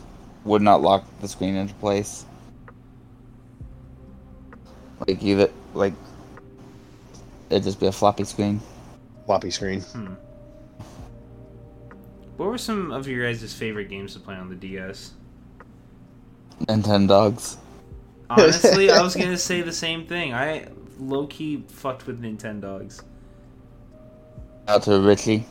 [SPEAKER 1] would not lock the screen into place. Like either like it'd just be a floppy screen.
[SPEAKER 3] Floppy screen.
[SPEAKER 2] Hmm. What were some of your guys' favorite games to play on the DS?
[SPEAKER 1] Nintendo dogs.
[SPEAKER 2] Honestly, I was gonna say the same thing. I low key fucked with Nintendogs.
[SPEAKER 1] Out to Richie.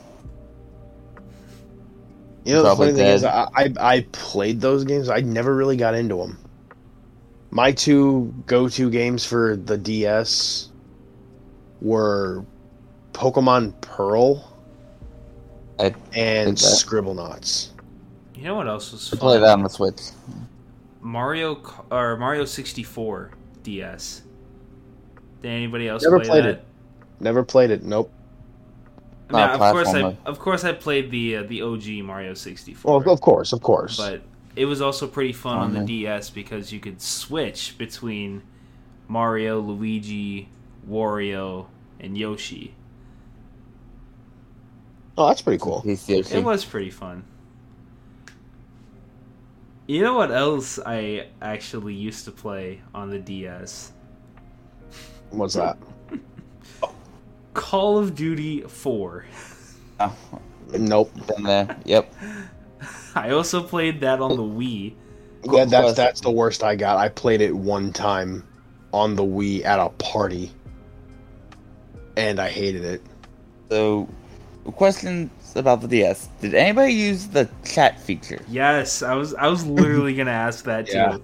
[SPEAKER 3] You know, the
[SPEAKER 1] Probably
[SPEAKER 3] funny thing
[SPEAKER 1] dead.
[SPEAKER 3] is, I, I I played those games. I never really got into them. My two go-to games for the DS were Pokemon Pearl
[SPEAKER 1] I
[SPEAKER 3] and
[SPEAKER 1] that.
[SPEAKER 3] Scribblenauts.
[SPEAKER 2] You know what else was
[SPEAKER 1] I play
[SPEAKER 2] fun?
[SPEAKER 1] that on the Switch.
[SPEAKER 2] Mario K- or Mario 64 DS. Did anybody else
[SPEAKER 3] Never
[SPEAKER 2] play
[SPEAKER 3] played
[SPEAKER 2] that?
[SPEAKER 3] it. Never played it. Nope.
[SPEAKER 2] I mean,
[SPEAKER 1] Not
[SPEAKER 2] of course I
[SPEAKER 1] platformer.
[SPEAKER 2] of course I played the uh, the OG Mario 64.
[SPEAKER 3] Well, of- of course, of course.
[SPEAKER 2] but it was also pretty fun on the
[SPEAKER 1] Mhm.
[SPEAKER 2] DS because you could switch between Mario, Luigi, Wario, and Yoshi.
[SPEAKER 3] oh, that's pretty cool.
[SPEAKER 1] He's Yoshi.
[SPEAKER 2] It was pretty fun. You know what else I actually used to play on the DS?
[SPEAKER 3] What's that?
[SPEAKER 2] Call of Duty 4.
[SPEAKER 1] Oh,
[SPEAKER 3] Nope.
[SPEAKER 1] been there. Yep.
[SPEAKER 2] I also played that on the Wii.
[SPEAKER 3] Yeah, that's
[SPEAKER 1] question.
[SPEAKER 3] that's the worst I got. I played it one time on the Wii at a party, and I hated it.
[SPEAKER 1] So questions about the DS. Did anybody use the chat feature?
[SPEAKER 2] Yes, I was I was literally gonna ask that
[SPEAKER 3] Yeah.
[SPEAKER 2] too.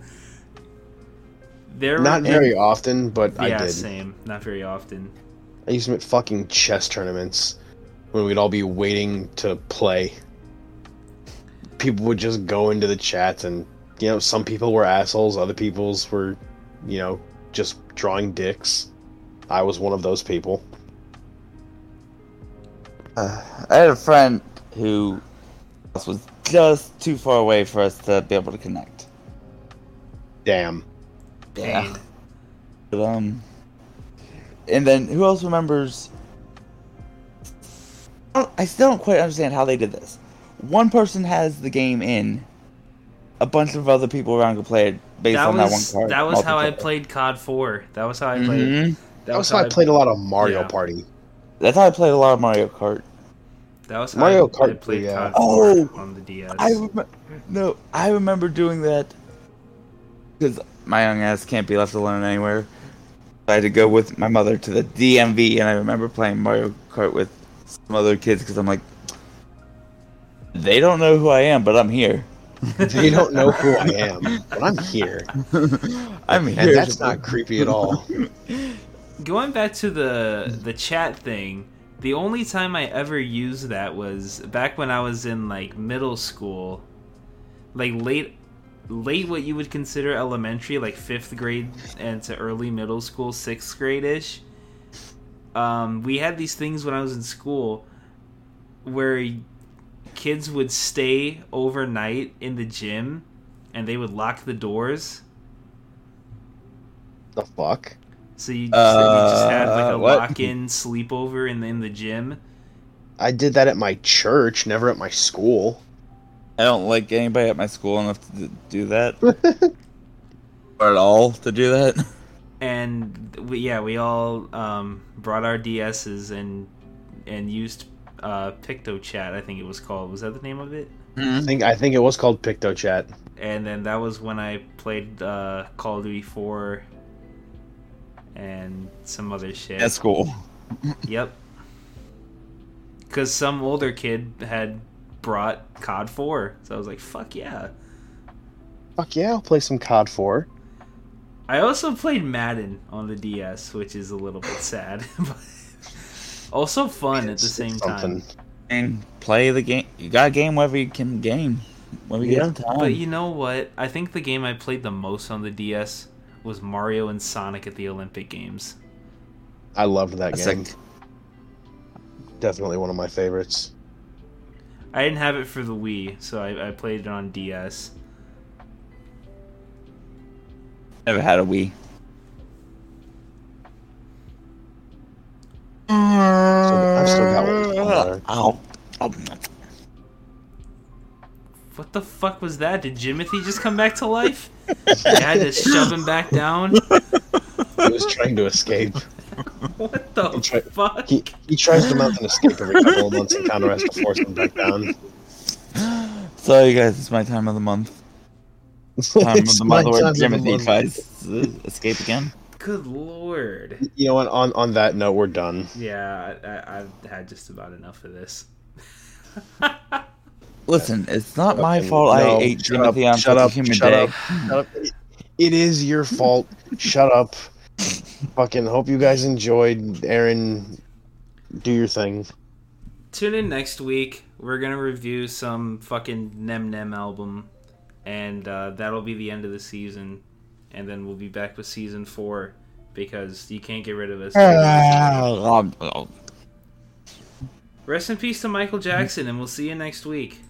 [SPEAKER 2] There
[SPEAKER 3] Not
[SPEAKER 2] were-
[SPEAKER 3] very often, but I
[SPEAKER 2] yeah,
[SPEAKER 3] did.
[SPEAKER 2] same. Not very often.
[SPEAKER 3] I used them at fucking chess tournaments when we'd all be waiting to play. People would just go into the chats, and you know, some people were assholes, other people's were, you know, just drawing dicks. I was one of those people.
[SPEAKER 1] Uh, I had a friend who was just too far away for us to be able to connect.
[SPEAKER 3] Damn.
[SPEAKER 1] Yeah.
[SPEAKER 2] Pain.
[SPEAKER 1] But, um, and then who else remembers? I don't- I still don't quite understand how they did this. One person has the game in, a bunch of other people around can play it based
[SPEAKER 2] That
[SPEAKER 1] on
[SPEAKER 2] was
[SPEAKER 1] that one card.
[SPEAKER 2] that was how I
[SPEAKER 1] multiplayer.
[SPEAKER 2] played COD 4. That was how I played.
[SPEAKER 1] Mhm.
[SPEAKER 2] That
[SPEAKER 3] That's why I played a lot of Mario
[SPEAKER 2] yeah.
[SPEAKER 3] Party.
[SPEAKER 1] That's how I played a lot of Mario Kart.
[SPEAKER 2] That was Mario
[SPEAKER 3] Mario
[SPEAKER 2] Kart. I
[SPEAKER 3] Kart
[SPEAKER 2] played
[SPEAKER 3] three, yeah.
[SPEAKER 2] COD 4
[SPEAKER 1] Oh!
[SPEAKER 2] on the DS.
[SPEAKER 1] I rem- no, I remember doing that because my young ass can't be left alone anywhere. I had to go with my mother to the DMV, and I remember playing Mario Kart with some other kids because I'm like, they don't know who I am, but I'm here.
[SPEAKER 3] They don't know who I am, but I'm here,
[SPEAKER 1] I'm here.
[SPEAKER 3] and that's not creepy at all.
[SPEAKER 2] Going back to the the chat thing, the only time I ever used that was back when I was in like middle school, like late late what you would consider elementary, like fifth grade and to early middle school, sixth grade ish. Um, we had these things when I was in school where kids would stay overnight in the gym and they would lock the doors.
[SPEAKER 3] The fuck?
[SPEAKER 2] So you,
[SPEAKER 1] Uh,
[SPEAKER 2] so you just had like a
[SPEAKER 1] what?
[SPEAKER 2] lock-in sleepover in the, in the gym.
[SPEAKER 3] I did that at my church, never at my school.
[SPEAKER 1] I don't like anybody at my school enough to d- do that, or at all to do that.
[SPEAKER 2] and we, yeah, we all um, brought our DSs and and used uh, PictoChat. I think it was called. Was that the name of it?
[SPEAKER 3] I think I think it was called PictoChat.
[SPEAKER 2] And then that was when I played uh, Call of Duty Four and some other shit.
[SPEAKER 1] At school.
[SPEAKER 2] Yep. Because some older kid had brought COD Four, so I was like, "Fuck yeah!"
[SPEAKER 3] Fuck yeah, I'll play some COD 4.
[SPEAKER 2] I also played Madden on the DS, which is a little bit sad, but also fun at the same time.
[SPEAKER 1] and play the game. You got to game wherever you can game. Whenever you
[SPEAKER 3] Yeah.
[SPEAKER 1] get the time.
[SPEAKER 2] But you know what? I think the game I played the most on the DS was Mario and Sonic at the Olympic Games.
[SPEAKER 3] I loved that
[SPEAKER 1] That's
[SPEAKER 3] game.
[SPEAKER 1] like-
[SPEAKER 3] Definitely one of my favorites.
[SPEAKER 2] I didn't have it for the Wii, so I, I played it on DS.
[SPEAKER 1] Never had a Wii.
[SPEAKER 3] So I've still got one. somewhere.
[SPEAKER 1] Ow.
[SPEAKER 2] What the fuck was that? Did Jimothy just come back to life? I had to shove him back down.
[SPEAKER 3] He was trying to escape.
[SPEAKER 2] What the
[SPEAKER 3] Try-
[SPEAKER 2] fuck?
[SPEAKER 3] He, he tries to mount an escape every couple of months, and Condor has to force him back down.
[SPEAKER 1] Sorry, guys, it's my time of the month. Time of
[SPEAKER 3] It's
[SPEAKER 1] the
[SPEAKER 3] my
[SPEAKER 1] month where
[SPEAKER 3] time of the
[SPEAKER 1] Timothy
[SPEAKER 3] month.
[SPEAKER 1] tries to escape again.
[SPEAKER 2] Good lord.
[SPEAKER 3] You know what? On on that note, we're done.
[SPEAKER 2] Yeah, I, I, I've had just about enough of this.
[SPEAKER 1] Listen, it's not my
[SPEAKER 3] Okay,
[SPEAKER 1] fault
[SPEAKER 3] no,
[SPEAKER 1] I ate
[SPEAKER 3] shut
[SPEAKER 1] Timothy
[SPEAKER 3] up,
[SPEAKER 1] on
[SPEAKER 3] shut
[SPEAKER 1] such a
[SPEAKER 3] up,
[SPEAKER 1] human
[SPEAKER 3] shut
[SPEAKER 1] day.
[SPEAKER 3] up. Shut up. It is your fault. Shut up. Fucking hope you guys enjoyed. Aaron, do your thing.
[SPEAKER 2] Tune in next week. We're gonna review some fucking Nem Nem album, and uh, that'll be the end of the season. And then we'll be back with season four because you can't get rid of us.
[SPEAKER 1] Um, oh.
[SPEAKER 2] Rest in peace to Michael Jackson, and we'll see you next week.